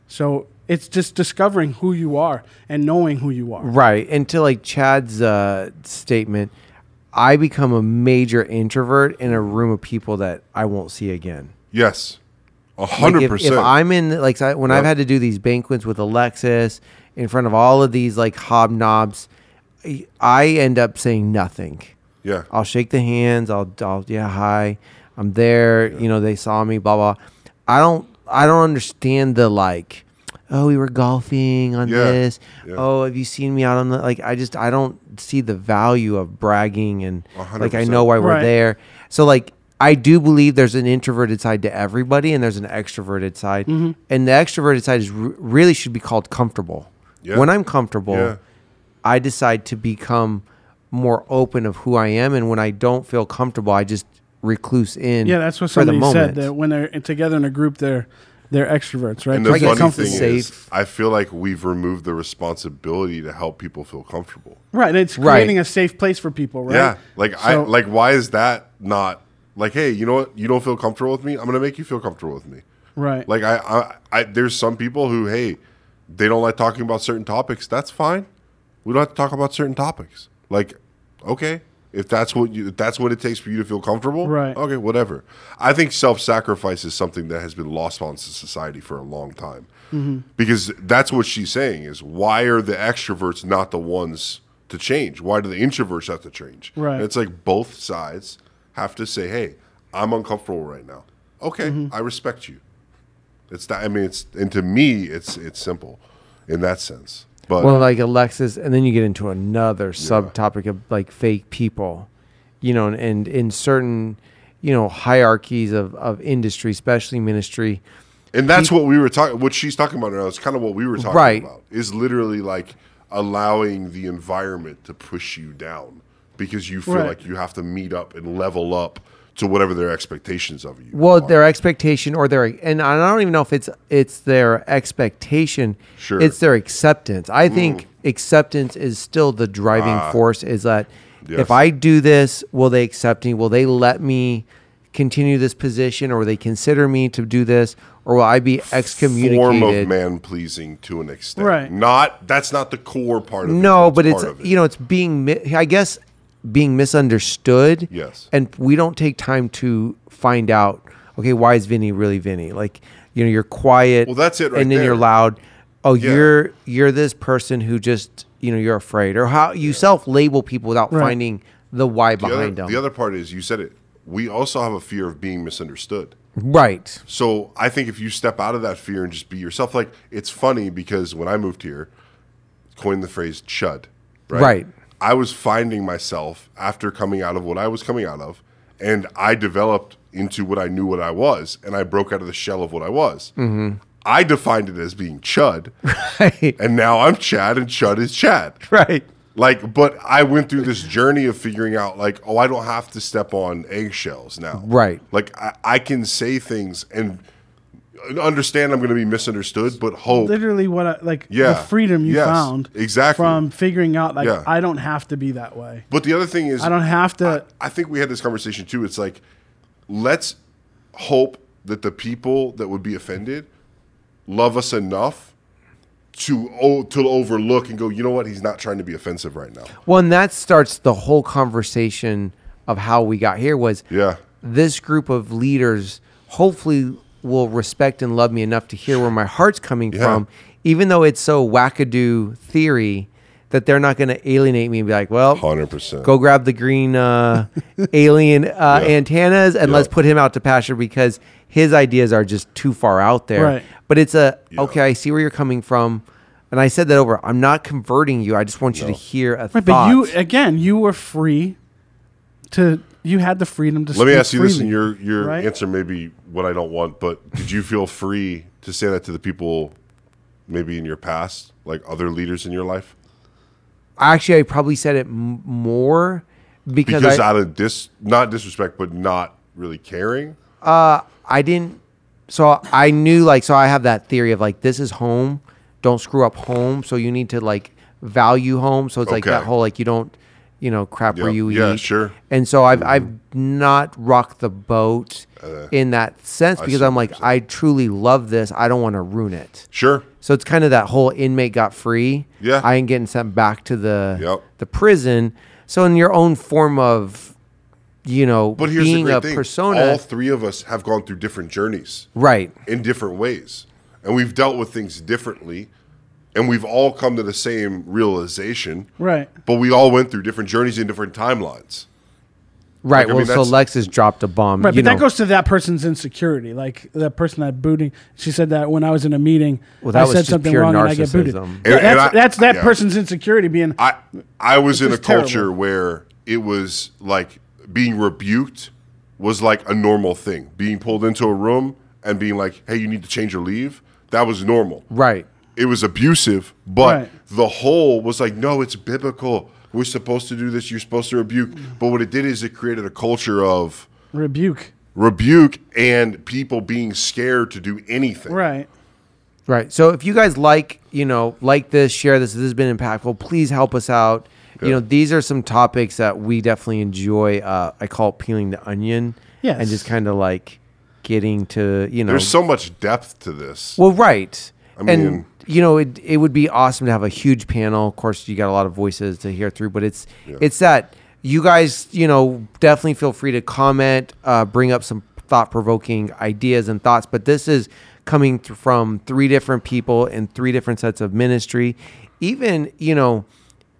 Speaker 1: So it's just discovering who you are and knowing who you are.
Speaker 2: Right. And to like Chad's uh, statement, I become a major introvert in a room of people that I won't see again.
Speaker 3: Yes, a
Speaker 2: Like,
Speaker 3: hundred
Speaker 2: if, if
Speaker 3: percent.
Speaker 2: I'm in like so I- when I've had to do these banquets with Alexis in front of all of these like hobnobs, I- I end up saying nothing.
Speaker 3: Yeah,
Speaker 2: I'll shake the hands. I'll, I'll yeah, hi, I'm there. You know, they saw me. Blah blah. I don't, I don't understand the like. Oh, we were golfing on
Speaker 3: Yeah,
Speaker 2: this.
Speaker 3: yeah.
Speaker 2: Oh, have you seen me out on the like? I just, I don't see the value of bragging and
Speaker 3: A hundred
Speaker 2: like I
Speaker 3: percent.
Speaker 2: know why we're
Speaker 1: Right.
Speaker 2: there. So like. I do believe there's an introverted side to everybody, and there's an extroverted side, and the extroverted side is re- really should be called comfortable.
Speaker 3: Yeah.
Speaker 2: When I'm comfortable,
Speaker 3: Yeah.
Speaker 2: I decide to become more open of who I am, and when I don't feel comfortable, I just recluse in.
Speaker 1: Yeah, that's what
Speaker 2: for the
Speaker 1: somebody said
Speaker 2: moment.
Speaker 1: that when they're together in a group, they're they're extroverts, right?
Speaker 3: and
Speaker 1: Because
Speaker 3: the
Speaker 2: Like,
Speaker 1: they're
Speaker 2: it's
Speaker 3: funny
Speaker 1: comfortable.
Speaker 3: thing
Speaker 2: safe.
Speaker 3: is, I feel like we've removed the responsibility to help people feel comfortable.
Speaker 1: Right, and it's
Speaker 2: Right.
Speaker 1: creating a safe place for people, right?
Speaker 3: Yeah, like I
Speaker 1: So-
Speaker 3: like why is that not like hey, you know what? You don't feel comfortable with me. I'm gonna make you feel comfortable with me.
Speaker 1: right.
Speaker 3: Like I, I, I there's some people who hey, they don't like talking about certain topics. That's fine. We don't have to talk about certain topics. Like, okay, if that's what you, if that's what it takes for you to feel comfortable,
Speaker 1: Right.
Speaker 3: Okay, whatever. I think self-sacrifice is something that has been lost on society for a long time
Speaker 1: Mm-hmm.
Speaker 3: because that's what she's saying is why are the extroverts not the ones to change? Why do the introverts have to change?
Speaker 1: Right.
Speaker 3: And it's like both sides have to say, hey, I'm uncomfortable right now. Okay,
Speaker 1: Mm-hmm.
Speaker 3: I respect you. It's that. I mean, it's and to me, it's it's simple in that sense. But
Speaker 2: well, like Alexis, and then you get into another subtopic of like fake people, you know, and, and in certain, you know, hierarchies of of industry, especially ministry.
Speaker 3: and that's what we were talking. What she's talking about now is kind of what we were talking
Speaker 2: Right.
Speaker 3: about. Is literally like allowing the environment to push you down because you feel
Speaker 1: Right.
Speaker 3: like you have to meet up and level up to whatever their expectations of you.
Speaker 2: Well, their expectation or their and I don't even know if it's it's their expectation.
Speaker 3: Sure. Mm.
Speaker 2: It's their acceptance. I think acceptance is still the driving force is that
Speaker 3: Ah. Yes.
Speaker 2: if I do this, will they accept me? Will they let me continue this position or will they consider me to do this or will I be
Speaker 3: form of
Speaker 2: excommunicated?
Speaker 3: man pleasing to an extent.
Speaker 1: Right.
Speaker 3: Not that's not the core part of it.
Speaker 2: no,
Speaker 3: that's
Speaker 2: but it's
Speaker 3: part of it.
Speaker 2: you know it's being mi- I guess being misunderstood.
Speaker 3: Yes.
Speaker 2: and we don't take time to find out. okay, why is Vinny really Vinny? Like, you know, you're quiet.
Speaker 3: Well, that's it right
Speaker 2: And then
Speaker 3: there.
Speaker 2: you're loud. Oh,
Speaker 3: Yeah.
Speaker 2: you're you're this person who just you know you're afraid, or how you self label people without
Speaker 1: Right.
Speaker 2: finding the why
Speaker 3: The other,
Speaker 2: behind them.
Speaker 3: the other part is you said it. We also have a fear of being misunderstood.
Speaker 2: right.
Speaker 3: So I think if you step out of that fear and just be yourself, like it's funny because when I moved here, coined the phrase "chud," right?
Speaker 2: Right.
Speaker 3: I was finding myself after coming out of what I was coming out of, and I developed into what I knew what I was, and I broke out of the shell of what I was. I defined it as being chud,
Speaker 2: right.
Speaker 3: and now I'm Chad, and chud is Chad.
Speaker 2: Right.
Speaker 3: Like, but I went through this journey of figuring out, like, oh, I don't have to step on eggshells now.
Speaker 2: Right.
Speaker 3: Like, I, I can say things and understand I'm going to be misunderstood, but hope.
Speaker 1: Literally, what I like
Speaker 3: Yeah.
Speaker 1: the freedom you
Speaker 3: Yes,
Speaker 1: found
Speaker 3: exactly.
Speaker 1: from figuring out like
Speaker 3: Yeah.
Speaker 1: I don't have to be that way.
Speaker 3: But the other thing is,
Speaker 1: I don't have to.
Speaker 3: I think we had this conversation too. It's like, let's hope that the people that would be offended love us enough to oh, to overlook and go, you know what? He's not trying to be offensive right now.
Speaker 2: Well, and that starts the whole conversation of how we got here was
Speaker 3: Yeah.
Speaker 2: this group of leaders hopefully will respect and love me enough to hear where my heart's coming from, even though it's so wackadoo theory that they're not going to alienate me and be like, well,
Speaker 3: Hundred percent.
Speaker 2: go grab the green uh, alien uh, antennas and let's put him out to pasture because his ideas are just too far out there.
Speaker 1: Right.
Speaker 2: But it's a okay. I see where you're coming from, and I said that over. I'm not converting you. I just want you to hear a
Speaker 1: Right,
Speaker 2: thought.
Speaker 1: but you again, you were free to. You had the freedom to.
Speaker 3: Let me
Speaker 1: speak
Speaker 3: ask you this, and
Speaker 1: freely.
Speaker 3: your your
Speaker 1: right?
Speaker 3: answer may be what I don't want, but did you feel free to say that to the people, maybe in your past, like other leaders in your life,
Speaker 2: Actually, I probably said it m- more because,
Speaker 3: because
Speaker 2: I,
Speaker 3: out of dis not disrespect, but not really caring?
Speaker 2: I didn't. So I knew like so I have that theory of like this is home. Don't screw up home. So you need to like value home. So it's like
Speaker 3: Okay.
Speaker 2: that whole like you don't you know crap where
Speaker 3: Yep.
Speaker 2: you
Speaker 3: Yeah,
Speaker 2: eat.
Speaker 3: sure.
Speaker 2: And so I've I've not rocked the boat in that sense because
Speaker 3: Uh, see
Speaker 2: I'm
Speaker 3: what
Speaker 2: like I truly love this. I don't want to ruin it.
Speaker 3: Sure.
Speaker 2: So it's kind of that whole inmate got free.
Speaker 3: Yeah.
Speaker 2: I ain't getting sent back to the
Speaker 3: Yep.
Speaker 2: the prison. So in your own form of you know
Speaker 3: But here's
Speaker 2: being
Speaker 3: the great
Speaker 2: a
Speaker 3: thing:
Speaker 2: persona
Speaker 3: all three of us have gone through different journeys
Speaker 2: right.
Speaker 3: in different ways, and we've dealt with things differently, and we've all come to the same realization.
Speaker 1: Right.
Speaker 3: But we all went through different journeys and different timelines.
Speaker 2: Right.
Speaker 3: Like, I
Speaker 2: well,
Speaker 3: mean,
Speaker 2: so
Speaker 3: that's-
Speaker 2: Lex has dropped a bomb.
Speaker 1: Right,
Speaker 2: you
Speaker 1: but
Speaker 2: know,
Speaker 1: that goes to that person's insecurity. Like that person that booting. She said that when I was in a meeting,
Speaker 2: Well, that
Speaker 1: I
Speaker 2: was
Speaker 1: said
Speaker 2: just
Speaker 1: something
Speaker 2: pure
Speaker 1: wrong and I get booted.
Speaker 2: narcissism. And-
Speaker 1: Yeah,
Speaker 3: and
Speaker 1: that's,
Speaker 3: I-
Speaker 1: that's that
Speaker 3: yeah.
Speaker 1: person's insecurity being.
Speaker 3: I I was in a
Speaker 1: is terrible.
Speaker 3: culture where it was like being rebuked was like a normal thing. Being pulled into a room and being like, "Hey, you need to change or leave." That was normal.
Speaker 2: right.
Speaker 3: It was abusive, but
Speaker 1: Right.
Speaker 3: the whole was like, "No, it's biblical. We're supposed to do this. You're supposed to rebuke." But what it did is it created a culture of
Speaker 1: rebuke.
Speaker 3: rebuke and people being scared to do anything.
Speaker 1: Right.
Speaker 2: Right. So if you guys like, you know, like this, share this, this has been impactful, please help us out. You know, these are some topics that we definitely enjoy. Uh, I call it peeling the onion.
Speaker 1: Yes.
Speaker 2: And just kind of like getting to, you know.
Speaker 3: There's so much depth to this.
Speaker 2: well, right. and,
Speaker 3: mean-
Speaker 2: you know, it, it would be awesome to have a huge panel. Of course, you got a lot of voices to hear through, but it's it's that you guys, you know, definitely feel free to comment, uh, bring up some thought provoking ideas and thoughts. But this is coming th- from three different people in three different sets of ministry. Even, you know,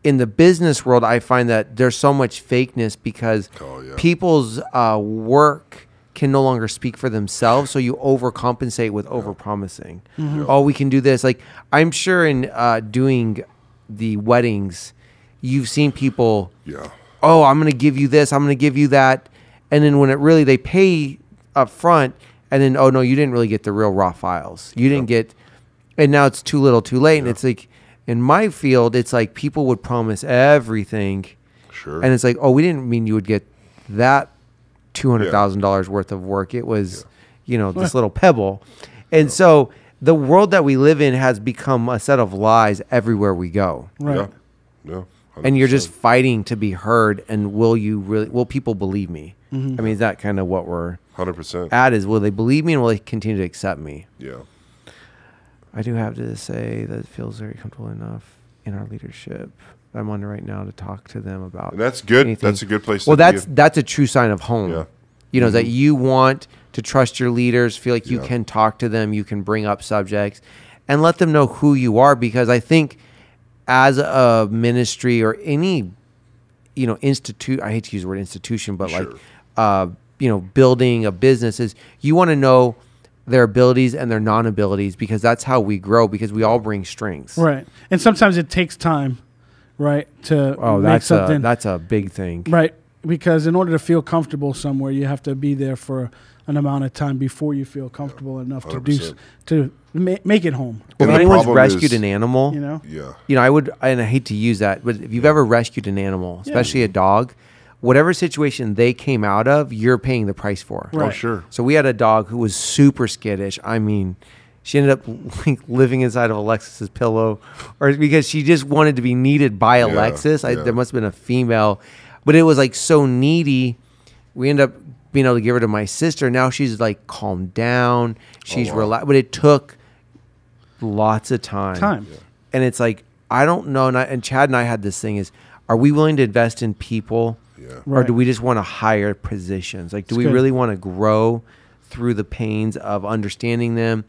Speaker 2: in the business world, I find that there's so much fakeness because
Speaker 3: Oh, yeah.
Speaker 2: people's uh, work can no longer speak for themselves. So you overcompensate with overpromising. Oh, we can do this. Like I'm sure in uh, doing the weddings, you've seen people.
Speaker 3: yeah.
Speaker 2: Oh, I'm going to give you this. I'm going to give you that. And then when it really they pay up front, and then oh no, you didn't really get the real raw files. You didn't get, and now it's too little, too late. And it's like in my field, it's like people would promise everything.
Speaker 3: Sure.
Speaker 2: And it's like, oh, we didn't mean you would get that two hundred thousand dollars worth of work. It was, you know, this little pebble. And so the world that we live in has become a set of lies everywhere we go.
Speaker 1: Right.
Speaker 3: Yeah. Yeah.
Speaker 2: And you're just fighting to be heard and will you really will people believe me? I mean, is that kind of what we're
Speaker 3: 100%.
Speaker 2: at is will they believe me and will they continue to accept me?
Speaker 3: Yeah.
Speaker 2: I do have to say that it feels very comfortable enough in our leadership. I'm on right now to talk to them about.
Speaker 3: And that's good.
Speaker 2: anything.
Speaker 3: That's a good place
Speaker 2: Well,
Speaker 3: to be
Speaker 2: that's
Speaker 3: in.
Speaker 2: that's a true sign of home.
Speaker 3: Yeah. Mm-hmm.
Speaker 2: You know, that you want to trust your leaders, feel like you can talk to them, you can bring up subjects, and let them know who you are. Because I think as a ministry or any you know institute i hate to use the word institution but like
Speaker 3: Sure.
Speaker 2: uh you know building a business is you want to know their abilities and their non-abilities because that's how we grow because we all bring strengths
Speaker 1: Right. And sometimes it takes time, right, to
Speaker 2: oh
Speaker 1: make
Speaker 2: that's a
Speaker 1: something.
Speaker 2: that's a big thing
Speaker 1: right. Because in order to feel comfortable somewhere, you have to be there for an amount of time before you feel comfortable enough to do s-
Speaker 3: 100%.
Speaker 1: to ma- make it home.
Speaker 2: if
Speaker 3: And the
Speaker 2: anyone's
Speaker 3: problem is-
Speaker 2: rescued an animal
Speaker 1: You know.
Speaker 3: Yeah.
Speaker 2: you know, I would, and I hate to use that, but if you've ever rescued an animal, especially a dog, whatever situation they came out of, you're paying the price for.
Speaker 1: Right.
Speaker 3: Oh, sure.
Speaker 2: So we had a dog who was super skittish. I mean, she ended up like living inside of Alexis's pillow, or because she just wanted to be needed by Alexis. I,
Speaker 3: yeah.
Speaker 2: There must have been a female, but it was like so needy. We ended up being able to give her to my sister. Now she's like calmed down. She's
Speaker 3: Oh, wow.
Speaker 2: relaxed, but it took lots of time.
Speaker 1: Time. Yeah.
Speaker 2: And it's like, I don't know. And, I, and Chad and I had this thing is, are we willing to invest in people?
Speaker 3: Yeah.
Speaker 2: Or
Speaker 1: Right.
Speaker 2: do we just want to hire positions? Like, do we
Speaker 1: good.
Speaker 2: really want to grow through the pains of understanding them,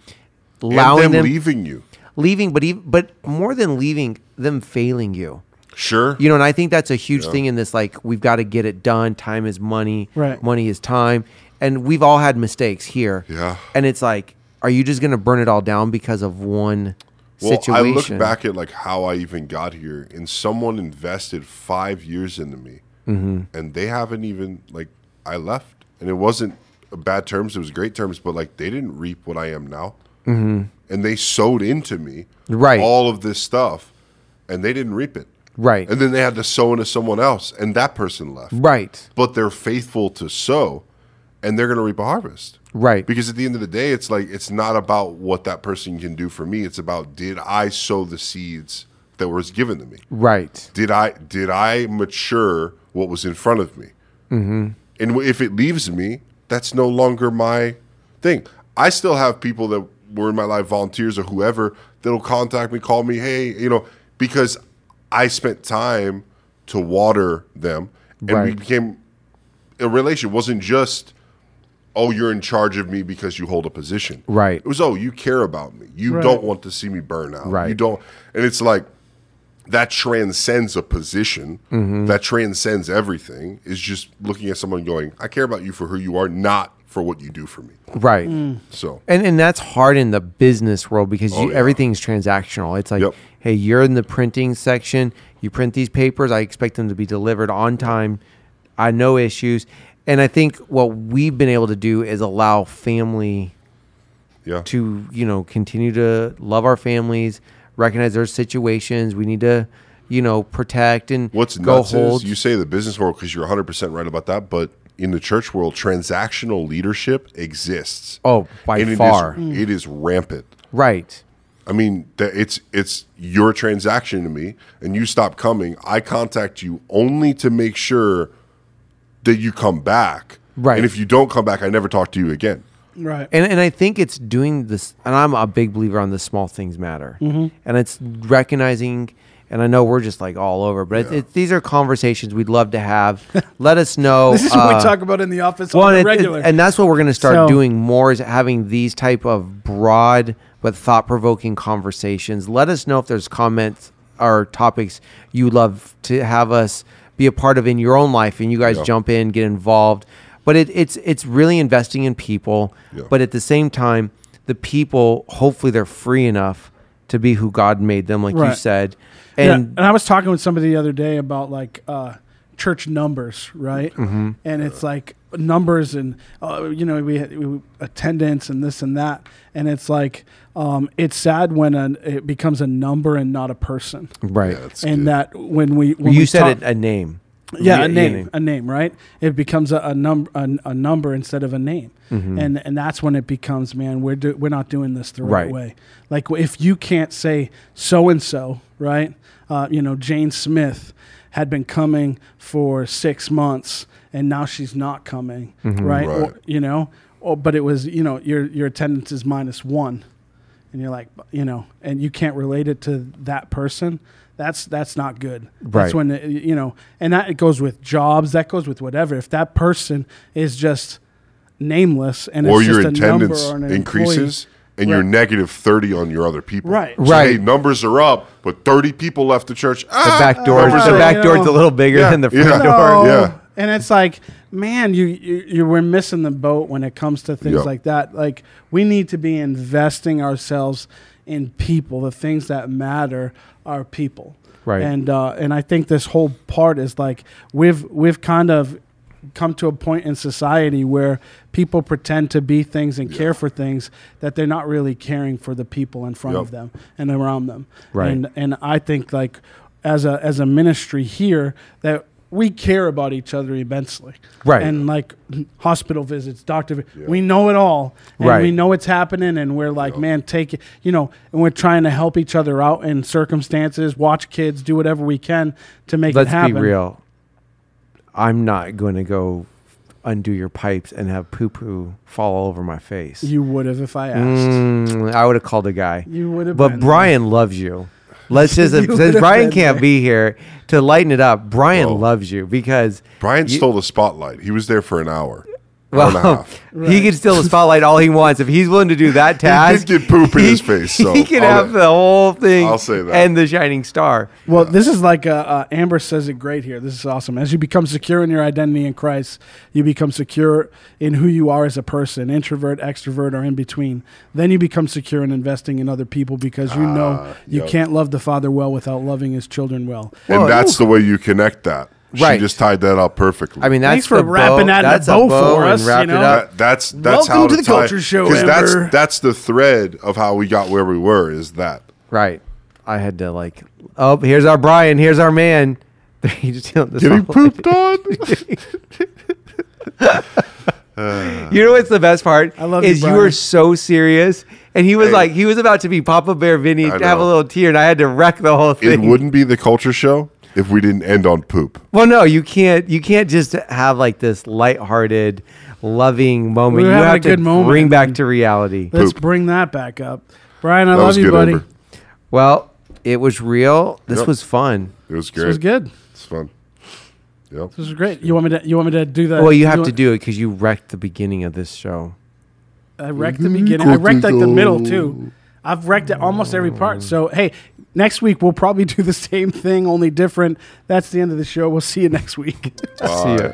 Speaker 3: and
Speaker 2: allowing
Speaker 3: them,
Speaker 2: them,
Speaker 3: leaving you.
Speaker 2: leaving, but even, but more than leaving, them failing you.
Speaker 3: Sure.
Speaker 2: You know, and I think that's a huge thing in this. Like, we've got to get it done. Time is money.
Speaker 1: Right.
Speaker 2: Money is time. And we've all had mistakes here.
Speaker 3: Yeah.
Speaker 2: And it's like, are you just going to burn it all down because of one
Speaker 3: well,
Speaker 2: situation?
Speaker 3: I look back at like how I even got here, and someone invested five years into me,
Speaker 2: Mm-hmm.
Speaker 3: and they haven't even like I left, and it wasn't bad terms; it was great terms, but like they didn't reap what I am now, mm-hmm. and they sowed into me
Speaker 2: Right.
Speaker 3: all of this stuff, and they didn't reap it,
Speaker 2: Right.
Speaker 3: and then they had to sow into someone else, and that person left,
Speaker 2: right.
Speaker 3: but they're faithful to sow, and they're going to reap a harvest,
Speaker 2: Right.
Speaker 3: because at the end of the day, it's like it's not about what that person can do for me. It's about did I sow the seeds that was given to me?
Speaker 2: right.
Speaker 3: Did I did I mature what was in front of me? Mm-hmm. And if it leaves me, that's no longer my thing. I still have people that were in my life, volunteers or whoever, that'll contact me, call me, hey, you know, because I spent time to water them, and we
Speaker 2: Right.
Speaker 3: became a relation. It wasn't just oh, you're in charge of me because you hold a position.
Speaker 2: Right.
Speaker 3: It was, oh, you care about me. You
Speaker 1: Right.
Speaker 3: don't want to see me burn out.
Speaker 2: Right.
Speaker 3: You don't. And it's like that transcends a position,
Speaker 2: Mm-hmm.
Speaker 3: that transcends everything, is just looking at someone going, I care about you for who you are, not for what you do for me.
Speaker 2: Right.
Speaker 3: So,
Speaker 2: And and that's hard in the business world because you,
Speaker 3: Oh, yeah.
Speaker 2: everything's transactional. It's like,
Speaker 3: Yep.
Speaker 2: hey, you're in the printing section. You print these papers. I expect them to be delivered on time. I know issues. And I think what we've been able to do is allow family
Speaker 3: yeah.
Speaker 2: to you know continue to love our families, recognize their situations. We need to you know protect and
Speaker 3: What's
Speaker 2: go
Speaker 3: nuts
Speaker 2: hold
Speaker 3: is you say the business world because you're 100% right about that, but in the church world, transactional leadership exists.
Speaker 2: oh by
Speaker 3: and it is-
Speaker 2: far
Speaker 3: it is rampant.
Speaker 2: right.
Speaker 3: I mean, that it's it's your transaction to me, and you stop coming. I contact you only to make sure that you come back.
Speaker 2: Right.
Speaker 3: And if you don't come back, I never talk to you again.
Speaker 1: Right.
Speaker 2: And, and I think it's doing this, and I'm a big believer on the small things matter.
Speaker 1: Mm-hmm.
Speaker 2: And it's recognizing, and I know we're just like all over, but it's it's these are conversations we'd love to have. Let us know.
Speaker 1: this is what we talk about in the office
Speaker 2: uh, well,
Speaker 1: on
Speaker 2: and
Speaker 1: the
Speaker 2: it- it-
Speaker 1: regular.
Speaker 2: and that's what we're going to start
Speaker 1: So-
Speaker 2: doing more is having these type of broad but thought provoking conversations. Let us know if there's comments or topics you love to have us be a part of in your own life, and you guys
Speaker 3: Yeah.
Speaker 2: jump in, get involved. But it, it's it's really investing in people,
Speaker 3: Yeah.
Speaker 2: but at the same time, the people hopefully they're free enough to be who God made them, like you
Speaker 1: Right.
Speaker 2: said,
Speaker 1: Yeah,
Speaker 2: and
Speaker 1: I was talking with somebody the other day about like uh, church numbers, right?
Speaker 2: Mm-hmm.
Speaker 1: And it's like numbers and uh, you know we, had- we attendance and this and that, and it's like um, it's sad when an, it becomes a number and not a person,
Speaker 2: right,
Speaker 3: That's
Speaker 1: and
Speaker 3: good.
Speaker 1: that when we when
Speaker 2: you
Speaker 1: we
Speaker 2: said
Speaker 1: talk-
Speaker 2: it a name,
Speaker 1: yeah,
Speaker 2: You-
Speaker 1: a
Speaker 2: you
Speaker 1: name, a name, right? It becomes a, a number, a, a number instead of a name,
Speaker 2: Mm-hmm.
Speaker 1: and and that's when it becomes, man, we're do, we're not doing this the right,
Speaker 2: Right.
Speaker 1: way. Like if you can't say so and so, right? Uh, you know, Jane Smith had been coming for six months, and now she's not coming, right? Or-
Speaker 3: Mm-hmm. Right.
Speaker 1: you know, or, but it was, you know, your your attendance is minus one, and you're like, you know, and you can't relate it to that person. That's that's not good. That's
Speaker 2: Right.
Speaker 1: when uh, you know, and that it goes with jobs. That goes with whatever. If that person is just nameless and
Speaker 3: or
Speaker 1: it's
Speaker 3: your
Speaker 1: just a number
Speaker 3: attendance
Speaker 1: or an employee.
Speaker 3: increases and you're
Speaker 1: Right.
Speaker 3: negative 30 on your other people.
Speaker 1: Right.
Speaker 3: So, hey,
Speaker 2: Right.
Speaker 3: numbers are up, but 30 people left the church.
Speaker 2: The
Speaker 3: Ah,
Speaker 2: back door,
Speaker 1: uh,
Speaker 2: the back
Speaker 1: you
Speaker 2: door's
Speaker 1: know-
Speaker 2: a little bigger
Speaker 3: Yeah,
Speaker 2: than the
Speaker 3: yeah.
Speaker 2: front door.
Speaker 1: No.
Speaker 3: Yeah.
Speaker 1: And it's like, man, you, you you we're missing the boat when it comes to things
Speaker 3: Yep.
Speaker 1: like that. Like we need to be investing ourselves in people. The things that matter are people.
Speaker 2: Right.
Speaker 1: And uh, and I think this whole part is like we've we've kind of come to a point in society where people pretend to be things and care for things that they're not really caring for the people in front
Speaker 3: Yep.
Speaker 1: of them and around them.
Speaker 2: Right.
Speaker 1: And and I think like as a as a ministry here that we care about each other immensely.
Speaker 2: Right.
Speaker 1: And like hospital visits, doctor vi- we know it all. And
Speaker 2: Right.
Speaker 1: we know what's happening and we're like, man, take it you know, and we're trying to help each other out in circumstances, watch kids, do whatever we can to make
Speaker 2: Let's
Speaker 1: it happen.
Speaker 2: be real. I'm not going to go undo your pipes and have poo poo fall all over my face.
Speaker 1: You would have if I asked.
Speaker 2: Mm, I would have called a guy.
Speaker 1: You would have
Speaker 2: But
Speaker 1: been.
Speaker 2: Brian loves you. Let's just
Speaker 1: You would
Speaker 2: since
Speaker 1: have
Speaker 2: Brian
Speaker 1: been
Speaker 2: can't be here to lighten it up. Brian
Speaker 3: Whoa.
Speaker 2: loves you because
Speaker 3: Brian
Speaker 2: you-
Speaker 3: stole the spotlight. He was there for an hour. hour and a
Speaker 2: Well,
Speaker 3: half.
Speaker 2: he can steal the spotlight all he wants if he's willing to do that task.
Speaker 3: get poop in his face, so
Speaker 2: he can
Speaker 3: I'll
Speaker 2: have
Speaker 3: let-
Speaker 2: the whole thing.
Speaker 3: I'll say that.
Speaker 2: and the shining star.
Speaker 1: Well, this is like uh, uh, Amber says it great here. This is awesome. As you become secure in your identity in Christ, you become secure in who you are as a person, introvert, extrovert, or in between. Then you become secure in investing in other people because you know you
Speaker 3: yeah.
Speaker 1: can't love the Father well without loving his children well.
Speaker 2: Well,
Speaker 3: and that's the way you connect that.
Speaker 2: Right.
Speaker 3: She just tied that up perfectly.
Speaker 2: I mean, that's
Speaker 1: Thanks for
Speaker 2: the
Speaker 1: wrapping
Speaker 2: bow,
Speaker 1: that in a
Speaker 2: that's
Speaker 1: bow
Speaker 2: a bow
Speaker 1: for
Speaker 2: and
Speaker 1: us, you
Speaker 2: wrapped it
Speaker 1: know?
Speaker 2: up.
Speaker 3: That- that's that's
Speaker 1: Uh, Welcome
Speaker 3: how
Speaker 1: to the
Speaker 3: tie-
Speaker 1: culture show, Amber.
Speaker 3: that's that's the thread of how we got where we were. Is that
Speaker 2: Right. I had to like, oh, here's our Brian. Here's our man. He just steal the
Speaker 3: getting
Speaker 2: spotlight.
Speaker 3: pooped on?
Speaker 2: You know what's the best part?
Speaker 1: I love you,
Speaker 2: is you,
Speaker 1: Brian.
Speaker 2: were so serious, and he was
Speaker 3: Hey.
Speaker 2: like, he was about to be Papa Bear Vinny
Speaker 3: I
Speaker 2: to have a
Speaker 3: know.
Speaker 2: little tear, and I had to wreck the whole
Speaker 3: it
Speaker 2: thing.
Speaker 3: wouldn't be the culture show if we didn't end on poop.
Speaker 2: Well, no, you can't. You can't just have like this lighthearted, loving
Speaker 1: We
Speaker 2: moment.
Speaker 1: were
Speaker 2: you
Speaker 1: having
Speaker 2: have
Speaker 1: a
Speaker 2: to
Speaker 1: good moment.
Speaker 2: bring back to reality.
Speaker 1: Let's
Speaker 3: Poop.
Speaker 1: bring that back up. Brian, I
Speaker 3: That
Speaker 1: love
Speaker 3: was
Speaker 1: you,
Speaker 3: good,
Speaker 1: buddy.
Speaker 3: Amber.
Speaker 2: Well, it was real. This
Speaker 3: Yep.
Speaker 2: was fun.
Speaker 3: It was great.
Speaker 1: This was good.
Speaker 3: It's fun. Yep.
Speaker 1: This was great. You want me to? Uh, You want me to do that?
Speaker 2: Well, you have to do it because you wrecked the beginning of this show.
Speaker 1: I wrecked the beginning. I wrecked like the middle too. I've wrecked it almost every part. So hey, next week we'll probably do the same thing, only different. That's the end of the show. We'll see you next week.
Speaker 2: See ya.